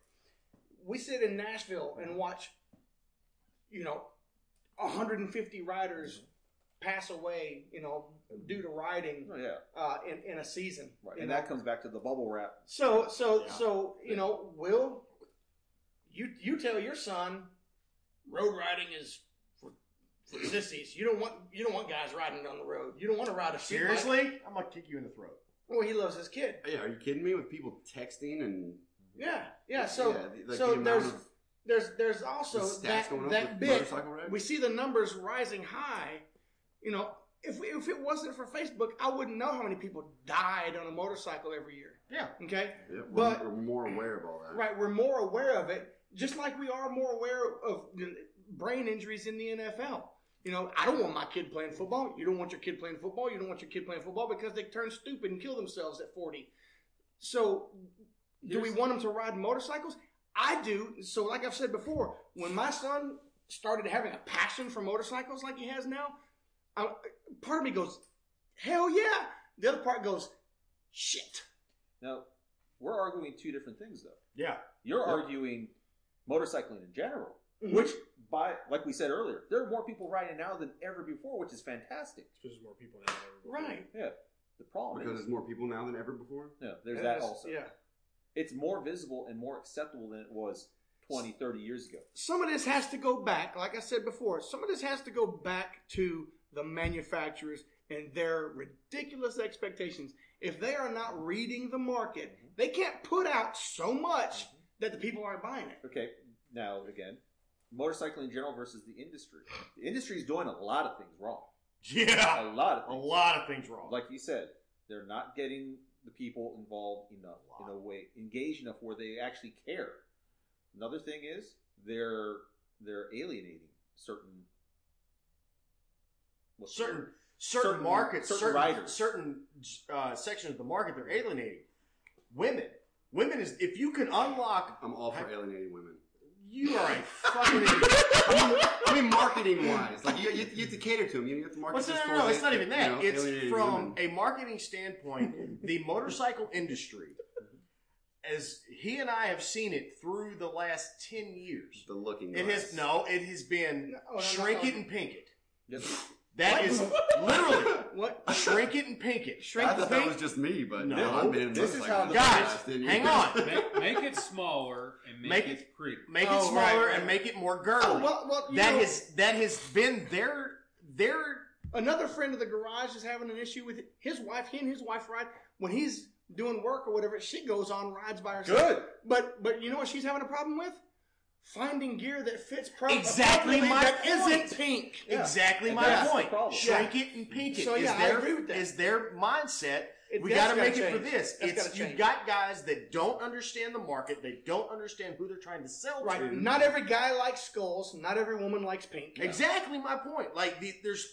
[SPEAKER 3] We sit in Nashville and watch, you know, 150 riders pass away, you know, due to riding
[SPEAKER 4] Oh, yeah,
[SPEAKER 3] uh, in, in a season.
[SPEAKER 4] right.
[SPEAKER 3] you
[SPEAKER 4] And
[SPEAKER 3] know?
[SPEAKER 4] that comes back to the bubble wrap.
[SPEAKER 3] So so
[SPEAKER 5] Yeah.
[SPEAKER 3] so you know, Will, you you tell your son road riding is for, for sissies. You don't want you don't want guys riding on the road. You don't want to ride a shit bike.
[SPEAKER 5] Seriously, I'm gonna kick you in the throat.
[SPEAKER 3] Well, he loves his kid.
[SPEAKER 2] Yeah, are you kidding me? With people texting and
[SPEAKER 3] Yeah, yeah. So
[SPEAKER 2] like
[SPEAKER 3] so
[SPEAKER 2] the amount
[SPEAKER 3] there's
[SPEAKER 2] of
[SPEAKER 3] there's there's
[SPEAKER 2] the
[SPEAKER 3] also
[SPEAKER 2] stats
[SPEAKER 3] that
[SPEAKER 2] going up
[SPEAKER 3] that
[SPEAKER 2] with
[SPEAKER 3] bit.
[SPEAKER 2] motorcycle wrecks?
[SPEAKER 3] We see the numbers rising high. You know, if, we, if it wasn't for Facebook, I wouldn't know how many people died on a motorcycle every year.
[SPEAKER 5] Yeah.
[SPEAKER 3] Okay?
[SPEAKER 2] Yeah, we're,
[SPEAKER 3] But-
[SPEAKER 2] we're more aware of all that.
[SPEAKER 3] Right, we're more aware of it, just like we are more aware of the brain injuries in the NFL. You know, I don't want my kid playing football. You don't want your kid playing football. You don't want your kid playing football because they turn stupid and kill themselves at 40. So, do we want them to ride motorcycles? I do. So, like I've said before, when my son started having a passion for motorcycles like he has now, I, part of me goes, hell yeah. The other part goes, shit.
[SPEAKER 4] Now, we're arguing two different things, though.
[SPEAKER 5] Yeah.
[SPEAKER 4] You're
[SPEAKER 2] Yeah.
[SPEAKER 4] arguing motorcycling in general, which, by like we said earlier, there are more people riding now than ever before, which is fantastic.
[SPEAKER 6] Because there's more people now. than ever before.
[SPEAKER 3] Right.
[SPEAKER 4] Yeah. The problem
[SPEAKER 2] Because
[SPEAKER 4] is,
[SPEAKER 2] there's more people now than ever before.
[SPEAKER 4] yeah, there's that
[SPEAKER 3] Yes,
[SPEAKER 4] also.
[SPEAKER 3] Yeah.
[SPEAKER 4] It's more visible and more acceptable than it was 20, 30 years ago.
[SPEAKER 3] some of this has to go back, like I said before, some of this has to go back to the manufacturers and their ridiculous expectations. If they are not reading the market, they can't put out so much that the people aren't buying it.
[SPEAKER 4] Okay, now again, motorcycling in general versus the industry. The industry is doing a lot of things wrong.
[SPEAKER 5] Yeah.
[SPEAKER 4] A lot of
[SPEAKER 5] A
[SPEAKER 4] things.
[SPEAKER 5] lot of things wrong.
[SPEAKER 4] Like you said, they're not getting the people involved enough in a way engaged enough where they actually care. Another thing is they're they're alienating certain what's the
[SPEAKER 5] certain
[SPEAKER 4] word?
[SPEAKER 5] certain,
[SPEAKER 4] Certain-
[SPEAKER 5] markets,
[SPEAKER 4] certain
[SPEAKER 5] certain
[SPEAKER 4] riders.
[SPEAKER 5] certain uh, sections of the market they're alienating. Women, women is if you can unlock,
[SPEAKER 2] I'm all for alienating women.
[SPEAKER 5] you are a fucking. idiot.
[SPEAKER 2] I mean, I mean marketing wise, like you, you, you have to cater to them. You have to market.
[SPEAKER 5] What's no,
[SPEAKER 2] this
[SPEAKER 5] no,
[SPEAKER 2] towards
[SPEAKER 5] no, it's
[SPEAKER 2] it,
[SPEAKER 5] not even that.
[SPEAKER 2] you know,
[SPEAKER 5] it's
[SPEAKER 2] alienating women.
[SPEAKER 5] from a marketing standpoint. the motorcycle industry, as he and I have seen it through the last ten years,
[SPEAKER 2] the looking.
[SPEAKER 5] it
[SPEAKER 2] glass.
[SPEAKER 5] has no, it has been
[SPEAKER 3] No, no, no,
[SPEAKER 5] shrink
[SPEAKER 3] no.
[SPEAKER 5] it and pink it.
[SPEAKER 4] Yes.
[SPEAKER 5] That is literally
[SPEAKER 3] What?
[SPEAKER 5] shrink it and pink it.
[SPEAKER 2] I
[SPEAKER 3] Shrink
[SPEAKER 2] thought
[SPEAKER 3] the
[SPEAKER 2] that
[SPEAKER 3] pink?
[SPEAKER 2] was just me, but
[SPEAKER 5] No.
[SPEAKER 2] no, I've been in
[SPEAKER 4] This is
[SPEAKER 2] motorcycles
[SPEAKER 4] how the-
[SPEAKER 2] for the
[SPEAKER 5] Guys,
[SPEAKER 2] last 10
[SPEAKER 5] Hang
[SPEAKER 2] years.
[SPEAKER 5] on.
[SPEAKER 1] Make, make it smaller and make,
[SPEAKER 5] Make
[SPEAKER 1] it, pretty.
[SPEAKER 5] Make it
[SPEAKER 3] Oh,
[SPEAKER 5] smaller
[SPEAKER 3] right, right.
[SPEAKER 5] and make it more girly.
[SPEAKER 3] Oh, well, well, you
[SPEAKER 5] that
[SPEAKER 3] know,
[SPEAKER 5] has that has been their their
[SPEAKER 3] another friend of the garage is having an issue with his wife. He and his wife ride when he's doing work or whatever. She goes on rides by herself.
[SPEAKER 4] Good.
[SPEAKER 3] But but you know what she's having a problem with? Finding gear that fits pro-
[SPEAKER 5] Exactly
[SPEAKER 3] appropriately
[SPEAKER 5] my
[SPEAKER 3] that
[SPEAKER 5] point.
[SPEAKER 3] not pink.
[SPEAKER 5] exactly
[SPEAKER 4] And
[SPEAKER 5] my
[SPEAKER 4] that's the
[SPEAKER 5] point.
[SPEAKER 4] problem.
[SPEAKER 5] Shrink it and pink it.
[SPEAKER 3] So,
[SPEAKER 5] is
[SPEAKER 3] yeah, I
[SPEAKER 5] their,
[SPEAKER 3] agree with that.
[SPEAKER 5] is their mindset.
[SPEAKER 3] It-
[SPEAKER 5] we
[SPEAKER 3] that's
[SPEAKER 5] got to
[SPEAKER 3] gotta
[SPEAKER 5] make it for
[SPEAKER 3] change.
[SPEAKER 5] this.
[SPEAKER 3] That's
[SPEAKER 5] it's
[SPEAKER 3] gotta
[SPEAKER 5] you've
[SPEAKER 3] change.
[SPEAKER 5] got guys that don't understand the market. They don't understand who they're trying to sell
[SPEAKER 3] Right.
[SPEAKER 5] to.
[SPEAKER 3] Not every guy likes skulls. Not every woman likes pink.
[SPEAKER 5] Exactly my point. Like the, there's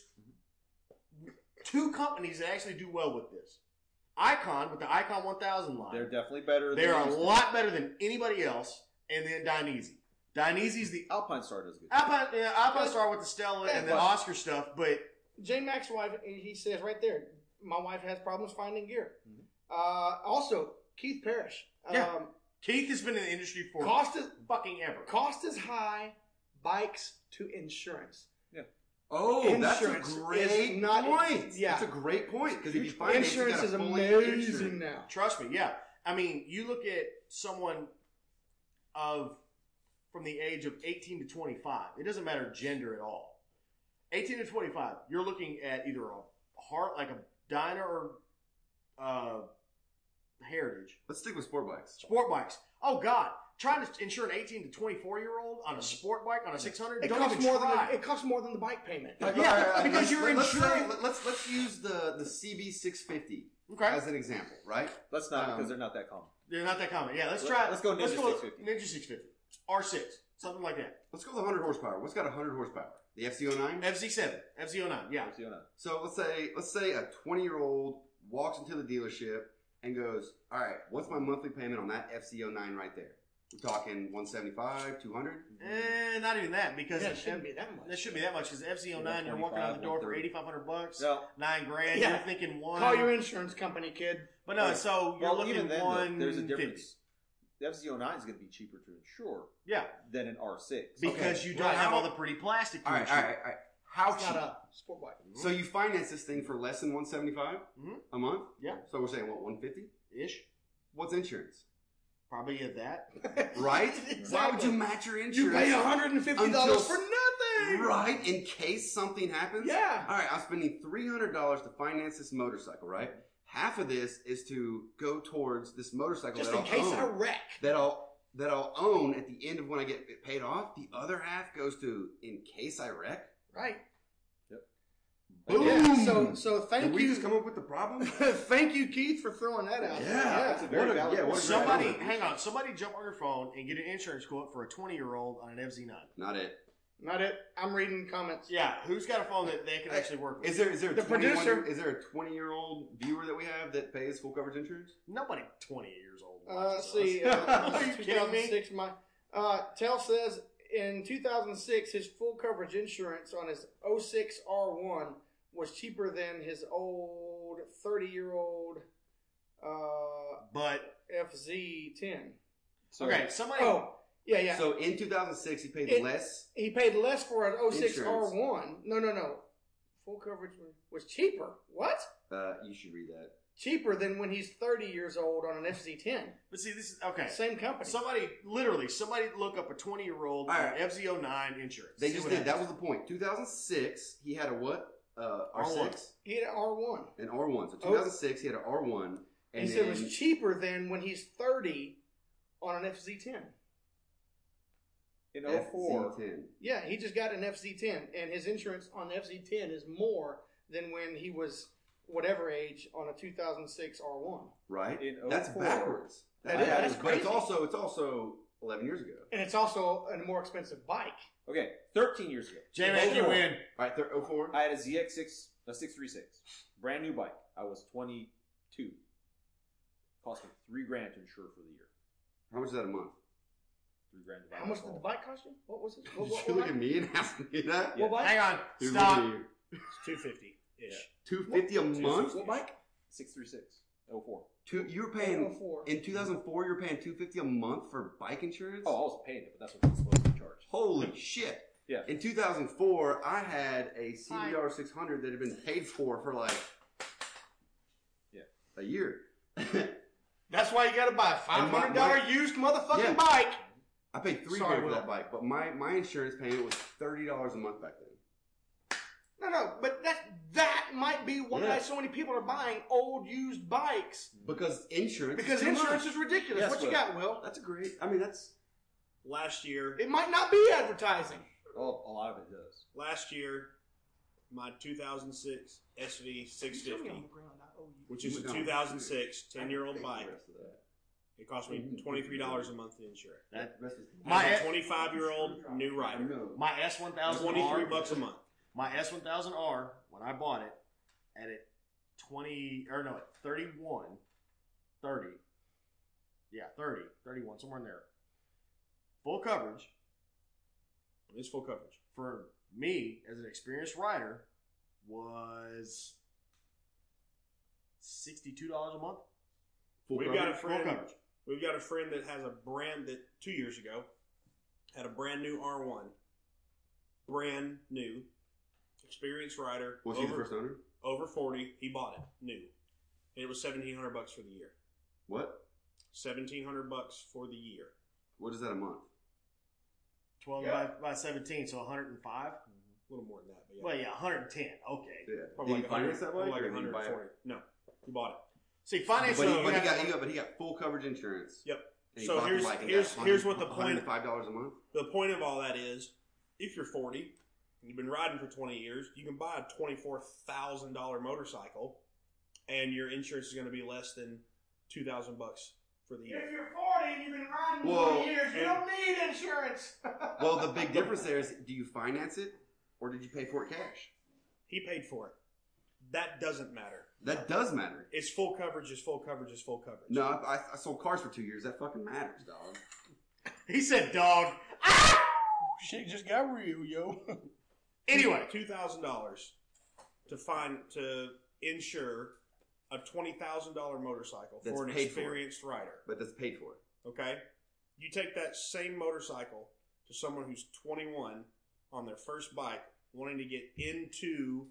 [SPEAKER 5] two companies that actually do well with this. Icon with the Icon 1000 line.
[SPEAKER 4] They're definitely better
[SPEAKER 5] They're
[SPEAKER 4] than
[SPEAKER 5] a lot better than anybody else. And then Dineasy. Dineasy's the
[SPEAKER 4] Alpine Star does good.
[SPEAKER 5] Alpine, yeah, Alpine Star with the Stella and the
[SPEAKER 3] Yeah.
[SPEAKER 5] Oscar stuff, but
[SPEAKER 3] J Mac's wife, he says right there, my wife has problems finding gear.
[SPEAKER 4] Mhm.
[SPEAKER 3] Uh, also, Keith Parrish.
[SPEAKER 5] Yeah.
[SPEAKER 3] Um,
[SPEAKER 5] Keith has been in the industry for
[SPEAKER 3] cost is
[SPEAKER 5] fucking ever.
[SPEAKER 3] cost is high. Bikes to insurance.
[SPEAKER 2] Oh, that's a
[SPEAKER 3] Insurance is
[SPEAKER 2] great
[SPEAKER 3] not-
[SPEAKER 2] point.
[SPEAKER 3] yeah.
[SPEAKER 2] That's a great point because if you find
[SPEAKER 3] insurance
[SPEAKER 2] it,
[SPEAKER 3] is
[SPEAKER 2] you gotta fully
[SPEAKER 3] amazing
[SPEAKER 2] insure it.
[SPEAKER 3] now.
[SPEAKER 5] Trust me, yeah. I mean, you look at someone of from the age of 18 to 25. It doesn't matter gender at all. 18 to 25, you're looking at either a heart like a diner or uh, heritage
[SPEAKER 2] Let's stick with sport bikes.
[SPEAKER 5] sport bikes. Oh God, trying to insure an 18 to 24 year old on a sport bike on a 600.
[SPEAKER 3] It
[SPEAKER 5] don't
[SPEAKER 3] costs
[SPEAKER 5] even
[SPEAKER 3] more
[SPEAKER 5] try.
[SPEAKER 3] than the, it costs more than the bike payment.
[SPEAKER 2] Like,
[SPEAKER 5] Yeah,
[SPEAKER 2] all all let's-
[SPEAKER 5] because you're
[SPEAKER 2] let's
[SPEAKER 5] insuring-
[SPEAKER 2] say- let- Let's let's use the the CB650
[SPEAKER 5] okay.
[SPEAKER 2] as an example, right?
[SPEAKER 4] Let's not because
[SPEAKER 2] Um,
[SPEAKER 4] they're not that common.
[SPEAKER 5] They're not that common. Yeah, let's
[SPEAKER 4] Let-
[SPEAKER 5] try.
[SPEAKER 4] let's go Ninja 650.
[SPEAKER 5] Ninja 650. R6. Something like that.
[SPEAKER 2] Let's go with 100 horsepower. What's got 100 horsepower? The FC09.
[SPEAKER 5] FZ7. FZ09. Yeah.
[SPEAKER 4] Let's see on that.
[SPEAKER 2] So let's say let's say a 20 year old walks into the dealership and goes, "All right, what's my monthly payment on that FC09 right there? We're talking 175, 200."
[SPEAKER 5] Eh, not even that because
[SPEAKER 3] Yeah,
[SPEAKER 5] it
[SPEAKER 3] it shouldn't be that
[SPEAKER 5] That
[SPEAKER 3] much.
[SPEAKER 5] shouldn't be that much because FZ09, you're walking out the door for 8,500 bucks,
[SPEAKER 4] No,
[SPEAKER 5] nine grand.
[SPEAKER 3] Yeah.
[SPEAKER 5] You're thinking one.
[SPEAKER 3] Call your insurance company, kid.
[SPEAKER 5] but no, so you're
[SPEAKER 4] well, even
[SPEAKER 5] looking
[SPEAKER 4] then,
[SPEAKER 5] one.
[SPEAKER 4] though, there's a difference. The FZ09 is going to be cheaper to insure
[SPEAKER 5] Yeah,
[SPEAKER 4] than an R6.
[SPEAKER 5] because
[SPEAKER 2] Okay.
[SPEAKER 5] you don't
[SPEAKER 2] Right,
[SPEAKER 5] have
[SPEAKER 2] how-
[SPEAKER 5] all the pretty plastic.
[SPEAKER 2] All right, all right, all right. How
[SPEAKER 3] It's
[SPEAKER 2] cheap?
[SPEAKER 3] not a Mm-hmm. sport bike.
[SPEAKER 2] So you finance this thing for less than 175
[SPEAKER 5] Mhm.
[SPEAKER 2] a month?
[SPEAKER 5] Yeah.
[SPEAKER 2] So we're saying what 150?
[SPEAKER 5] Ish.
[SPEAKER 2] What's insurance?
[SPEAKER 5] Probably at
[SPEAKER 2] Right?
[SPEAKER 5] that.
[SPEAKER 2] Why would
[SPEAKER 3] Exactly.
[SPEAKER 2] you match your
[SPEAKER 3] You
[SPEAKER 2] insurance?
[SPEAKER 3] pay hundred and fifty
[SPEAKER 2] Until-
[SPEAKER 3] dollars for nothing.
[SPEAKER 2] right in case something happens?
[SPEAKER 3] Yeah.
[SPEAKER 2] All right, I'm spending $300 to finance this motorcycle, right? Half of this is to go towards this motorcycle
[SPEAKER 3] Just
[SPEAKER 2] that
[SPEAKER 3] in
[SPEAKER 2] I'll
[SPEAKER 3] case
[SPEAKER 2] own,
[SPEAKER 3] I wreck.
[SPEAKER 2] that I'll that I'll own at the end of when I get it paid off. The other half goes to in case I wreck.
[SPEAKER 3] Right.
[SPEAKER 2] Boom.
[SPEAKER 3] Yeah, so so thank
[SPEAKER 2] Did we
[SPEAKER 3] you.
[SPEAKER 2] just come up with the problem?
[SPEAKER 3] thank you, Keith, for throwing that out. there.
[SPEAKER 2] Yeah.
[SPEAKER 4] That's a very
[SPEAKER 2] What a-
[SPEAKER 4] valid
[SPEAKER 2] yeah, what a
[SPEAKER 4] point.
[SPEAKER 2] great
[SPEAKER 5] Somebody,
[SPEAKER 2] number.
[SPEAKER 5] hang on. Somebody jump on your phone and get an insurance quote for a 20 year old on an FZ9.
[SPEAKER 2] Not it.
[SPEAKER 3] Not it. I'm reading comments.
[SPEAKER 5] Yeah, who's got a phone that they can actually work with?
[SPEAKER 2] Is there is there a
[SPEAKER 3] The
[SPEAKER 2] 21
[SPEAKER 3] producer-
[SPEAKER 2] Is there a twenty year old viewer that we have that pays full coverage insurance?
[SPEAKER 5] Nobody 20 years old.
[SPEAKER 3] Uh,
[SPEAKER 5] watches
[SPEAKER 3] let's see,
[SPEAKER 5] us.
[SPEAKER 3] uh,
[SPEAKER 5] Are you kidding me?
[SPEAKER 3] 2006, my uh, Tell says in 2006 his full coverage insurance on his 06 R1 was cheaper than his old 30 year old uh,
[SPEAKER 5] But
[SPEAKER 3] FZ10.
[SPEAKER 4] So,
[SPEAKER 5] okay, somebody.
[SPEAKER 3] Oh, yeah, yeah.
[SPEAKER 2] So in 2006, he paid
[SPEAKER 3] It-
[SPEAKER 2] less.
[SPEAKER 3] he paid less for an 06
[SPEAKER 2] Insurance.
[SPEAKER 3] R1. No, no, no. Full coverage was cheaper. What?
[SPEAKER 2] Uh, you should read that.
[SPEAKER 3] Cheaper than when he's 30 years old on an FZ10.
[SPEAKER 5] But see, this is okay.
[SPEAKER 3] Same company.
[SPEAKER 5] Somebody, literally, somebody look up a 20 year old
[SPEAKER 2] All right.
[SPEAKER 5] FZ09 insurance.
[SPEAKER 2] They
[SPEAKER 5] See
[SPEAKER 2] just
[SPEAKER 5] what
[SPEAKER 2] did. That was
[SPEAKER 5] happens.
[SPEAKER 2] the point. 2006, he had a what? Uh,
[SPEAKER 5] R1.
[SPEAKER 2] R6
[SPEAKER 3] he had an R1.
[SPEAKER 2] and R1. So 2006, he had an R1, and
[SPEAKER 3] he
[SPEAKER 2] then
[SPEAKER 3] said it was cheaper than when he's 30 on an FZ10.
[SPEAKER 4] in 04,
[SPEAKER 2] FZ10.
[SPEAKER 3] Yeah, he just got an FZ10, and his insurance on the FZ10 is more than when he was whatever age on a 2006 R1.
[SPEAKER 2] Right.
[SPEAKER 4] In
[SPEAKER 2] That's
[SPEAKER 4] 04.
[SPEAKER 2] backwards.
[SPEAKER 3] That is- that's
[SPEAKER 2] But it's
[SPEAKER 3] crazy.
[SPEAKER 2] also it's also 11 years ago.
[SPEAKER 3] And it's also a more expensive bike.
[SPEAKER 4] okay, 13 years ago.
[SPEAKER 5] J-Man, you
[SPEAKER 4] Both-
[SPEAKER 5] win.
[SPEAKER 2] All right, they're 04.
[SPEAKER 4] I had a ZX6, a 636, brand new bike. I was 22. Cost me three grand to insure for the year.
[SPEAKER 2] How much is that a month?
[SPEAKER 4] Three grand to buy
[SPEAKER 3] How
[SPEAKER 4] my
[SPEAKER 3] much did
[SPEAKER 4] phone.
[SPEAKER 3] the bike cost you? What was it? What,
[SPEAKER 2] Did
[SPEAKER 3] what,
[SPEAKER 2] you
[SPEAKER 3] what
[SPEAKER 2] look
[SPEAKER 3] bike?
[SPEAKER 2] at me and ask me that?
[SPEAKER 4] Yeah.
[SPEAKER 3] What bike?
[SPEAKER 5] Hang on.
[SPEAKER 2] Dude,
[SPEAKER 5] Stop.
[SPEAKER 2] look at you.
[SPEAKER 6] It's 250 ish.
[SPEAKER 2] Two fifty a month.
[SPEAKER 4] What bike? 636. 04.
[SPEAKER 2] Two, you were paying
[SPEAKER 3] 04.
[SPEAKER 2] in two thousand four. You were paying two fifty a month for bike insurance.
[SPEAKER 4] Oh, I was paying it, but that's what it's supposed to be charged.
[SPEAKER 2] holy shit!
[SPEAKER 4] Yeah.
[SPEAKER 2] In two thousand four, I had a CBR six hundred that had been paid for for like
[SPEAKER 4] Yeah.
[SPEAKER 2] a year. I
[SPEAKER 5] That's why you got to buy a
[SPEAKER 2] And my-
[SPEAKER 5] $500
[SPEAKER 2] my-
[SPEAKER 5] used motherfucking
[SPEAKER 2] Yeah.
[SPEAKER 5] bike.
[SPEAKER 2] paid three
[SPEAKER 5] Sorry,
[SPEAKER 2] grand for
[SPEAKER 5] Will.
[SPEAKER 2] that bike, but my my insurance payment was thirty dollars a month back then.
[SPEAKER 3] No, no, but that that might be why
[SPEAKER 2] Yeah.
[SPEAKER 3] so many people are buying old used bikes
[SPEAKER 2] Because insurance. is
[SPEAKER 3] because
[SPEAKER 2] too
[SPEAKER 3] insurance
[SPEAKER 2] much.
[SPEAKER 3] is ridiculous.
[SPEAKER 4] Yes,
[SPEAKER 3] what you
[SPEAKER 4] but-
[SPEAKER 3] got, Will?
[SPEAKER 2] That's a great. I mean, that's
[SPEAKER 6] Last year,
[SPEAKER 3] It might not be advertising.
[SPEAKER 4] Oh, a lot of it does.
[SPEAKER 6] last year, my 2006 SV
[SPEAKER 3] You threw me on
[SPEAKER 6] 650,
[SPEAKER 3] the ground, I owe you.
[SPEAKER 6] which is a
[SPEAKER 2] No,
[SPEAKER 6] 2006 10 year
[SPEAKER 2] I
[SPEAKER 6] old
[SPEAKER 2] can take
[SPEAKER 6] bike,
[SPEAKER 2] the rest of that.
[SPEAKER 6] it cost me
[SPEAKER 2] Mhm.
[SPEAKER 6] $23 a month to insure it.
[SPEAKER 2] That rest is-
[SPEAKER 5] My-
[SPEAKER 6] As a 25 year old new rider,
[SPEAKER 2] No.
[SPEAKER 5] My S1000
[SPEAKER 6] 23
[SPEAKER 5] R-
[SPEAKER 6] bucks a month.
[SPEAKER 5] My S1000R, when I bought it, at it 20, or no, at 31, 30, yeah, 30, 31, somewhere in there. Full coverage
[SPEAKER 6] It's full coverage.
[SPEAKER 5] for me as an experienced rider was $62 a month.
[SPEAKER 2] Full
[SPEAKER 6] We've got
[SPEAKER 2] coverage?
[SPEAKER 6] a friend.
[SPEAKER 5] Full coverage.
[SPEAKER 6] We've got a friend that has a brand that two years ago had a brand new R1, brand new, experienced rider.
[SPEAKER 2] Was he the
[SPEAKER 6] over,
[SPEAKER 2] first owner?
[SPEAKER 6] over forty? He bought it new, and it was seventeen hundred bucks for the year.
[SPEAKER 2] What?
[SPEAKER 6] Seventeen hundred bucks for the year.
[SPEAKER 2] What is that a month?
[SPEAKER 5] 12
[SPEAKER 6] Yeah.
[SPEAKER 5] by, by 17, so 105.
[SPEAKER 6] A little more than that, but yeah,
[SPEAKER 5] Well, yeah, 110. Okay.
[SPEAKER 2] Yeah.
[SPEAKER 6] probably
[SPEAKER 2] Mm-hmm. did
[SPEAKER 6] like
[SPEAKER 2] he finance that bike?
[SPEAKER 6] Like
[SPEAKER 2] or
[SPEAKER 6] one
[SPEAKER 2] did he
[SPEAKER 6] hundred
[SPEAKER 2] buy it?
[SPEAKER 6] forty. No, he bought it.
[SPEAKER 5] See,
[SPEAKER 2] But, he,
[SPEAKER 5] financially,
[SPEAKER 2] but
[SPEAKER 5] you
[SPEAKER 2] he
[SPEAKER 5] have
[SPEAKER 2] got,
[SPEAKER 5] to-
[SPEAKER 2] he got, but he got full coverage insurance.
[SPEAKER 6] Yep.
[SPEAKER 2] And he
[SPEAKER 6] So
[SPEAKER 2] bought the
[SPEAKER 6] here's-
[SPEAKER 2] bike and
[SPEAKER 6] here's-
[SPEAKER 2] got
[SPEAKER 6] here's what the
[SPEAKER 2] 100
[SPEAKER 6] point-
[SPEAKER 2] $105 a month.
[SPEAKER 6] The point of all that is, if you're 40 and you've been riding for 20 years, you can buy a $24,000 motorcycle, and your insurance is going to be less than 2,000 bucks for the year.
[SPEAKER 3] you're 40 and you've been riding
[SPEAKER 2] Well,
[SPEAKER 3] years,
[SPEAKER 6] and-
[SPEAKER 3] need insurance.
[SPEAKER 2] Well, the big difference there is, do you finance it or did you pay for it cash?
[SPEAKER 6] He paid for it. That doesn't matter.
[SPEAKER 2] That does matter.
[SPEAKER 6] It's full coverage. Is full coverage. Is full coverage.
[SPEAKER 2] No, I, I- I sold cars for two years. That fucking matters, dog.
[SPEAKER 5] he said, dog.
[SPEAKER 6] shit just got real, yo.
[SPEAKER 5] Anyway,
[SPEAKER 6] two thousand dollars to find to insure a twenty thousand dollar motorcycle
[SPEAKER 2] That's
[SPEAKER 6] for an
[SPEAKER 2] paid for.
[SPEAKER 6] experienced rider.
[SPEAKER 2] But that's paid for.
[SPEAKER 6] Okay? You take that same motorcycle to someone who's 21 on their first bike, wanting to get into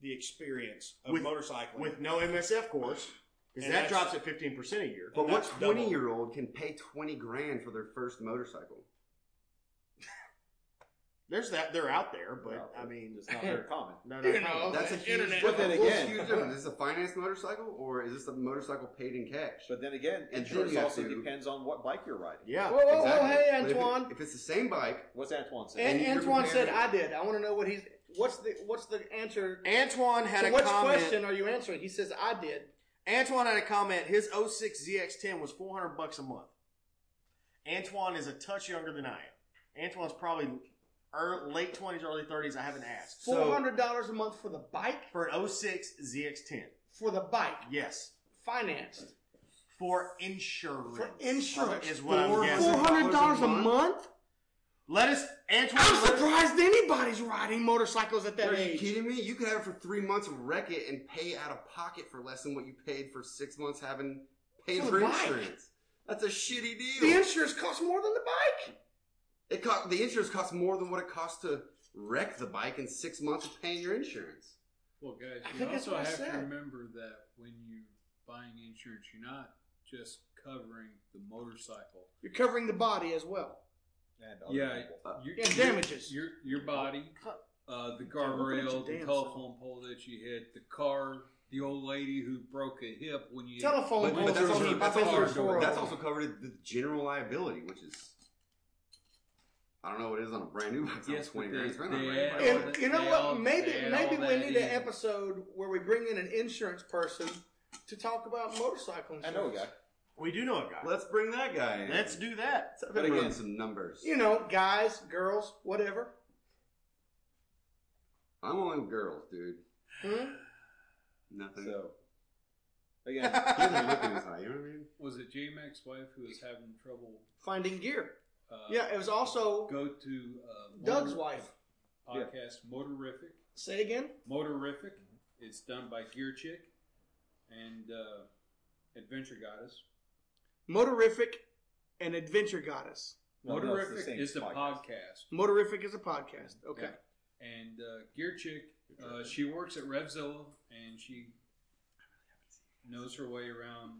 [SPEAKER 6] the experience of
[SPEAKER 5] With-
[SPEAKER 6] motorcycling.
[SPEAKER 5] with no MSF course, because
[SPEAKER 6] And
[SPEAKER 5] that
[SPEAKER 6] that's-
[SPEAKER 5] drops at 15% a year.
[SPEAKER 2] But what
[SPEAKER 6] that's double.
[SPEAKER 2] 20 year old can pay 20 grand for their first motorcycle?
[SPEAKER 5] There's that. They're out there, but
[SPEAKER 4] Well,
[SPEAKER 5] I mean,
[SPEAKER 4] it's not very common.
[SPEAKER 5] no, no,
[SPEAKER 3] You
[SPEAKER 5] no.
[SPEAKER 3] know,
[SPEAKER 2] That's a
[SPEAKER 3] the
[SPEAKER 2] huge,
[SPEAKER 3] Oh, internet.
[SPEAKER 2] but then
[SPEAKER 4] But
[SPEAKER 2] again,
[SPEAKER 4] again-
[SPEAKER 2] huge difference. Is this a financed motorcycle or is this a motorcycle paid in cash?
[SPEAKER 4] But then again,
[SPEAKER 2] And then
[SPEAKER 4] insurance
[SPEAKER 2] you have
[SPEAKER 4] also
[SPEAKER 2] to-
[SPEAKER 4] depends on what bike you're riding.
[SPEAKER 5] Yeah.
[SPEAKER 3] Whoa, whoa, whoa,
[SPEAKER 2] Exactly.
[SPEAKER 3] Oh, hey,
[SPEAKER 2] But if it-
[SPEAKER 3] Antoine.
[SPEAKER 2] If, it's the same bike,
[SPEAKER 4] What's Antoine saying?
[SPEAKER 2] and
[SPEAKER 3] An-
[SPEAKER 2] you're
[SPEAKER 3] Antoine said,
[SPEAKER 2] comparing-
[SPEAKER 3] I did. I want to know what he's. What's the what's the answer?
[SPEAKER 5] Antoine had
[SPEAKER 3] to
[SPEAKER 5] a
[SPEAKER 3] which
[SPEAKER 5] comment.
[SPEAKER 3] question are you answering? He says I did.
[SPEAKER 5] Antoine had a comment. His 06 ZX10 was 400 bucks a month. Antoine is a touch younger than I am. Antoine's probably early, late 20s, early 30s. I haven't asked.
[SPEAKER 2] So-
[SPEAKER 3] Four hundred dollars a month for the bike
[SPEAKER 5] For an 06 ZX10.
[SPEAKER 3] for the bike
[SPEAKER 5] Yes.
[SPEAKER 3] financed
[SPEAKER 5] For insurance.
[SPEAKER 3] for insurance
[SPEAKER 5] Is what I'm guessing.
[SPEAKER 3] Four hundred dollars
[SPEAKER 2] $400
[SPEAKER 3] a
[SPEAKER 2] a
[SPEAKER 3] month.
[SPEAKER 5] Let us, Antoine.
[SPEAKER 3] I'm
[SPEAKER 5] let us-
[SPEAKER 3] surprised anybody's riding motorcycles at that
[SPEAKER 2] Are you
[SPEAKER 3] age.
[SPEAKER 2] kidding me? You could have it for three months, wreck it, and pay out of pocket for less than what you paid for six months having paid
[SPEAKER 3] For
[SPEAKER 2] for,
[SPEAKER 3] the bike.
[SPEAKER 2] insurance. That's a shitty
[SPEAKER 3] The
[SPEAKER 2] deal.
[SPEAKER 3] insurance costs more than the bike.
[SPEAKER 2] it cost, the insurance costs more than what it costs to wreck the bike in six months of paying your insurance.
[SPEAKER 1] Well, guys,
[SPEAKER 3] I
[SPEAKER 1] you
[SPEAKER 3] think that's
[SPEAKER 1] also
[SPEAKER 3] what I
[SPEAKER 1] have to
[SPEAKER 3] said.
[SPEAKER 1] remember that when you're buying insurance, you're not just covering the motorcycle.
[SPEAKER 3] You're covering the body as well.
[SPEAKER 4] And
[SPEAKER 1] Yeah, you
[SPEAKER 3] And damages.
[SPEAKER 1] Your your body, uh, the
[SPEAKER 3] Look
[SPEAKER 1] guardrail,
[SPEAKER 3] at your
[SPEAKER 1] the
[SPEAKER 3] damn
[SPEAKER 1] telephone pole that you hit, the car, the old lady who broke a hip when you But-
[SPEAKER 3] Telephone
[SPEAKER 2] But
[SPEAKER 3] pole.
[SPEAKER 2] that's, also,
[SPEAKER 1] those
[SPEAKER 2] that's,
[SPEAKER 1] are-
[SPEAKER 2] also,
[SPEAKER 1] those are-
[SPEAKER 2] that's also covered in the general liability, which is I don't know what it is on a brand new bike. It's
[SPEAKER 1] Yes,
[SPEAKER 2] not twenty
[SPEAKER 1] but they-
[SPEAKER 2] grand. It's not on a
[SPEAKER 1] they
[SPEAKER 2] brand
[SPEAKER 1] add-
[SPEAKER 2] bike.
[SPEAKER 3] And you know
[SPEAKER 1] They all-
[SPEAKER 3] what? Maybe
[SPEAKER 1] they all
[SPEAKER 3] maybe we
[SPEAKER 1] that
[SPEAKER 3] need an
[SPEAKER 1] in.
[SPEAKER 3] episode where we bring in an insurance person to talk about motorcycle insurance.
[SPEAKER 4] I know a guy.
[SPEAKER 5] We do know a guy.
[SPEAKER 2] Let's bring that guy in.
[SPEAKER 5] Let's do that.
[SPEAKER 2] Let's have
[SPEAKER 4] But
[SPEAKER 2] him run
[SPEAKER 4] again-
[SPEAKER 2] some numbers.
[SPEAKER 3] You know, guys, girls, whatever.
[SPEAKER 2] I'm only with girls, dude.
[SPEAKER 3] Hmm?
[SPEAKER 2] Nothing.
[SPEAKER 4] So again,
[SPEAKER 2] You guys are looking this high, you know what I mean?
[SPEAKER 1] was it J Mac's wife who was having trouble?
[SPEAKER 3] Finding gear.
[SPEAKER 1] Uh,
[SPEAKER 5] Oh.
[SPEAKER 3] Yeah, it was also
[SPEAKER 1] Go to uh,
[SPEAKER 3] Doug's
[SPEAKER 1] Motor-
[SPEAKER 3] wife.
[SPEAKER 1] podcast, Motorific.
[SPEAKER 3] Say again.
[SPEAKER 1] Motorific. It's done by Gear Chick and uh, Adventure Goddess.
[SPEAKER 3] Motorific and Adventure Goddess.
[SPEAKER 4] no, no, it's the
[SPEAKER 1] Motorific
[SPEAKER 4] same
[SPEAKER 1] is the
[SPEAKER 4] podcast.
[SPEAKER 1] podcast.
[SPEAKER 3] Motorific is a podcast. Okay.
[SPEAKER 1] Yeah. And uh, Gear Chick, uh, she works at Revzilla, and she knows her way around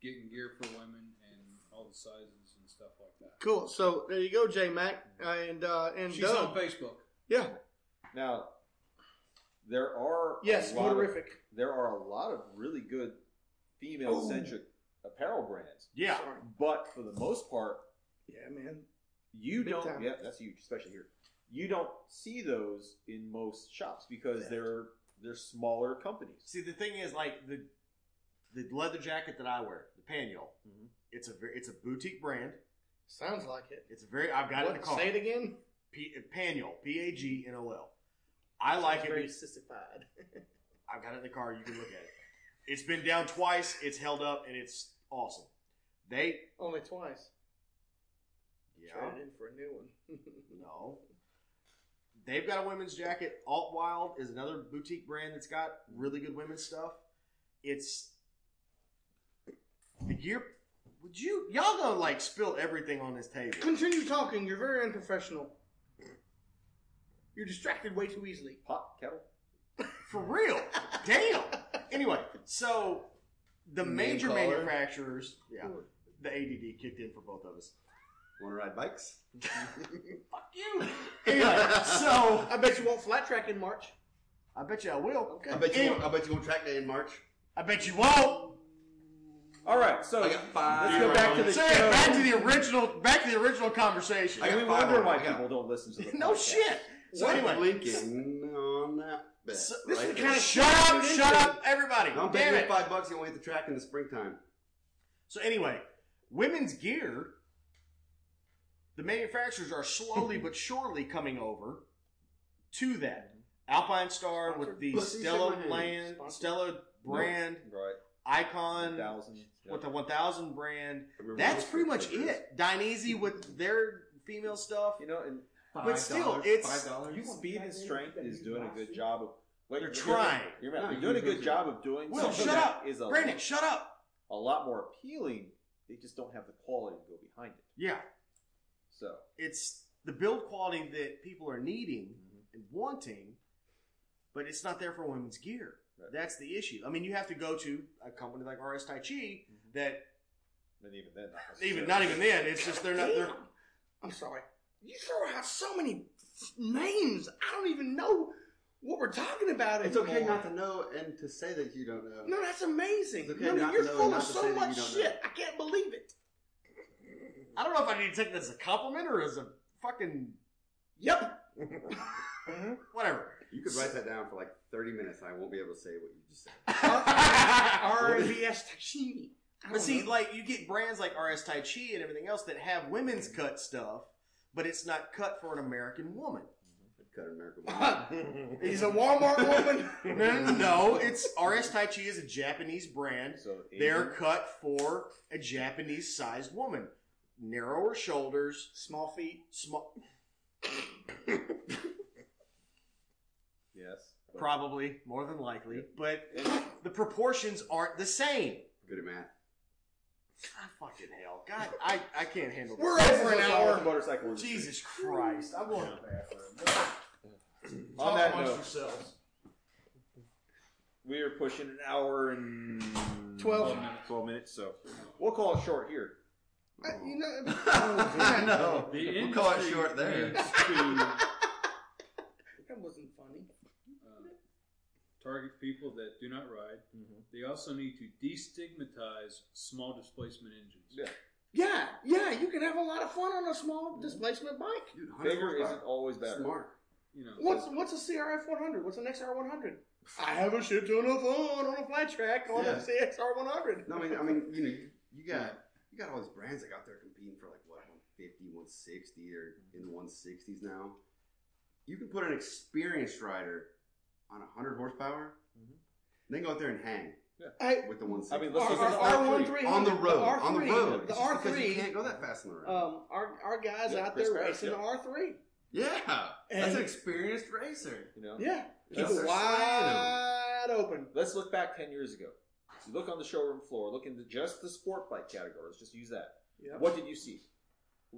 [SPEAKER 1] getting gear for women and all the sizes and stuff like that.
[SPEAKER 3] Cool. So there you go, J Mac and uh, and
[SPEAKER 1] She's
[SPEAKER 3] Doug.
[SPEAKER 1] on Facebook.
[SPEAKER 3] yeah.
[SPEAKER 4] Now there are a
[SPEAKER 3] Yes.
[SPEAKER 4] lot of-
[SPEAKER 3] Motorific.
[SPEAKER 4] there are a lot of really good female centric apparel brands,
[SPEAKER 5] Yeah.
[SPEAKER 3] Sorry.
[SPEAKER 4] but for the most part,
[SPEAKER 3] Yeah, man.
[SPEAKER 4] you
[SPEAKER 3] Big
[SPEAKER 4] don't.
[SPEAKER 3] time.
[SPEAKER 4] Yeah, that's huge, especially here. You don't see those in most shops because they're they're smaller companies.
[SPEAKER 5] See, the thing is, like the the leather jacket that I wear, the Paniel,
[SPEAKER 3] Mm-hmm.
[SPEAKER 4] Mhm.
[SPEAKER 5] it's a ver- it's a boutique brand.
[SPEAKER 3] Sounds like it.
[SPEAKER 5] It's a very I've got it in the
[SPEAKER 3] What,
[SPEAKER 5] car.
[SPEAKER 3] say it again.
[SPEAKER 5] P, Paniel, P A G N O L. I like
[SPEAKER 3] Sounds
[SPEAKER 5] it.
[SPEAKER 3] Very
[SPEAKER 5] because-
[SPEAKER 3] sissified.
[SPEAKER 5] I've got it in the car. You can look at it. It's been down twice. It's held up, and it's awesome. They
[SPEAKER 3] Only twice.
[SPEAKER 5] yeah
[SPEAKER 3] Traded in for a new one.
[SPEAKER 5] no. They've got a women's jacket. Alt Wild is another boutique brand that's got really good women's stuff. It's the gear. Would you y'all gonna like spill everything on this table?
[SPEAKER 3] Continue talking. You're very unprofessional.
[SPEAKER 5] Mm.
[SPEAKER 3] You're distracted way too easily.
[SPEAKER 4] Pot kettle.
[SPEAKER 5] For real. Damn. Anyway, so the
[SPEAKER 2] Name
[SPEAKER 5] major
[SPEAKER 2] caller.
[SPEAKER 5] manufacturers, yeah, the ADD kicked in for both of us.
[SPEAKER 2] Want to ride bikes?
[SPEAKER 5] Fuck you. Anyway, so
[SPEAKER 3] I bet you won't flat track in March.
[SPEAKER 5] I bet you I will.
[SPEAKER 3] Okay.
[SPEAKER 2] I bet you.
[SPEAKER 5] Anyway.
[SPEAKER 2] won't- I bet you won't track day in March.
[SPEAKER 5] I bet you won't.
[SPEAKER 4] All right, so
[SPEAKER 2] I got five.
[SPEAKER 4] let's go back to the
[SPEAKER 5] Say
[SPEAKER 4] show.
[SPEAKER 5] it back to the original. Back to the original conversation.
[SPEAKER 2] I
[SPEAKER 4] and
[SPEAKER 2] got
[SPEAKER 4] we
[SPEAKER 2] five
[SPEAKER 4] wonder
[SPEAKER 2] on
[SPEAKER 4] why
[SPEAKER 2] it. I got-
[SPEAKER 4] people don't listen to the
[SPEAKER 5] no
[SPEAKER 4] podcast.
[SPEAKER 5] shit. So
[SPEAKER 2] What
[SPEAKER 5] anyway,
[SPEAKER 2] Lincoln on that bet.
[SPEAKER 5] so-
[SPEAKER 3] this is
[SPEAKER 2] right
[SPEAKER 3] the
[SPEAKER 2] there.
[SPEAKER 3] kind of
[SPEAKER 5] shut up, shut up, everybody.
[SPEAKER 2] I'm
[SPEAKER 5] Damn
[SPEAKER 2] betting you
[SPEAKER 5] it.
[SPEAKER 2] five bucks you won't hit the track in the springtime.
[SPEAKER 5] So anyway, women's gear, the manufacturers are slowly but surely coming over to that. Alpine Star with the
[SPEAKER 2] Pussy in
[SPEAKER 5] Stella
[SPEAKER 2] my hand.
[SPEAKER 5] land,
[SPEAKER 3] Sponsored.
[SPEAKER 5] Stella brand,
[SPEAKER 4] Right.
[SPEAKER 5] Icon
[SPEAKER 4] Thousand.
[SPEAKER 5] with the 1000 brand.
[SPEAKER 2] I remember
[SPEAKER 5] That's
[SPEAKER 2] those
[SPEAKER 5] pretty much
[SPEAKER 2] pictures.
[SPEAKER 5] it. Dineasy with their female stuff.
[SPEAKER 4] You know, and
[SPEAKER 5] But still, it's-
[SPEAKER 2] $5.
[SPEAKER 4] you speed and strength is doing a good job of. What
[SPEAKER 5] They're trying.
[SPEAKER 4] You're, right.
[SPEAKER 2] No,
[SPEAKER 4] They're doing a
[SPEAKER 2] you're
[SPEAKER 4] good job of doing
[SPEAKER 5] Will,
[SPEAKER 4] something
[SPEAKER 5] shut
[SPEAKER 4] that
[SPEAKER 5] up.
[SPEAKER 4] is a,
[SPEAKER 5] Brandon, shut up.
[SPEAKER 4] a lot more appealing. They just don't have the quality to go behind it.
[SPEAKER 5] Yeah,
[SPEAKER 4] So
[SPEAKER 5] it's the build quality that people are needing and wanting, but it's not there for women's gear.
[SPEAKER 4] Right.
[SPEAKER 5] That's the issue. I mean, you have to go to a company like RS Tai Chi that
[SPEAKER 4] And even then, not
[SPEAKER 5] even
[SPEAKER 4] necessarily.
[SPEAKER 5] not even then it's just they're not they're
[SPEAKER 3] Damn. I'm sorry. You throw out so many names. I don't even know what we're talking about.
[SPEAKER 2] It's okay
[SPEAKER 3] anymore.
[SPEAKER 2] not to know and to say that you don't know.
[SPEAKER 3] No, that's amazing.
[SPEAKER 2] It's okay
[SPEAKER 3] I mean,
[SPEAKER 2] not
[SPEAKER 3] you're
[SPEAKER 2] to know
[SPEAKER 3] full
[SPEAKER 2] and
[SPEAKER 3] of
[SPEAKER 2] not to
[SPEAKER 3] so
[SPEAKER 2] say that you
[SPEAKER 3] much
[SPEAKER 2] don't
[SPEAKER 3] shit.
[SPEAKER 2] know.
[SPEAKER 3] I can't believe it.
[SPEAKER 5] I don't know if I need to take that as a compliment or as a fucking
[SPEAKER 3] Yep.
[SPEAKER 5] Whatever.
[SPEAKER 2] You could write that down for like 30 minutes. I won't be able to say what you just said.
[SPEAKER 5] RS Tachini. But see, like you get brands like RS Tai Chi and everything else that have women's cut stuff, but it's not cut for an American woman.
[SPEAKER 2] I'd cut an American woman.
[SPEAKER 3] He's a Walmart woman.
[SPEAKER 5] No, no, no, no. It's RS Tai Chi is a Japanese brand.
[SPEAKER 4] So
[SPEAKER 5] They're
[SPEAKER 4] Asian-
[SPEAKER 5] cut for a Japanese sized woman. Narrower shoulders,
[SPEAKER 3] Small feet.
[SPEAKER 5] small
[SPEAKER 4] yes. But-
[SPEAKER 5] probably, more than likely, but the proportions aren't the same.
[SPEAKER 2] Good at math.
[SPEAKER 5] Ah, fucking hell. God, I, I can't handle this.
[SPEAKER 3] We're over an
[SPEAKER 4] Let's talk about the
[SPEAKER 3] hour.
[SPEAKER 4] motorcycle industry.
[SPEAKER 5] Jesus Christ. I'm going to the bathroom.
[SPEAKER 4] On that note,
[SPEAKER 5] yourselves.
[SPEAKER 4] we are pushing an hour and
[SPEAKER 3] 12.
[SPEAKER 4] minutes. Twelve minutes. So we'll call it short here.
[SPEAKER 3] Uh, You know, Oh,
[SPEAKER 2] no.
[SPEAKER 1] The
[SPEAKER 2] We'll call it
[SPEAKER 1] industry
[SPEAKER 2] short there.
[SPEAKER 1] needs to
[SPEAKER 3] that wasn't funny.
[SPEAKER 1] uh, target people that do not ride. They also need to destigmatize small displacement engines.
[SPEAKER 4] Yeah.
[SPEAKER 3] Yeah, yeah, you can have a lot of fun on a small displacement bike.
[SPEAKER 2] Dude, 100
[SPEAKER 4] Bigger
[SPEAKER 2] horsepower.
[SPEAKER 4] isn't always better.
[SPEAKER 2] Smart.
[SPEAKER 1] You know,
[SPEAKER 3] What's what's a CRF 100? What's an XR 100? I have a shit ton of fun on a flat track on
[SPEAKER 2] Yeah.
[SPEAKER 3] a CXR 100.
[SPEAKER 2] No, I mean, I mean, you know, you got you got all these brands that got there competing for like what 150, 160, or in the 160s now. You can put an experienced rider on 100 horsepower,
[SPEAKER 4] Mhm.
[SPEAKER 2] then go out there and hang
[SPEAKER 3] Hey,
[SPEAKER 2] with the 160.
[SPEAKER 4] I mean,
[SPEAKER 3] our,
[SPEAKER 4] Let's look at
[SPEAKER 3] our,
[SPEAKER 4] the R3.
[SPEAKER 3] R1300,
[SPEAKER 2] on the road,
[SPEAKER 3] R3,
[SPEAKER 2] on the road.
[SPEAKER 3] the
[SPEAKER 2] It's just because you
[SPEAKER 3] R3,
[SPEAKER 2] can't go that fast on the road.
[SPEAKER 3] um, our our guys
[SPEAKER 4] Yeah,
[SPEAKER 3] out
[SPEAKER 4] Chris
[SPEAKER 3] there
[SPEAKER 4] Barrett,
[SPEAKER 3] racing
[SPEAKER 4] yeah.
[SPEAKER 3] the R3.
[SPEAKER 2] yeah, that's
[SPEAKER 3] and-
[SPEAKER 2] an experienced racer.
[SPEAKER 4] You know.
[SPEAKER 3] Yeah, keep
[SPEAKER 4] That's
[SPEAKER 3] it
[SPEAKER 2] their
[SPEAKER 3] wide open.
[SPEAKER 4] Let's look back ten years ago. You look on the showroom floor. Look into just the sport bike category. Let's just use that.
[SPEAKER 3] Yep.
[SPEAKER 4] What did you see?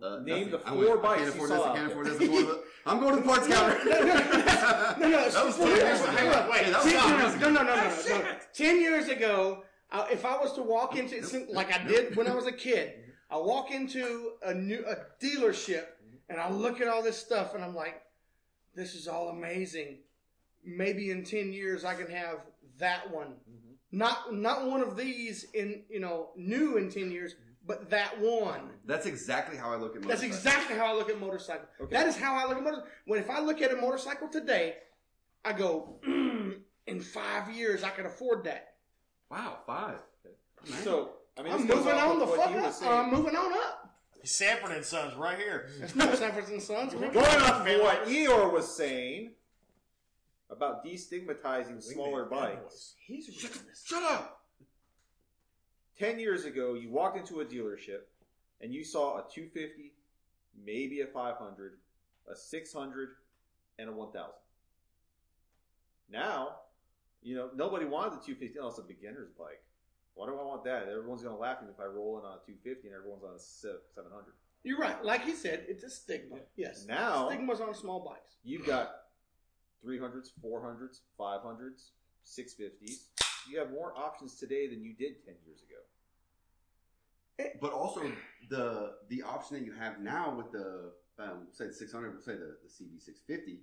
[SPEAKER 2] Uh,
[SPEAKER 4] Name
[SPEAKER 2] nothing.
[SPEAKER 4] the
[SPEAKER 2] I
[SPEAKER 4] four
[SPEAKER 2] went, I
[SPEAKER 4] bikes
[SPEAKER 2] can't
[SPEAKER 4] you
[SPEAKER 2] afford
[SPEAKER 4] saw
[SPEAKER 2] this.
[SPEAKER 4] out
[SPEAKER 2] I can't
[SPEAKER 4] there.
[SPEAKER 2] afford this. I'm going to the, I'm going to the parts counter.
[SPEAKER 3] No, no, No, no, it's
[SPEAKER 2] That was
[SPEAKER 3] just-
[SPEAKER 2] ten years
[SPEAKER 3] hang
[SPEAKER 2] ago.
[SPEAKER 3] on, wait.
[SPEAKER 2] Hey, that was
[SPEAKER 3] See,
[SPEAKER 2] five
[SPEAKER 3] no, no,
[SPEAKER 2] years
[SPEAKER 3] no, no, no, no,
[SPEAKER 2] Oh,
[SPEAKER 3] no, no.
[SPEAKER 2] shit.
[SPEAKER 3] Ten years ago, I, if I was to walk into it's like I did when I was a kid, I walk into a new a dealership and I look at all this stuff and I'm like, this is all amazing. Maybe in ten years I can have that one,
[SPEAKER 2] Mm-hmm.
[SPEAKER 4] Mhm.
[SPEAKER 3] not not one of these in you know new in ten years, but that one.
[SPEAKER 2] That's exactly how I look at.
[SPEAKER 3] That's
[SPEAKER 2] motorcycles.
[SPEAKER 3] exactly how I look at motorcycle.
[SPEAKER 4] Okay.
[SPEAKER 3] That is how I look at motorcycle. When if I look at a motorcycle today, I go, mm, in five years I can afford that.
[SPEAKER 2] Wow, five.
[SPEAKER 4] So I mean,
[SPEAKER 3] I'm
[SPEAKER 4] this goes
[SPEAKER 3] moving
[SPEAKER 4] off
[SPEAKER 3] on the
[SPEAKER 4] of what
[SPEAKER 3] fuck
[SPEAKER 4] you were
[SPEAKER 3] up.
[SPEAKER 4] saying.
[SPEAKER 3] I'm moving on up.
[SPEAKER 5] Sanford and Sons, right here.
[SPEAKER 3] That's not Sanford and Sons.
[SPEAKER 4] Going off of what Eeyore was saying about destigmatizing smaller bikes.
[SPEAKER 3] He's ridiculous.
[SPEAKER 2] Shut up.
[SPEAKER 4] Ten years ago, you walked into a dealership and you saw a 250, maybe a 500, a 600, and a 1000. Now, you know, nobody wanted the 250. Oh, it's a beginner's bike. Why do I want that? Everyone's going to laugh at me if I roll in on a 250 and everyone's on a se- 700.
[SPEAKER 3] You're right. Like he said, it's a stigma. Yes.
[SPEAKER 4] Now,
[SPEAKER 3] Stigmas on small bikes.
[SPEAKER 4] You've got 300s, 400s, 500s, 650s. You have more options today than you did 10 years ago.
[SPEAKER 2] But also the the option that you have now with the um, say the 600, we'll say the, the CB650,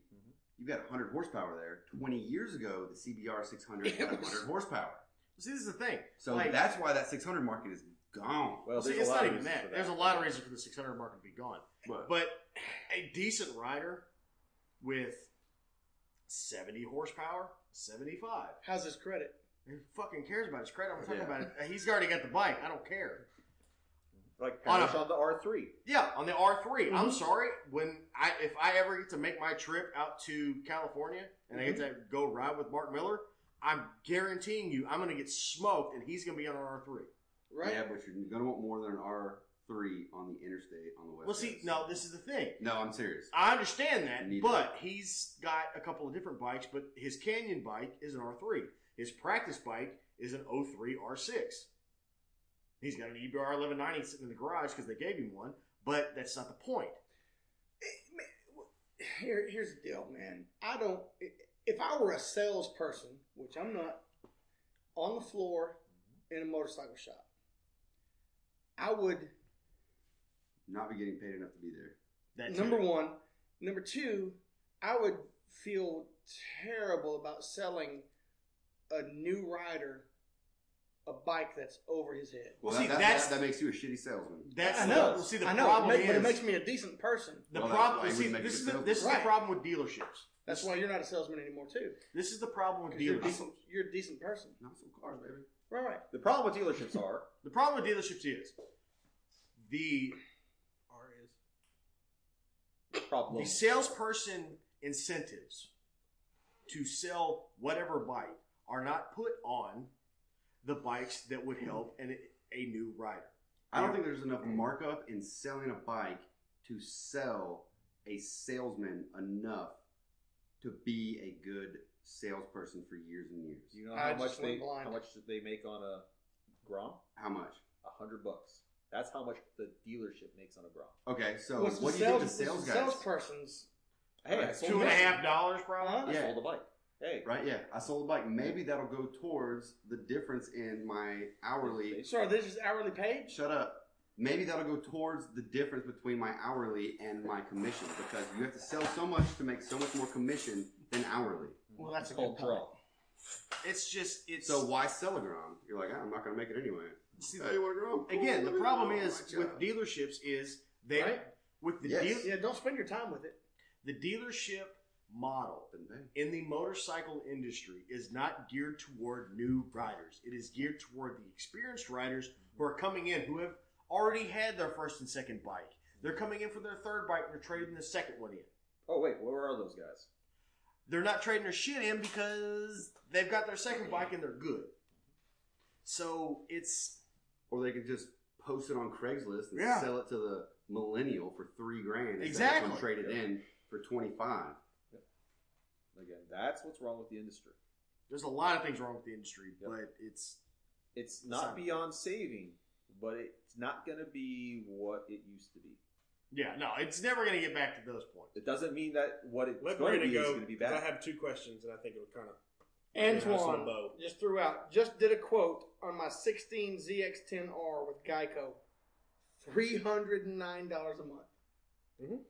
[SPEAKER 2] you've got 100 horsepower there. 20 years ago, the CBR 600 had 100 horsepower.
[SPEAKER 5] See, this is the thing.
[SPEAKER 2] So
[SPEAKER 5] Like-
[SPEAKER 2] that's why that 600 market is gone.
[SPEAKER 4] Well,
[SPEAKER 5] See,
[SPEAKER 4] there's
[SPEAKER 5] it's
[SPEAKER 4] a lot
[SPEAKER 5] not
[SPEAKER 4] of
[SPEAKER 5] even
[SPEAKER 4] reasons
[SPEAKER 5] that.
[SPEAKER 4] for
[SPEAKER 5] There's a lot of reasons for the 600 market to be gone.
[SPEAKER 2] But,
[SPEAKER 5] But a decent rider with 70 horsepower, 75.
[SPEAKER 3] How's his credit?
[SPEAKER 5] Who fucking cares about his credit? I'm talking
[SPEAKER 2] Yeah.
[SPEAKER 5] about it. He's already got the bike. I don't care.
[SPEAKER 4] Like
[SPEAKER 5] On a-
[SPEAKER 4] Paris on the R3.
[SPEAKER 5] Yeah, on the R3. I'm
[SPEAKER 4] Mm-hmm.
[SPEAKER 3] Mhm.
[SPEAKER 5] sorry. When I if I ever get to make my trip out to California and I
[SPEAKER 4] Mm-hmm.
[SPEAKER 5] get to go ride with Mark Miller, I'm guaranteeing you I'm going to get smoked and he's going to be on an R3.
[SPEAKER 3] Right.
[SPEAKER 2] yeah, but you're going to want more than an R3 on the interstate on the west.
[SPEAKER 5] Well, see,
[SPEAKER 2] coast.
[SPEAKER 5] no, this is the thing.
[SPEAKER 2] No, I'm serious.
[SPEAKER 5] I understand that,
[SPEAKER 2] Neither.
[SPEAKER 5] but he's got a couple of different bikes, but his Canyon bike is an R3. His practice bike is an 03 R6. He's got an E EBR 1190 sitting in the garage because they gave him one, but that's not the point.
[SPEAKER 3] Eh, Here, here's the deal, man. I don't. If I were a salesperson, which I'm not, on the floor in a motorcycle shop, I would
[SPEAKER 2] Not be getting paid enough to be there.
[SPEAKER 5] That's
[SPEAKER 3] number
[SPEAKER 5] it.
[SPEAKER 3] one. Number two, I would feel terrible about selling a new rider a bike that's over his head.
[SPEAKER 2] Well,
[SPEAKER 5] See,
[SPEAKER 2] that, that,
[SPEAKER 5] that's-
[SPEAKER 2] that, that makes you a shitty salesman.
[SPEAKER 5] That's
[SPEAKER 3] I
[SPEAKER 5] the-
[SPEAKER 3] know.
[SPEAKER 5] well, see, the
[SPEAKER 3] I know, it
[SPEAKER 5] problem
[SPEAKER 3] ma- but
[SPEAKER 5] is
[SPEAKER 3] it makes me a decent person.
[SPEAKER 5] the
[SPEAKER 2] Well, that-
[SPEAKER 5] problem.
[SPEAKER 2] why
[SPEAKER 5] see,
[SPEAKER 2] we make
[SPEAKER 5] this
[SPEAKER 2] it
[SPEAKER 5] is the,
[SPEAKER 2] available.
[SPEAKER 5] this is the
[SPEAKER 3] Right.
[SPEAKER 5] problem with dealerships.
[SPEAKER 3] That's why you're not a salesman anymore, too.
[SPEAKER 5] This is the problem with
[SPEAKER 3] 'Cause You're a,
[SPEAKER 5] dealerships.
[SPEAKER 3] decent, you're a decent person.
[SPEAKER 2] Not some cars, baby.
[SPEAKER 3] Right.
[SPEAKER 4] The problem with dealerships are
[SPEAKER 5] The problem with dealerships is the
[SPEAKER 6] R is.
[SPEAKER 4] problem.
[SPEAKER 5] the salesperson incentives to sell whatever bike are not put on the bikes that would help an, a new rider.
[SPEAKER 2] I don't think there's enough markup in selling a bike to sell a salesman enough to be a good salesperson for years and years.
[SPEAKER 4] Do you know
[SPEAKER 3] I
[SPEAKER 4] how
[SPEAKER 3] just
[SPEAKER 4] much
[SPEAKER 3] went
[SPEAKER 4] they
[SPEAKER 3] blind.
[SPEAKER 4] how much they make on a Grom?
[SPEAKER 2] How much?
[SPEAKER 4] A hundred bucks. That's how much the dealership makes on a Grom.
[SPEAKER 2] Okay, so
[SPEAKER 3] What's
[SPEAKER 2] what
[SPEAKER 3] the
[SPEAKER 2] do you
[SPEAKER 3] sales,
[SPEAKER 2] think the sales
[SPEAKER 3] what's the
[SPEAKER 2] guys?
[SPEAKER 3] salesperson's?
[SPEAKER 4] Hey, I
[SPEAKER 2] Right.
[SPEAKER 4] sold
[SPEAKER 5] Two and a
[SPEAKER 4] a bike.
[SPEAKER 5] half dollars, probably.
[SPEAKER 3] Huh?
[SPEAKER 4] I
[SPEAKER 2] Yeah.
[SPEAKER 4] sold a bike. Hey,
[SPEAKER 2] Right, yeah. I sold a bike. Maybe that'll go towards the difference in my hourly.
[SPEAKER 3] Sorry, this is hourly paid?
[SPEAKER 2] Shut up. Maybe that'll go towards the difference between my hourly and my commission because you have to sell so much to make so much more commission than hourly.
[SPEAKER 3] Well, that's a
[SPEAKER 4] cold
[SPEAKER 3] good point.
[SPEAKER 4] draw.
[SPEAKER 5] It's just it's
[SPEAKER 2] So why sell a gram? You're like, "Ah, I'm not going to make it anyway.
[SPEAKER 5] see,
[SPEAKER 2] Hey, you want a gram? Cool,
[SPEAKER 5] again the
[SPEAKER 2] let me-
[SPEAKER 5] problem
[SPEAKER 2] oh,
[SPEAKER 5] is
[SPEAKER 2] my
[SPEAKER 5] with
[SPEAKER 2] God.
[SPEAKER 5] dealerships is they
[SPEAKER 3] Right?
[SPEAKER 5] with the
[SPEAKER 2] Yes.
[SPEAKER 5] deal,
[SPEAKER 3] Yeah, don't spend your time with it.
[SPEAKER 5] the dealership model
[SPEAKER 2] Didn't they?
[SPEAKER 5] in the motorcycle industry is not geared toward new riders. It is geared toward the experienced riders who are coming in who have already had their first and second bike. They're coming in for their third bike and they're trading the second one in.
[SPEAKER 4] Oh wait, where are those guys?
[SPEAKER 5] They're not trading their shit in because they've got their second bike and they're good. So it's
[SPEAKER 2] Or they can just post it on Craigslist and
[SPEAKER 5] Yeah.
[SPEAKER 2] sell it to the millennial for three grand.
[SPEAKER 5] Exactly.
[SPEAKER 2] And trade it in for 25.
[SPEAKER 4] Again, that's what's wrong with the industry.
[SPEAKER 5] there's a lot of things wrong with the industry,
[SPEAKER 4] Yep.
[SPEAKER 5] but it's
[SPEAKER 4] It's not beyond saving, but it's not going to be what it used to be.
[SPEAKER 5] yeah, no, it's never going to get back to those points.
[SPEAKER 4] It doesn't mean that what it's
[SPEAKER 6] Let
[SPEAKER 4] going to
[SPEAKER 6] Brandon
[SPEAKER 4] be is
[SPEAKER 6] go.
[SPEAKER 4] going to be
[SPEAKER 6] 'cause I
[SPEAKER 4] bad.
[SPEAKER 6] have two questions, and I think it would kind of.
[SPEAKER 3] Antoine
[SPEAKER 6] Bow.
[SPEAKER 3] just threw out, just did a quote on my 16 ZX10R with Geico, $309 a month.
[SPEAKER 6] Mhm.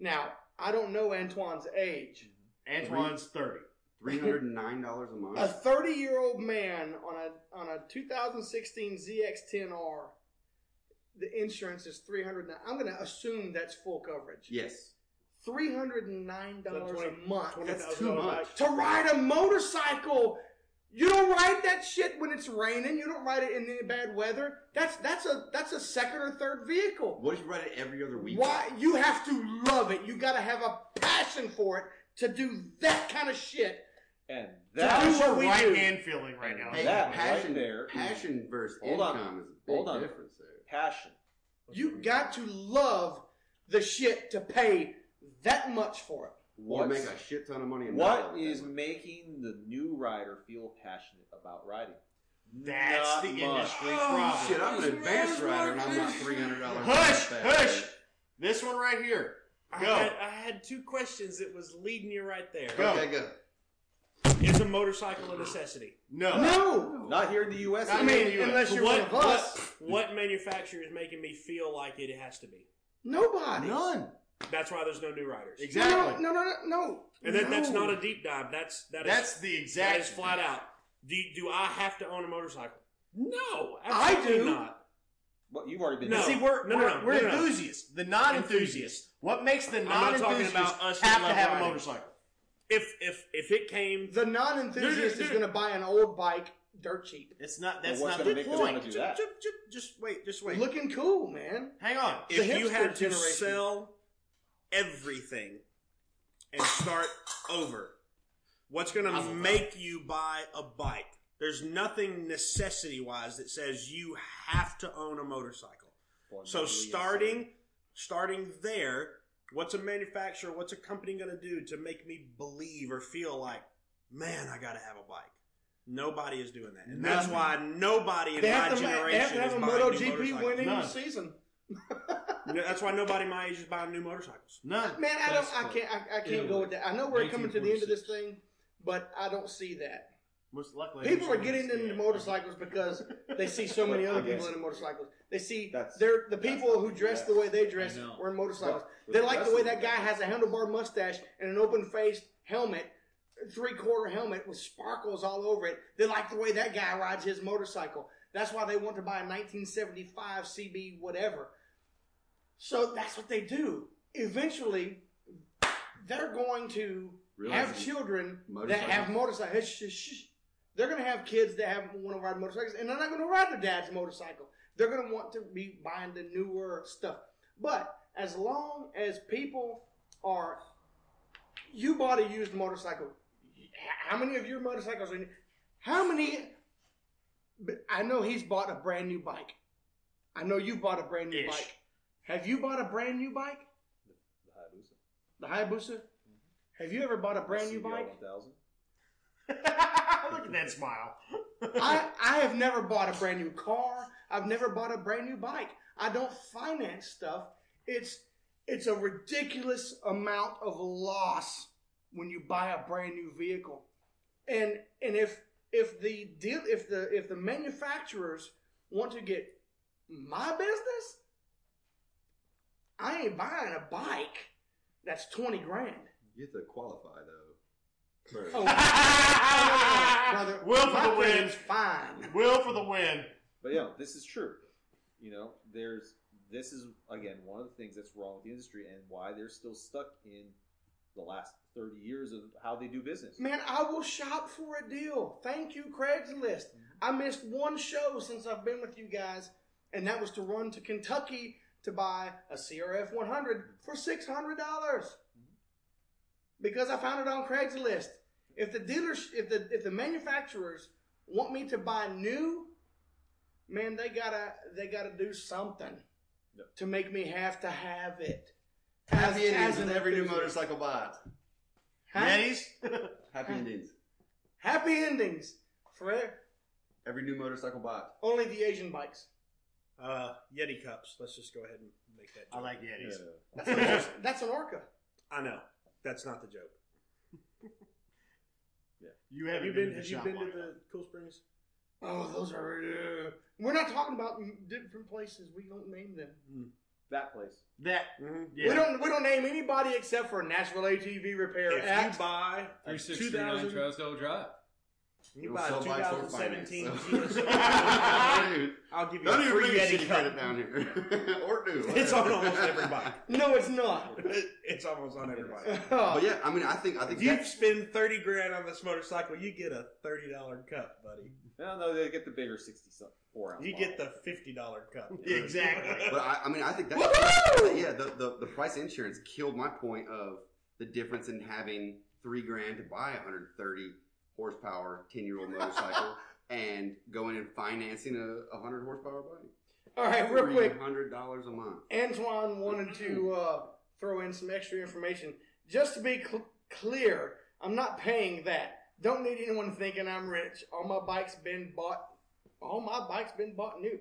[SPEAKER 3] Now, I don't know Antoine's age.
[SPEAKER 5] Antoine's 30.
[SPEAKER 2] $309 a month.
[SPEAKER 3] A 30 year old man on a, on a 2016 ZX10R, the insurance is 309 I'm going to assume that's full coverage.
[SPEAKER 2] yes.
[SPEAKER 3] $309
[SPEAKER 6] $20
[SPEAKER 3] a month.
[SPEAKER 2] That's
[SPEAKER 6] $20,000
[SPEAKER 2] too much.
[SPEAKER 3] to ride a motorcycle. You don't ride that shit when it's raining. You don't ride it in any bad weather. That's that's a that's a second or third vehicle.
[SPEAKER 2] What if you write it every other week?
[SPEAKER 3] Why you have to love it. You got to have a passion for it to do that kind of shit.
[SPEAKER 4] and
[SPEAKER 5] That's
[SPEAKER 4] that,
[SPEAKER 3] do what
[SPEAKER 5] your
[SPEAKER 3] we
[SPEAKER 5] right
[SPEAKER 3] do.
[SPEAKER 5] hand feeling right now.
[SPEAKER 2] Hey,
[SPEAKER 4] That right
[SPEAKER 2] passion,
[SPEAKER 4] there is-
[SPEAKER 2] passion versus
[SPEAKER 4] Hold on.
[SPEAKER 2] income is a big
[SPEAKER 4] Hold on.
[SPEAKER 2] difference there.
[SPEAKER 4] passion.
[SPEAKER 3] You got to love the shit to pay that much for it.
[SPEAKER 2] Or
[SPEAKER 4] What
[SPEAKER 2] make a shit ton of money. And not
[SPEAKER 4] what
[SPEAKER 2] love it that
[SPEAKER 4] is
[SPEAKER 2] much.
[SPEAKER 4] making the new rider feel passionate about riding?
[SPEAKER 5] That's
[SPEAKER 4] Not
[SPEAKER 5] the
[SPEAKER 4] much.
[SPEAKER 5] industry problem.
[SPEAKER 2] Oh, shit? I'm an advanced rider and I'm not three hundred dollars.
[SPEAKER 5] Hush, hush. This one right here.
[SPEAKER 6] I
[SPEAKER 5] Go.
[SPEAKER 6] had, I had two questions that was leading you right there.
[SPEAKER 5] Go.
[SPEAKER 2] Okay, go.
[SPEAKER 6] Is a motorcycle a necessity?
[SPEAKER 5] No.
[SPEAKER 3] No,
[SPEAKER 4] Not here in the U.S.
[SPEAKER 5] Not
[SPEAKER 3] I
[SPEAKER 4] it
[SPEAKER 5] here in
[SPEAKER 3] mean
[SPEAKER 5] the US.
[SPEAKER 3] unless you're
[SPEAKER 6] what,
[SPEAKER 3] one of us,
[SPEAKER 6] What, what manufacturer is making me feel like it has to be?
[SPEAKER 3] nobody.
[SPEAKER 5] None.
[SPEAKER 6] That's why there's no new riders.
[SPEAKER 5] Exactly.
[SPEAKER 3] No, no, no, no. no.
[SPEAKER 6] And that, that's
[SPEAKER 3] No.
[SPEAKER 6] not a deep dive. That's that is
[SPEAKER 5] That's the exact.
[SPEAKER 6] that is flat out. Do do I have to own a motorcycle? No,
[SPEAKER 3] I
[SPEAKER 6] absolutely
[SPEAKER 3] do.
[SPEAKER 6] not.
[SPEAKER 4] What you've already been.
[SPEAKER 6] No.
[SPEAKER 5] See,
[SPEAKER 4] doing.
[SPEAKER 5] we're
[SPEAKER 6] No, no,
[SPEAKER 5] we're,
[SPEAKER 6] no,
[SPEAKER 5] we're
[SPEAKER 6] no, no.
[SPEAKER 5] enthusiasts. The non-enthusiasts.
[SPEAKER 6] Enthusiasts.
[SPEAKER 5] What makes the
[SPEAKER 6] not talking
[SPEAKER 5] non-enthusiasts
[SPEAKER 6] about us that
[SPEAKER 5] have to
[SPEAKER 6] love
[SPEAKER 5] have a
[SPEAKER 6] riding.
[SPEAKER 5] motorcycle?
[SPEAKER 6] If if if it came,
[SPEAKER 3] The non-enthusiast
[SPEAKER 6] Dude,
[SPEAKER 3] is
[SPEAKER 6] dude,
[SPEAKER 3] going to buy an old bike dirt cheap.
[SPEAKER 5] It's not.
[SPEAKER 4] But
[SPEAKER 5] That's
[SPEAKER 4] what's
[SPEAKER 5] not
[SPEAKER 4] gonna
[SPEAKER 5] the
[SPEAKER 4] make them wanna
[SPEAKER 5] point.
[SPEAKER 4] do
[SPEAKER 5] Ju-
[SPEAKER 4] that?
[SPEAKER 5] ju- ju- just wait. Just wait.
[SPEAKER 3] Looking cool, man.
[SPEAKER 5] Hang on.
[SPEAKER 3] It's
[SPEAKER 6] if
[SPEAKER 3] the
[SPEAKER 6] you
[SPEAKER 3] hipster
[SPEAKER 6] had to
[SPEAKER 3] generation.
[SPEAKER 6] sell everything and start over, what's going to make you buy a bike? There's nothing necessity wise that says you have to own a motorcycle.
[SPEAKER 4] Boy,
[SPEAKER 6] So
[SPEAKER 4] mentally
[SPEAKER 6] starting
[SPEAKER 4] insane.
[SPEAKER 6] starting there, what's a manufacturer, what's a company going to do to make me believe or feel like, man, I got to have a bike? Nobody is doing that, and that's why nobody in
[SPEAKER 3] They
[SPEAKER 6] my
[SPEAKER 3] have, to, ma- they
[SPEAKER 6] generation
[SPEAKER 3] have to have
[SPEAKER 6] is
[SPEAKER 3] a
[SPEAKER 6] buying new
[SPEAKER 3] MotoGP
[SPEAKER 6] motorcycles.
[SPEAKER 3] winning
[SPEAKER 5] None.
[SPEAKER 3] season.
[SPEAKER 6] No, That's why nobody my age is buying new motorcycles.
[SPEAKER 5] None.
[SPEAKER 3] Man, I don't.
[SPEAKER 5] That's
[SPEAKER 3] I
[SPEAKER 5] the-
[SPEAKER 3] can't. I, I can't go with that. I know we're coming to the end of this thing, but I don't see that.
[SPEAKER 5] Most luckily,
[SPEAKER 3] People are
[SPEAKER 5] it's-
[SPEAKER 3] getting into motorcycles because they see so many other
[SPEAKER 4] Okay.
[SPEAKER 3] people in motorcycles. They see
[SPEAKER 4] That's-
[SPEAKER 3] they're the
[SPEAKER 4] that's
[SPEAKER 3] people
[SPEAKER 4] not
[SPEAKER 3] who
[SPEAKER 4] true.
[SPEAKER 3] dress the way they dress
[SPEAKER 1] I know.
[SPEAKER 3] wear motorcycles.
[SPEAKER 4] But
[SPEAKER 3] they
[SPEAKER 4] the
[SPEAKER 3] like
[SPEAKER 4] rest
[SPEAKER 3] the way
[SPEAKER 4] of
[SPEAKER 3] that
[SPEAKER 4] them-
[SPEAKER 3] guy has a handlebar mustache and an open faced helmet, three quarter helmet with sparkles all over it. They like the way that guy rides his motorcycle. That's why they want to buy a 1975 CB whatever. So that's what they do. Eventually, they're going to have children that
[SPEAKER 2] Motorcycles.
[SPEAKER 3] have motorcycles. Shh, shh, shh. They're going to have kids that have want to ride motorcycles, and they're not going to ride their dad's motorcycle. They're going to want to be buying the newer stuff. But as long as people are, you bought a used motorcycle. H- How many of your motorcycles? Are in, how many? but I know he's bought a brand new bike. I know you bought a brand new
[SPEAKER 5] Ish.
[SPEAKER 3] bike. Have you bought a brand new bike?
[SPEAKER 4] The Hayabusa.
[SPEAKER 3] The Hayabusa. Have you ever bought a brand new
[SPEAKER 4] CBR
[SPEAKER 3] bike?
[SPEAKER 4] 1000.
[SPEAKER 5] Look at that smile.
[SPEAKER 3] I, I have never bought a brand new car. I've never bought a brand new bike. I don't finance stuff. It's it's a ridiculous amount of loss when you buy a brand new vehicle. And and if if the deal if the if the manufacturers want to get my business, I ain't buying a bike that's twenty grand.
[SPEAKER 2] You have to qualify though.
[SPEAKER 3] Oh, brother,
[SPEAKER 5] Will for
[SPEAKER 3] my
[SPEAKER 5] the win.
[SPEAKER 3] thing's Fine.
[SPEAKER 5] Will for the win.
[SPEAKER 4] But yeah, this is true. You know, there's this is again one of the things that's wrong with the industry and why they're still stuck in the last thirty years of how they do business.
[SPEAKER 3] Man, I will shop for a deal. Thank you, Craigslist. I missed one show since I've been with you guys, and that was to run to Kentucky to buy a CRF 100 for $600 dollars because I found it on Craigslist. If the dealers, if the if the manufacturers want me to buy new, man, they gotta they gotta do something
[SPEAKER 4] Yep.
[SPEAKER 3] to make me have to have it.
[SPEAKER 2] Happy
[SPEAKER 3] as
[SPEAKER 2] Indians
[SPEAKER 3] an
[SPEAKER 2] in every new
[SPEAKER 3] enthusiast.
[SPEAKER 2] motorcycle bot.
[SPEAKER 3] Huh?
[SPEAKER 5] Yetis?
[SPEAKER 2] Happy
[SPEAKER 3] Huh?
[SPEAKER 2] Indians.
[SPEAKER 3] Happy endings for
[SPEAKER 2] Every new motorcycle bot.
[SPEAKER 3] Only the Asian bikes.
[SPEAKER 6] Uh, Yeti cups. Let's just go ahead and make that.
[SPEAKER 5] I
[SPEAKER 6] Joke.
[SPEAKER 5] like Yetis.
[SPEAKER 4] Uh,
[SPEAKER 3] That's, not just, that's an orca.
[SPEAKER 6] I know that's not the joke.
[SPEAKER 5] You
[SPEAKER 6] Have
[SPEAKER 5] haven't
[SPEAKER 6] you
[SPEAKER 5] been, to
[SPEAKER 6] been?
[SPEAKER 5] the
[SPEAKER 6] Have you
[SPEAKER 5] shop
[SPEAKER 6] been to
[SPEAKER 5] long enough.
[SPEAKER 6] the Cool Springs?
[SPEAKER 3] Oh, those are. We're not talking about different places. We don't name them.
[SPEAKER 6] Hmm.
[SPEAKER 4] That place.
[SPEAKER 5] that? Yeah.
[SPEAKER 3] We don't. We don't name anybody except for Nashville ATV Repair
[SPEAKER 6] If
[SPEAKER 3] at
[SPEAKER 6] you buy a
[SPEAKER 1] 3639
[SPEAKER 6] 2000
[SPEAKER 1] Trousdale Drive.
[SPEAKER 6] You
[SPEAKER 2] It'll
[SPEAKER 6] buy a
[SPEAKER 2] sell by store
[SPEAKER 6] 2017
[SPEAKER 2] finance, so.
[SPEAKER 6] Kia Sportage, I'll give you
[SPEAKER 2] None
[SPEAKER 6] a
[SPEAKER 2] of your
[SPEAKER 6] free
[SPEAKER 2] bringing
[SPEAKER 6] Yeti
[SPEAKER 2] shitty credit
[SPEAKER 6] cup.
[SPEAKER 2] down here, or do.
[SPEAKER 6] It's on almost every bike.
[SPEAKER 3] No, it's not.
[SPEAKER 6] It's almost on every bike.
[SPEAKER 2] But
[SPEAKER 3] Oh,
[SPEAKER 2] yeah, I mean, I think I think
[SPEAKER 6] If you
[SPEAKER 2] that's-
[SPEAKER 6] spend thirty grand on this motorcycle, you get a thirty dollar cup, buddy.
[SPEAKER 4] No, no, they get the bigger sixty some- four ounce.
[SPEAKER 6] You
[SPEAKER 4] bottle.
[SPEAKER 6] get the fifty dollar cup.
[SPEAKER 5] Yeah, exactly.
[SPEAKER 2] But I, I mean, I think that yeah, the, the the price insurance killed my point of the difference in having three grand to buy a 130 horsepower 10 year old motorcycle and going and financing a, a 100 horsepower bike.
[SPEAKER 3] all right, real quick.
[SPEAKER 2] hundred dollars a month.
[SPEAKER 3] Antoine wanted to uh, throw in some extra information. Just to be cl- clear, I'm not paying that. Don't need anyone thinking I'm rich. All my bikes been bought. All my bikes been bought new.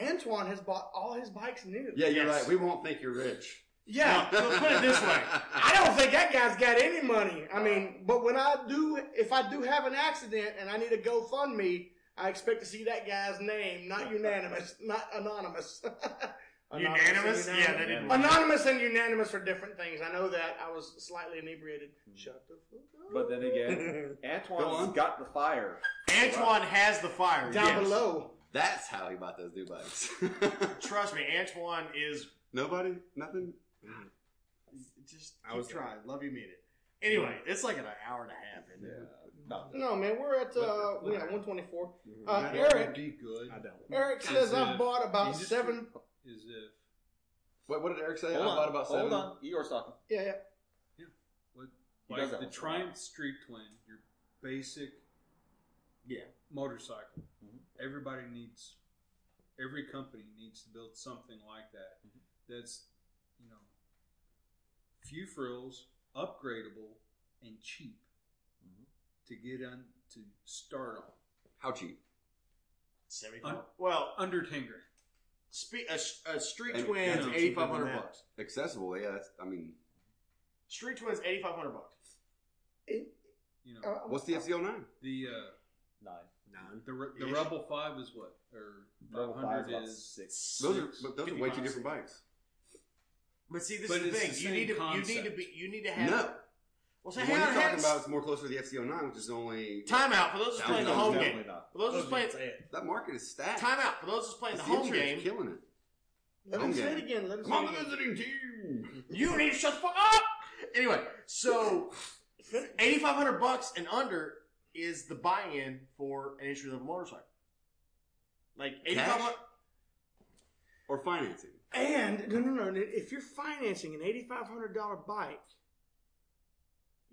[SPEAKER 3] Antoine has bought all his bikes new.
[SPEAKER 2] Yeah, you're
[SPEAKER 5] Yes.
[SPEAKER 2] right. We won't think you're rich.
[SPEAKER 3] Yeah.
[SPEAKER 5] so put it this way.
[SPEAKER 3] I don't think that guy's got any money. I mean, but when I do, if I do have an accident and I need a GoFundMe, I expect to see that guy's name, not unanimous, not anonymous.
[SPEAKER 5] Unanimous?
[SPEAKER 3] and
[SPEAKER 5] Yeah, that didn't work.
[SPEAKER 3] Anonymous and unanimous are different things. I know that. I was slightly inebriated. Shut the fuck up.
[SPEAKER 4] But then again, Antoine's
[SPEAKER 2] on.
[SPEAKER 4] got the fire.
[SPEAKER 5] Antoine has the fire.
[SPEAKER 3] Down
[SPEAKER 5] yes.
[SPEAKER 3] below.
[SPEAKER 2] That's how he bought those new bikes.
[SPEAKER 5] Trust me, Antoine is
[SPEAKER 2] Nobody, nothing.
[SPEAKER 5] just.
[SPEAKER 6] I
[SPEAKER 5] I was
[SPEAKER 6] was-
[SPEAKER 5] trying. Love you, mean it. Anyway, it's like an hour and a half. Isn't it?
[SPEAKER 3] No, man, we're at uh, yeah, 124. Uh,
[SPEAKER 2] That'll
[SPEAKER 3] Eric,
[SPEAKER 2] be good.
[SPEAKER 6] I don't.
[SPEAKER 3] Eric says I've bought about
[SPEAKER 1] He's-
[SPEAKER 3] seven.
[SPEAKER 1] Is if
[SPEAKER 2] Wait, what did Eric say?
[SPEAKER 4] Hold
[SPEAKER 2] I
[SPEAKER 4] on,
[SPEAKER 2] bought about seven.
[SPEAKER 4] hold on. Eeyore's talking.
[SPEAKER 3] Yeah, yeah.
[SPEAKER 1] what,
[SPEAKER 4] He does
[SPEAKER 1] like
[SPEAKER 4] that
[SPEAKER 1] the
[SPEAKER 4] once in a
[SPEAKER 1] Triumph Street Twin, your basic
[SPEAKER 5] Yeah.
[SPEAKER 1] motorcycle.
[SPEAKER 4] Mhm.
[SPEAKER 1] Everybody needs, every company needs to build something like that. That's you know, few frills, upgradable, and cheap
[SPEAKER 4] Mhm.
[SPEAKER 1] to get on to start on
[SPEAKER 2] How cheap?
[SPEAKER 5] Seventy.
[SPEAKER 1] Un-
[SPEAKER 5] well,
[SPEAKER 1] under ten grand.
[SPEAKER 5] spe- a, s- a street
[SPEAKER 2] And-
[SPEAKER 5] twin
[SPEAKER 1] No,
[SPEAKER 5] is
[SPEAKER 1] cheaper
[SPEAKER 5] eighty five hundred
[SPEAKER 6] than that.
[SPEAKER 5] bucks.
[SPEAKER 2] Accessible? Yeah, that's. I mean,
[SPEAKER 5] Street twin is eighty five hundred bucks.
[SPEAKER 3] It-
[SPEAKER 1] You know
[SPEAKER 3] uh,
[SPEAKER 2] what's the FC09?
[SPEAKER 1] the uh,
[SPEAKER 4] Nine.
[SPEAKER 1] the Re- the
[SPEAKER 5] Ish.
[SPEAKER 1] Rebel Five is what or
[SPEAKER 4] Level
[SPEAKER 1] five
[SPEAKER 4] five's
[SPEAKER 1] hundred
[SPEAKER 4] about
[SPEAKER 1] is.
[SPEAKER 4] six.
[SPEAKER 2] Those are
[SPEAKER 1] Six.
[SPEAKER 2] but those are
[SPEAKER 1] Fifty
[SPEAKER 2] way two
[SPEAKER 1] miles.
[SPEAKER 2] different bikes.
[SPEAKER 5] But see, this
[SPEAKER 1] But
[SPEAKER 5] is the
[SPEAKER 1] it's
[SPEAKER 5] thing.
[SPEAKER 1] the
[SPEAKER 5] you
[SPEAKER 1] same
[SPEAKER 5] need to. You need to
[SPEAKER 1] concept.
[SPEAKER 5] be. You need to have.
[SPEAKER 2] No,
[SPEAKER 5] Well, so
[SPEAKER 2] the one
[SPEAKER 5] hang
[SPEAKER 2] you're
[SPEAKER 5] on. hang
[SPEAKER 2] talking
[SPEAKER 5] on.
[SPEAKER 2] about is more closer to the FC09, which is only
[SPEAKER 5] Timeout for those who's
[SPEAKER 2] That
[SPEAKER 5] playing the
[SPEAKER 2] was
[SPEAKER 5] home
[SPEAKER 2] definitely
[SPEAKER 5] game.
[SPEAKER 4] not.
[SPEAKER 5] For those who's
[SPEAKER 6] Those
[SPEAKER 5] playing.
[SPEAKER 6] don't say it.
[SPEAKER 2] that market is stacked.
[SPEAKER 5] Timeout for those who's playing the
[SPEAKER 2] It's
[SPEAKER 5] home
[SPEAKER 2] insurance
[SPEAKER 5] game.
[SPEAKER 2] killing it.
[SPEAKER 3] Let him
[SPEAKER 2] Home
[SPEAKER 3] say it
[SPEAKER 2] game.
[SPEAKER 3] again. Let him
[SPEAKER 2] Come
[SPEAKER 3] say
[SPEAKER 2] on,
[SPEAKER 3] it
[SPEAKER 2] the
[SPEAKER 3] again.
[SPEAKER 2] visiting team.
[SPEAKER 5] You need to shut the fuck up. Anyway, so eighty five hundred bucks and under is the buy in for an entry level motorcycle. Like eighty five hundred.
[SPEAKER 2] or financing.
[SPEAKER 3] And no, no, no. If you're financing an eighty-five hundred dollar bike,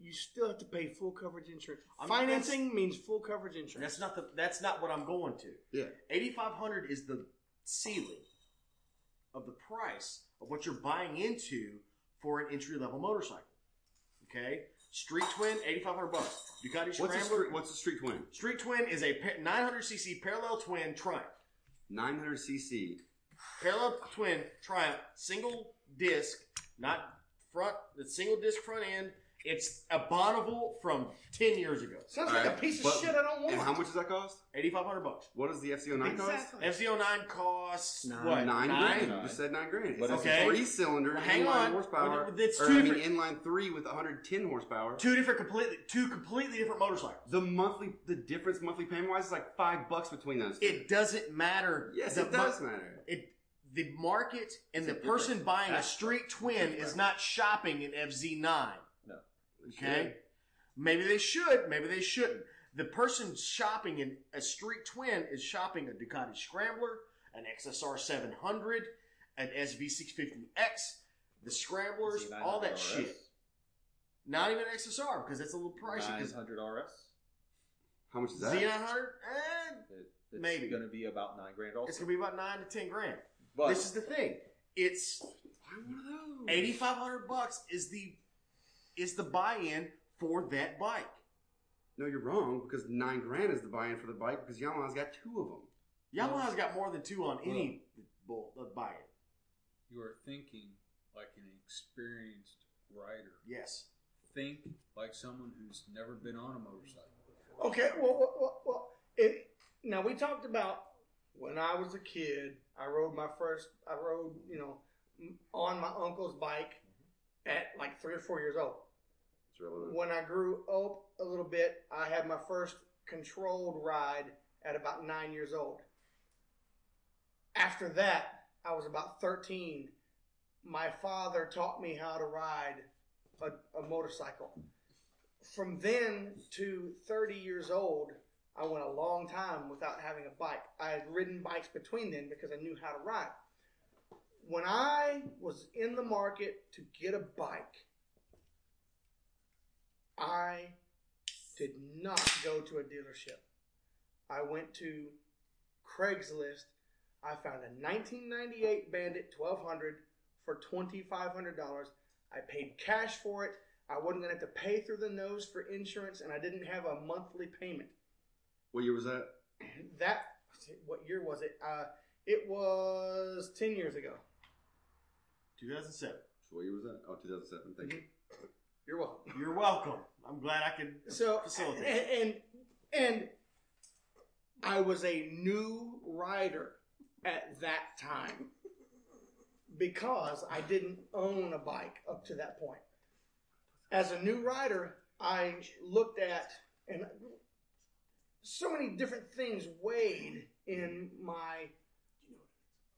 [SPEAKER 3] you still have to pay full coverage insurance.
[SPEAKER 5] I'm-
[SPEAKER 3] financing means full coverage insurance.
[SPEAKER 5] That's not the. That's not what I'm going to.
[SPEAKER 2] Yeah.
[SPEAKER 5] Eighty five hundred is the ceiling of the price of what you're buying into for an entry level motorcycle. Okay, Street Twin eighty five hundred bucks. Ducati
[SPEAKER 2] What's a
[SPEAKER 5] Scrambler.
[SPEAKER 2] street, what's a street twin?
[SPEAKER 5] Street Twin is a nine hundred cc parallel twin Triumph.
[SPEAKER 2] 900 cc.
[SPEAKER 5] Parallel twin Triumph, single disc, not front. The single disc front end. It's a Bonneville from ten years ago.
[SPEAKER 3] Sounds
[SPEAKER 2] All
[SPEAKER 3] like a
[SPEAKER 2] right,
[SPEAKER 3] piece of
[SPEAKER 2] but-
[SPEAKER 3] shit I don't want.
[SPEAKER 2] And how much does that cost?
[SPEAKER 5] Eighty five hundred bucks.
[SPEAKER 2] What does the FC09 cost?
[SPEAKER 3] Exactly.
[SPEAKER 5] FZ09 costs
[SPEAKER 4] Nine.
[SPEAKER 5] what?
[SPEAKER 2] Nine, grand.
[SPEAKER 4] Nine.
[SPEAKER 2] You said nine grand. It's
[SPEAKER 4] But
[SPEAKER 2] a
[SPEAKER 5] okay.
[SPEAKER 2] three cylinder,
[SPEAKER 5] Well, hang
[SPEAKER 2] inline
[SPEAKER 5] on.
[SPEAKER 2] horsepower.
[SPEAKER 5] Well, it's
[SPEAKER 2] or,
[SPEAKER 5] two
[SPEAKER 2] I mean,
[SPEAKER 5] different-
[SPEAKER 2] inline three with 110 horsepower.
[SPEAKER 5] Two different completely two completely different motorcycles.
[SPEAKER 2] The monthly, the difference monthly payment wise is like five bucks between those. two.
[SPEAKER 5] It doesn't matter.
[SPEAKER 2] yes,
[SPEAKER 5] The
[SPEAKER 2] it does
[SPEAKER 5] mar-
[SPEAKER 2] matter.
[SPEAKER 5] It the market and
[SPEAKER 4] It's
[SPEAKER 5] the
[SPEAKER 4] a
[SPEAKER 5] person
[SPEAKER 4] different
[SPEAKER 5] buying a
[SPEAKER 4] aspect.
[SPEAKER 5] street twin
[SPEAKER 4] Different.
[SPEAKER 5] is not shopping an FZ9.
[SPEAKER 2] It should.
[SPEAKER 5] Okay, maybe they should. Maybe they shouldn't. The person shopping in a street twin is shopping a Ducati Scrambler, an XSR 700, an SV650X, the Scramblers, all that shit. Not even XSR because that's a little pricey.
[SPEAKER 4] Nine
[SPEAKER 5] Because
[SPEAKER 4] hundred RS.
[SPEAKER 2] How much is that?
[SPEAKER 5] Z900, eh,
[SPEAKER 4] It- it's
[SPEAKER 5] Maybe.
[SPEAKER 4] going to be about nine grand. Also,
[SPEAKER 5] it's gonna be about nine to ten grand.
[SPEAKER 4] but
[SPEAKER 5] this is the thing. It's
[SPEAKER 2] Why one of those?
[SPEAKER 5] eighty five hundred bucks is the is the buy in for that bike.
[SPEAKER 2] No, you're wrong because nine grand is the buy-in for the bike because Yamaha's got two of them.
[SPEAKER 5] Yamaha's got more than two on any bull uh, buy in.
[SPEAKER 1] You are thinking like an experienced rider.
[SPEAKER 5] Yes.
[SPEAKER 1] Think like someone who's never been on a motorcycle. before.
[SPEAKER 3] Okay, well, well, well, well it, now we talked about when I was a kid. I rode my first. I rode, you know, m- on my uncle's bike at like three or four years old.
[SPEAKER 2] It's relevant.
[SPEAKER 3] When I grew up a little bit, I had my first controlled ride at about nine years old. After that, I was about 13. My father taught me how to ride a, a motorcycle. From then to 30 years old, I went a long time without having a bike. I had ridden bikes between then because I knew how to ride. When I was in the market to get a bike, I did not go to a dealership. I went to Craigslist. I found a 1998 Bandit 1200 for $2,500. I paid cash for it. I wasn't going to have to pay through the nose for insurance, and I didn't have a monthly payment.
[SPEAKER 2] What year was that?
[SPEAKER 3] That, what year was it? Uh, it was 10 years ago.
[SPEAKER 5] 2007.
[SPEAKER 2] What year was that? Oh, 2007. Thank you.
[SPEAKER 3] You're welcome.
[SPEAKER 5] You're welcome. I'm glad I could.
[SPEAKER 3] so
[SPEAKER 5] Facilitate.
[SPEAKER 3] And, and and I was a new rider at that time because I didn't own a bike up to that point. As a new rider, I looked at and so many different things weighed in my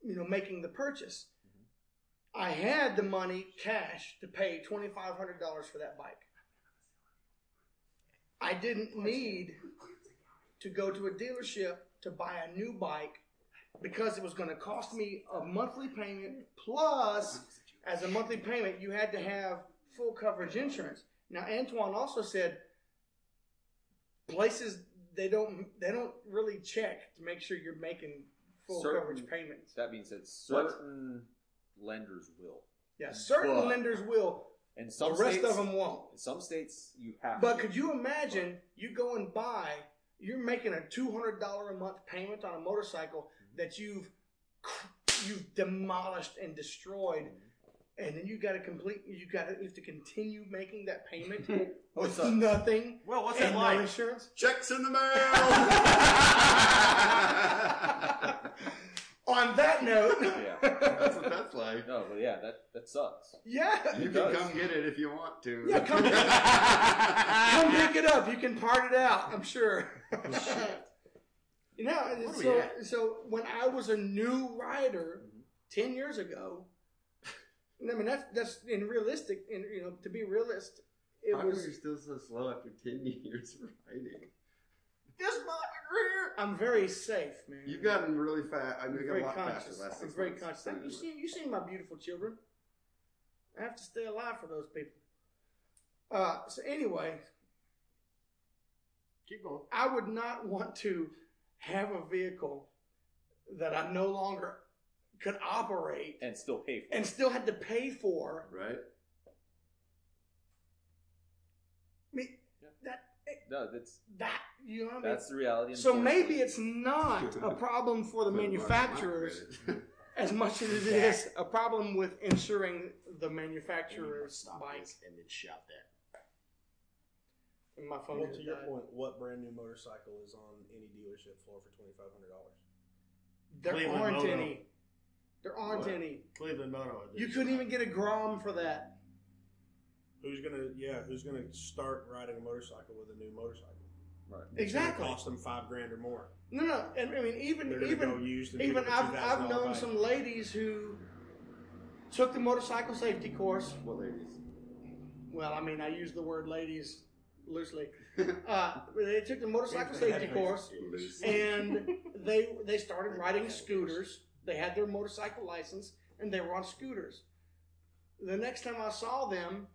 [SPEAKER 3] you know making the purchase. I had the money cash to pay twenty five hundred dollars for that bike. I didn't need to go to a dealership to buy a new bike because it was going to cost me a monthly payment plus as a monthly payment you had to have full coverage insurance. Now Antoine also said places they don't they don't really check to make sure you're making full
[SPEAKER 4] Certain-
[SPEAKER 3] coverage payments.
[SPEAKER 4] that being said, certain lenders will,
[SPEAKER 3] Yeah, certain
[SPEAKER 4] But-
[SPEAKER 3] lenders will,
[SPEAKER 4] and some
[SPEAKER 3] the rest
[SPEAKER 4] states,
[SPEAKER 3] of them won't.
[SPEAKER 4] In some states, you have.
[SPEAKER 3] But
[SPEAKER 4] to.
[SPEAKER 3] could you imagine you go and buy, you're making a two hundred dollar a month payment on a motorcycle
[SPEAKER 4] Mm-hmm.
[SPEAKER 3] that you've cr- you've demolished and destroyed,
[SPEAKER 4] Mm-hmm.
[SPEAKER 3] and then you got to complete, you got to you have to continue making that payment with
[SPEAKER 4] it's a-
[SPEAKER 3] nothing
[SPEAKER 5] Well, what's that
[SPEAKER 3] and no
[SPEAKER 5] like?
[SPEAKER 3] insurance.
[SPEAKER 2] Checks in the mail.
[SPEAKER 3] On that note,
[SPEAKER 4] Yeah.
[SPEAKER 2] That's what that's like.
[SPEAKER 4] No, but yeah, that that sucks.
[SPEAKER 3] yeah.
[SPEAKER 2] You can
[SPEAKER 4] It does.
[SPEAKER 2] come get it if you want to.
[SPEAKER 3] Yeah, come get Come pick it up. You can part it out. I'm sure. you know, and
[SPEAKER 5] What Oh, are we
[SPEAKER 3] so
[SPEAKER 5] at?
[SPEAKER 3] so when I was a new rider ten years ago, And I mean, that's that's in realistic, in you know, to be realist, it
[SPEAKER 2] How come
[SPEAKER 3] was.
[SPEAKER 2] you're still so slow after 10 years of riding?
[SPEAKER 5] This motherfucker.
[SPEAKER 3] I'm very safe, man.
[SPEAKER 2] You've gotten really fast. I mean, you
[SPEAKER 3] I'm
[SPEAKER 2] got
[SPEAKER 3] very
[SPEAKER 2] a lot
[SPEAKER 3] conscious.
[SPEAKER 2] faster last six
[SPEAKER 3] I'm very
[SPEAKER 2] months.
[SPEAKER 3] conscious. You seen you seen my beautiful children. I have to stay alive for those people. Uh, so anyway,
[SPEAKER 5] Keep going.
[SPEAKER 3] I would not want to have a vehicle that I no longer could operate
[SPEAKER 4] and still pay for it.
[SPEAKER 3] and still had to pay for.
[SPEAKER 2] Right?
[SPEAKER 3] I mean, that
[SPEAKER 4] No, that's
[SPEAKER 3] that you know what I mean.
[SPEAKER 4] that's the reality.
[SPEAKER 3] so maybe it's not a problem for the manufacturers as much as it is a problem with insuring the manufacturer's
[SPEAKER 5] Stop
[SPEAKER 3] bike.
[SPEAKER 5] this and then shout that.
[SPEAKER 3] And my phone
[SPEAKER 6] Well,
[SPEAKER 3] just
[SPEAKER 6] to your
[SPEAKER 3] died.
[SPEAKER 6] point, what brand new motorcycle is on any dealership floor for twenty five hundred dollars?
[SPEAKER 3] There
[SPEAKER 5] Cleveland
[SPEAKER 3] aren't
[SPEAKER 5] Moto.
[SPEAKER 3] any. There aren't
[SPEAKER 2] What?
[SPEAKER 3] any.
[SPEAKER 5] Cleveland Moto.
[SPEAKER 3] You couldn't even get a Grom for that.
[SPEAKER 6] Who's gonna? Yeah, who's gonna start riding a motorcycle with a new motorcycle?
[SPEAKER 4] right.
[SPEAKER 6] It's gonna
[SPEAKER 3] Exactly.
[SPEAKER 6] cost them five grand or more.
[SPEAKER 3] No, no. And I mean, even
[SPEAKER 6] They're gonna
[SPEAKER 3] even
[SPEAKER 6] go used. And pick
[SPEAKER 3] Even
[SPEAKER 6] up a
[SPEAKER 3] I've, I've
[SPEAKER 6] $2,000
[SPEAKER 3] known
[SPEAKER 6] bike.
[SPEAKER 3] some ladies who took the motorcycle safety course.
[SPEAKER 2] What ladies?
[SPEAKER 3] Well, I mean, I use the word ladies loosely. Uh, but they took the motorcycle safety course
[SPEAKER 2] Loose.
[SPEAKER 3] and they they started riding scooters. They had their motorcycle license and they were on scooters. The next time I saw them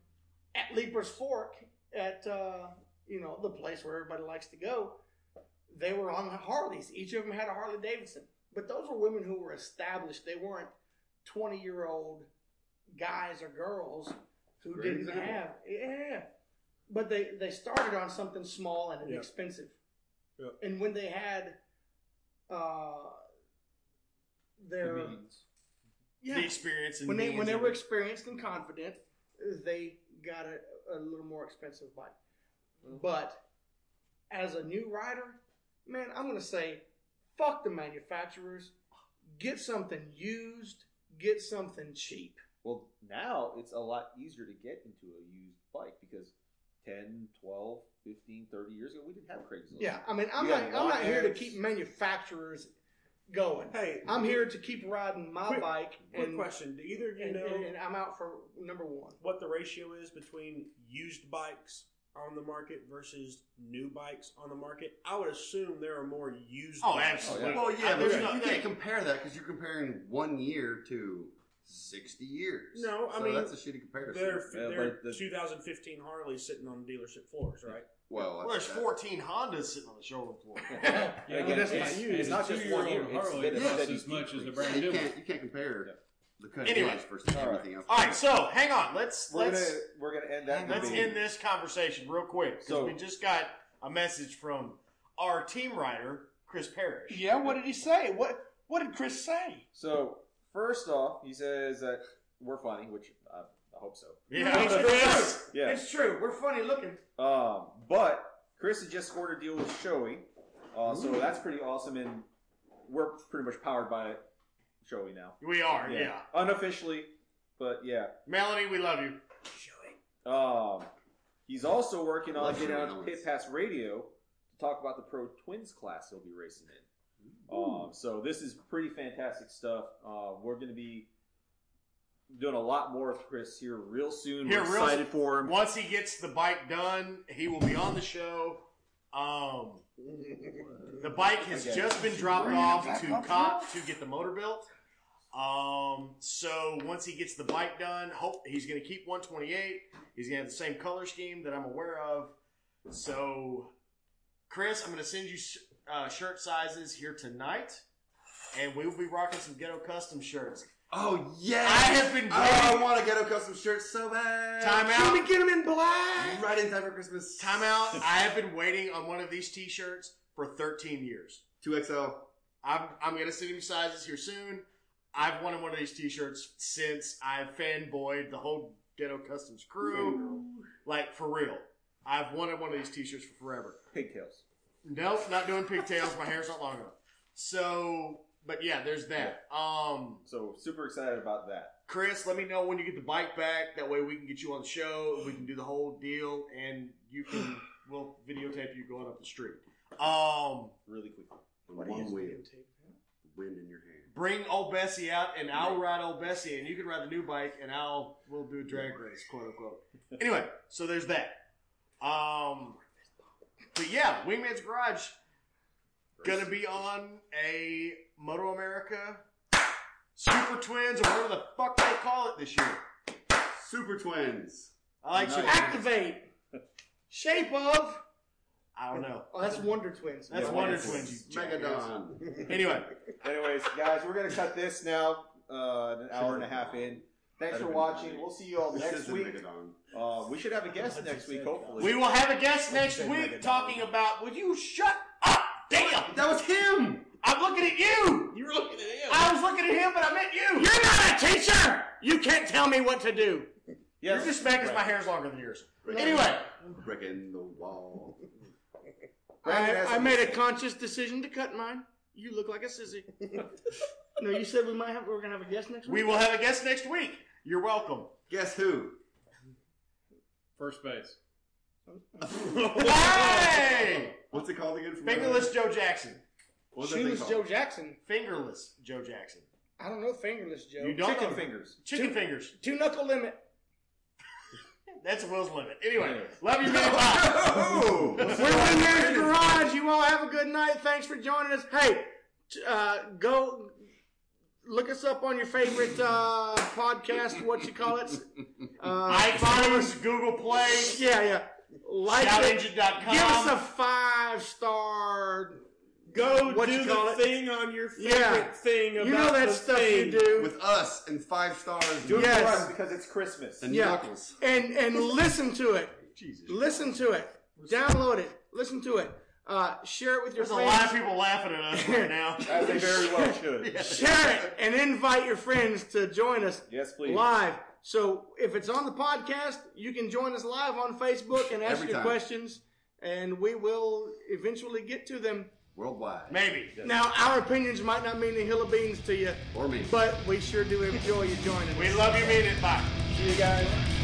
[SPEAKER 3] at Leaper's Fork, at uh, you know the place where everybody likes to go, they were on Harleys. Each of them had a Harley Davidson, but those were women who were established. They weren't twenty year old guys or girls who
[SPEAKER 2] Great
[SPEAKER 3] didn't
[SPEAKER 2] example.
[SPEAKER 3] have yeah. But they they started on something small and
[SPEAKER 6] Yeah.
[SPEAKER 3] inexpensive
[SPEAKER 6] Yeah.
[SPEAKER 3] and when they had uh, their
[SPEAKER 5] the
[SPEAKER 3] yeah,
[SPEAKER 5] experience. And
[SPEAKER 3] when they
[SPEAKER 5] being
[SPEAKER 3] when they
[SPEAKER 5] in-
[SPEAKER 3] were experienced and confident, they got a, a little more expensive bike. But as a new rider, man, I'm gonna say, fuck the manufacturers. Get something used. Get something cheap.
[SPEAKER 4] Well, now it's a lot easier to get into a used bike because 10, 12, 15, 30 years ago, we didn't have Craigslist.
[SPEAKER 3] Yeah, I mean, I'm
[SPEAKER 4] You
[SPEAKER 3] not
[SPEAKER 4] have
[SPEAKER 3] I'm not here to
[SPEAKER 4] Walmarts.
[SPEAKER 3] keep manufacturers going.
[SPEAKER 6] Hey,
[SPEAKER 3] I'm here to keep riding my
[SPEAKER 6] Quick-
[SPEAKER 3] bike.
[SPEAKER 6] Quick
[SPEAKER 3] and,
[SPEAKER 6] question: Do either of you
[SPEAKER 3] and-
[SPEAKER 6] know
[SPEAKER 3] and- and I'm out for number one.
[SPEAKER 5] uh,
[SPEAKER 6] what the ratio is between used bikes on the market versus new bikes on the market? I would assume there are more used.
[SPEAKER 5] Oh,
[SPEAKER 6] bikes.
[SPEAKER 5] absolutely.
[SPEAKER 2] Well, yeah,
[SPEAKER 5] I-
[SPEAKER 2] but
[SPEAKER 5] there's
[SPEAKER 2] you,
[SPEAKER 5] no-
[SPEAKER 2] you
[SPEAKER 5] that-
[SPEAKER 2] can't compare that because you're comparing one year to 60 years.
[SPEAKER 6] No, I
[SPEAKER 2] So
[SPEAKER 6] mean,
[SPEAKER 2] that's a shitty comparison.
[SPEAKER 6] They're,
[SPEAKER 4] Yeah,
[SPEAKER 6] they're
[SPEAKER 4] but the-
[SPEAKER 6] 2015 Harleys sitting on dealership floors, right?
[SPEAKER 2] well,
[SPEAKER 5] Well, there's
[SPEAKER 2] that's-
[SPEAKER 5] 14 Hondas sitting on the showroom floor.
[SPEAKER 4] And again,
[SPEAKER 3] that's
[SPEAKER 4] it's,
[SPEAKER 3] not
[SPEAKER 1] And
[SPEAKER 4] it's
[SPEAKER 1] a
[SPEAKER 4] not just one
[SPEAKER 1] two-year-old
[SPEAKER 4] year. It's
[SPEAKER 1] Harley
[SPEAKER 4] been a
[SPEAKER 1] costs
[SPEAKER 4] steady
[SPEAKER 1] as much as a
[SPEAKER 4] decrease.
[SPEAKER 2] yeah,
[SPEAKER 1] brand
[SPEAKER 2] you
[SPEAKER 1] new one.
[SPEAKER 2] can't you can't compare
[SPEAKER 4] Yeah.
[SPEAKER 2] the cutting
[SPEAKER 5] Anyway.
[SPEAKER 2] edge versus
[SPEAKER 4] All right.
[SPEAKER 2] everything else.
[SPEAKER 5] All right, so hang on. Let's
[SPEAKER 4] We're
[SPEAKER 5] let's
[SPEAKER 4] gonna we're gonna end that.
[SPEAKER 5] let's
[SPEAKER 4] debate.
[SPEAKER 5] end this conversation real quick because
[SPEAKER 4] So-
[SPEAKER 5] we just got a message from our team writer Chris Parrish.
[SPEAKER 3] Yeah, what did he say? What what did Chris say?
[SPEAKER 4] So first off, he says that we're funny, which I, I hope so.
[SPEAKER 5] Yeah,
[SPEAKER 3] Thanks,
[SPEAKER 5] Chris.
[SPEAKER 4] Yeah.
[SPEAKER 3] It's true. We're funny looking.
[SPEAKER 4] Um, but Chris has just scored a deal with Shoei, uh, so that's pretty awesome, and we're pretty much powered by Shoei now.
[SPEAKER 5] We are. Yeah.
[SPEAKER 4] unofficially, but yeah.
[SPEAKER 5] Melanie, we love you.
[SPEAKER 4] Um, he's also working on
[SPEAKER 2] Luxury
[SPEAKER 4] getting on
[SPEAKER 2] elements.
[SPEAKER 4] Pit Pass Radio to talk about the Pro Twins class he'll be racing in. Um, so this is pretty fantastic stuff. Uh, we're going to be doing a lot more with Chris here real soon.
[SPEAKER 5] Here
[SPEAKER 4] we're
[SPEAKER 5] real
[SPEAKER 4] excited for him.
[SPEAKER 5] Once he gets the bike done, he will be on the show. Um, the bike has
[SPEAKER 4] Okay.
[SPEAKER 5] just been dropped off to cop to get the motor built. Um, so once he gets the bike done, hope he's going to keep 128. He's going to have the same color scheme that I'm aware of. So, Chris, I'm going to send you sh- uh, shirt sizes here tonight, and we will be rocking some ghetto custom shirts.
[SPEAKER 2] Oh yeah,
[SPEAKER 5] I have been
[SPEAKER 2] I
[SPEAKER 5] waiting-
[SPEAKER 2] want to get a custom shirt so bad.
[SPEAKER 5] Time out.
[SPEAKER 3] Let me get him in black.
[SPEAKER 2] Right in time for Christmas.
[SPEAKER 5] Time out. I have been waiting on one of these T-shirts for 13 years.
[SPEAKER 2] Two XL.
[SPEAKER 5] I'm I'm gonna send him sizes here soon. I've wanted one of these T-shirts since I fanboyed the whole Ghetto Customs crew. Like for real, I've wanted one of these T-shirts for forever.
[SPEAKER 4] Pigtails.
[SPEAKER 5] Nope, not doing pigtails. My hair's not long enough. So, but yeah, there's that. Um,
[SPEAKER 4] So super excited about that.
[SPEAKER 5] Chris, let me know when you get the bike back. That way we can get you on the show. and We can do the whole deal, and you can we'll videotape you going up the street. Um,
[SPEAKER 4] Really quickly.
[SPEAKER 2] On one wheel,
[SPEAKER 3] Videotape.
[SPEAKER 2] wind in your hair.
[SPEAKER 5] Bring old Bessie out, and I'll ride old Bessie, and you can ride the new bike, and I'll we'll do a drag race, quote unquote. Anyway, so there's that. Um, but yeah, Wingman's Garage gonna be on a Moto America Super Twins or whatever the fuck they call it this year.
[SPEAKER 2] Super Twins.
[SPEAKER 5] I like
[SPEAKER 4] Nice.
[SPEAKER 5] you.
[SPEAKER 3] Activate. Shape of.
[SPEAKER 5] I don't know.
[SPEAKER 3] Oh, that's Wonder Twins.
[SPEAKER 5] That's
[SPEAKER 4] Yeah,
[SPEAKER 5] Wonder
[SPEAKER 4] Wonder
[SPEAKER 5] Twins. you jackass.
[SPEAKER 2] Megadon.
[SPEAKER 5] Anyway,
[SPEAKER 4] Anyways, guys, we're gonna cut this now. Uh, an hour and a half in. Thanks for watching. We'll see you all
[SPEAKER 2] This
[SPEAKER 4] next
[SPEAKER 2] isn't
[SPEAKER 4] week.
[SPEAKER 2] Megadon.
[SPEAKER 4] Uh, we should have a guest next week, hopefully.
[SPEAKER 5] we will have a guest next week talking about. Would you shut up? Damn!
[SPEAKER 2] That was him.
[SPEAKER 5] I'm looking at you.
[SPEAKER 6] You were looking at him.
[SPEAKER 5] I was looking at him, but I meant you.
[SPEAKER 3] You're not a teacher. You can't tell me what to do.
[SPEAKER 5] You're just mad because my hair's longer than yours.
[SPEAKER 2] Breaking-
[SPEAKER 5] Anyway,
[SPEAKER 2] breaking the wall.
[SPEAKER 4] Brandon has
[SPEAKER 3] I, I
[SPEAKER 4] something
[SPEAKER 3] made
[SPEAKER 4] to
[SPEAKER 3] a
[SPEAKER 4] say.
[SPEAKER 3] conscious decision to cut mine. You look like a sissy. no, you said we might have. We're gonna have a guest next
[SPEAKER 5] we
[SPEAKER 3] week.
[SPEAKER 5] will have a guest next week. You're welcome.
[SPEAKER 2] Guess who?
[SPEAKER 1] First base.
[SPEAKER 5] Hey!
[SPEAKER 2] What's it called again? From
[SPEAKER 5] Fingerless Joe Jackson.
[SPEAKER 2] What's that thing
[SPEAKER 3] Shoeless
[SPEAKER 2] called?
[SPEAKER 3] Joe Jackson.
[SPEAKER 5] Fingerless Joe Jackson.
[SPEAKER 3] I don't know fingerless Joe.
[SPEAKER 5] You don't
[SPEAKER 4] Chicken
[SPEAKER 5] know.
[SPEAKER 4] fingers.
[SPEAKER 5] Chicken fingers.
[SPEAKER 3] Two knuckle limit.
[SPEAKER 5] That's Will's limit. Anyway,
[SPEAKER 4] Anyways.
[SPEAKER 5] love you, man. Bye.
[SPEAKER 2] Oh!
[SPEAKER 3] We're in there's garage. You all have a good night. Thanks for joining us. Hey, t- uh, go look us up on your favorite uh, podcast. What you call it? Uh,
[SPEAKER 5] iTunes, Google Play,
[SPEAKER 3] yeah, yeah. Like it.
[SPEAKER 5] ShoutEngine.com.
[SPEAKER 3] Give us a five star.
[SPEAKER 6] Go
[SPEAKER 3] What
[SPEAKER 6] do
[SPEAKER 3] you
[SPEAKER 6] the
[SPEAKER 3] call it?
[SPEAKER 6] thing on your favorite
[SPEAKER 3] Yeah.
[SPEAKER 6] thing about
[SPEAKER 3] You know that
[SPEAKER 6] the
[SPEAKER 3] stuff
[SPEAKER 6] thing.
[SPEAKER 3] you do.
[SPEAKER 2] With us and five stars.
[SPEAKER 4] Do it
[SPEAKER 3] Yes.
[SPEAKER 4] for us because it's Christmas.
[SPEAKER 2] And
[SPEAKER 3] Yeah.
[SPEAKER 2] knuckles.
[SPEAKER 3] and and listen to it.
[SPEAKER 5] Jesus.
[SPEAKER 3] Listen to it. Download it. Listen to it. Uh, share it with your
[SPEAKER 5] There's a
[SPEAKER 3] friends.
[SPEAKER 5] lot of people laughing at us right now.
[SPEAKER 4] As they very well should.
[SPEAKER 3] share it and invite your friends to join us
[SPEAKER 4] Yes, please.
[SPEAKER 3] live. So if it's on the podcast, you can join us live on Facebook and ask
[SPEAKER 2] Every
[SPEAKER 3] your
[SPEAKER 2] time.
[SPEAKER 3] questions, and we will eventually get to them.
[SPEAKER 2] Worldwide.
[SPEAKER 5] Maybe.
[SPEAKER 3] Now, our opinions might not mean a hill of beans to you,
[SPEAKER 2] Or me.
[SPEAKER 3] but we sure do enjoy you joining us.
[SPEAKER 5] We love you, mean it. Bye.
[SPEAKER 4] See you guys.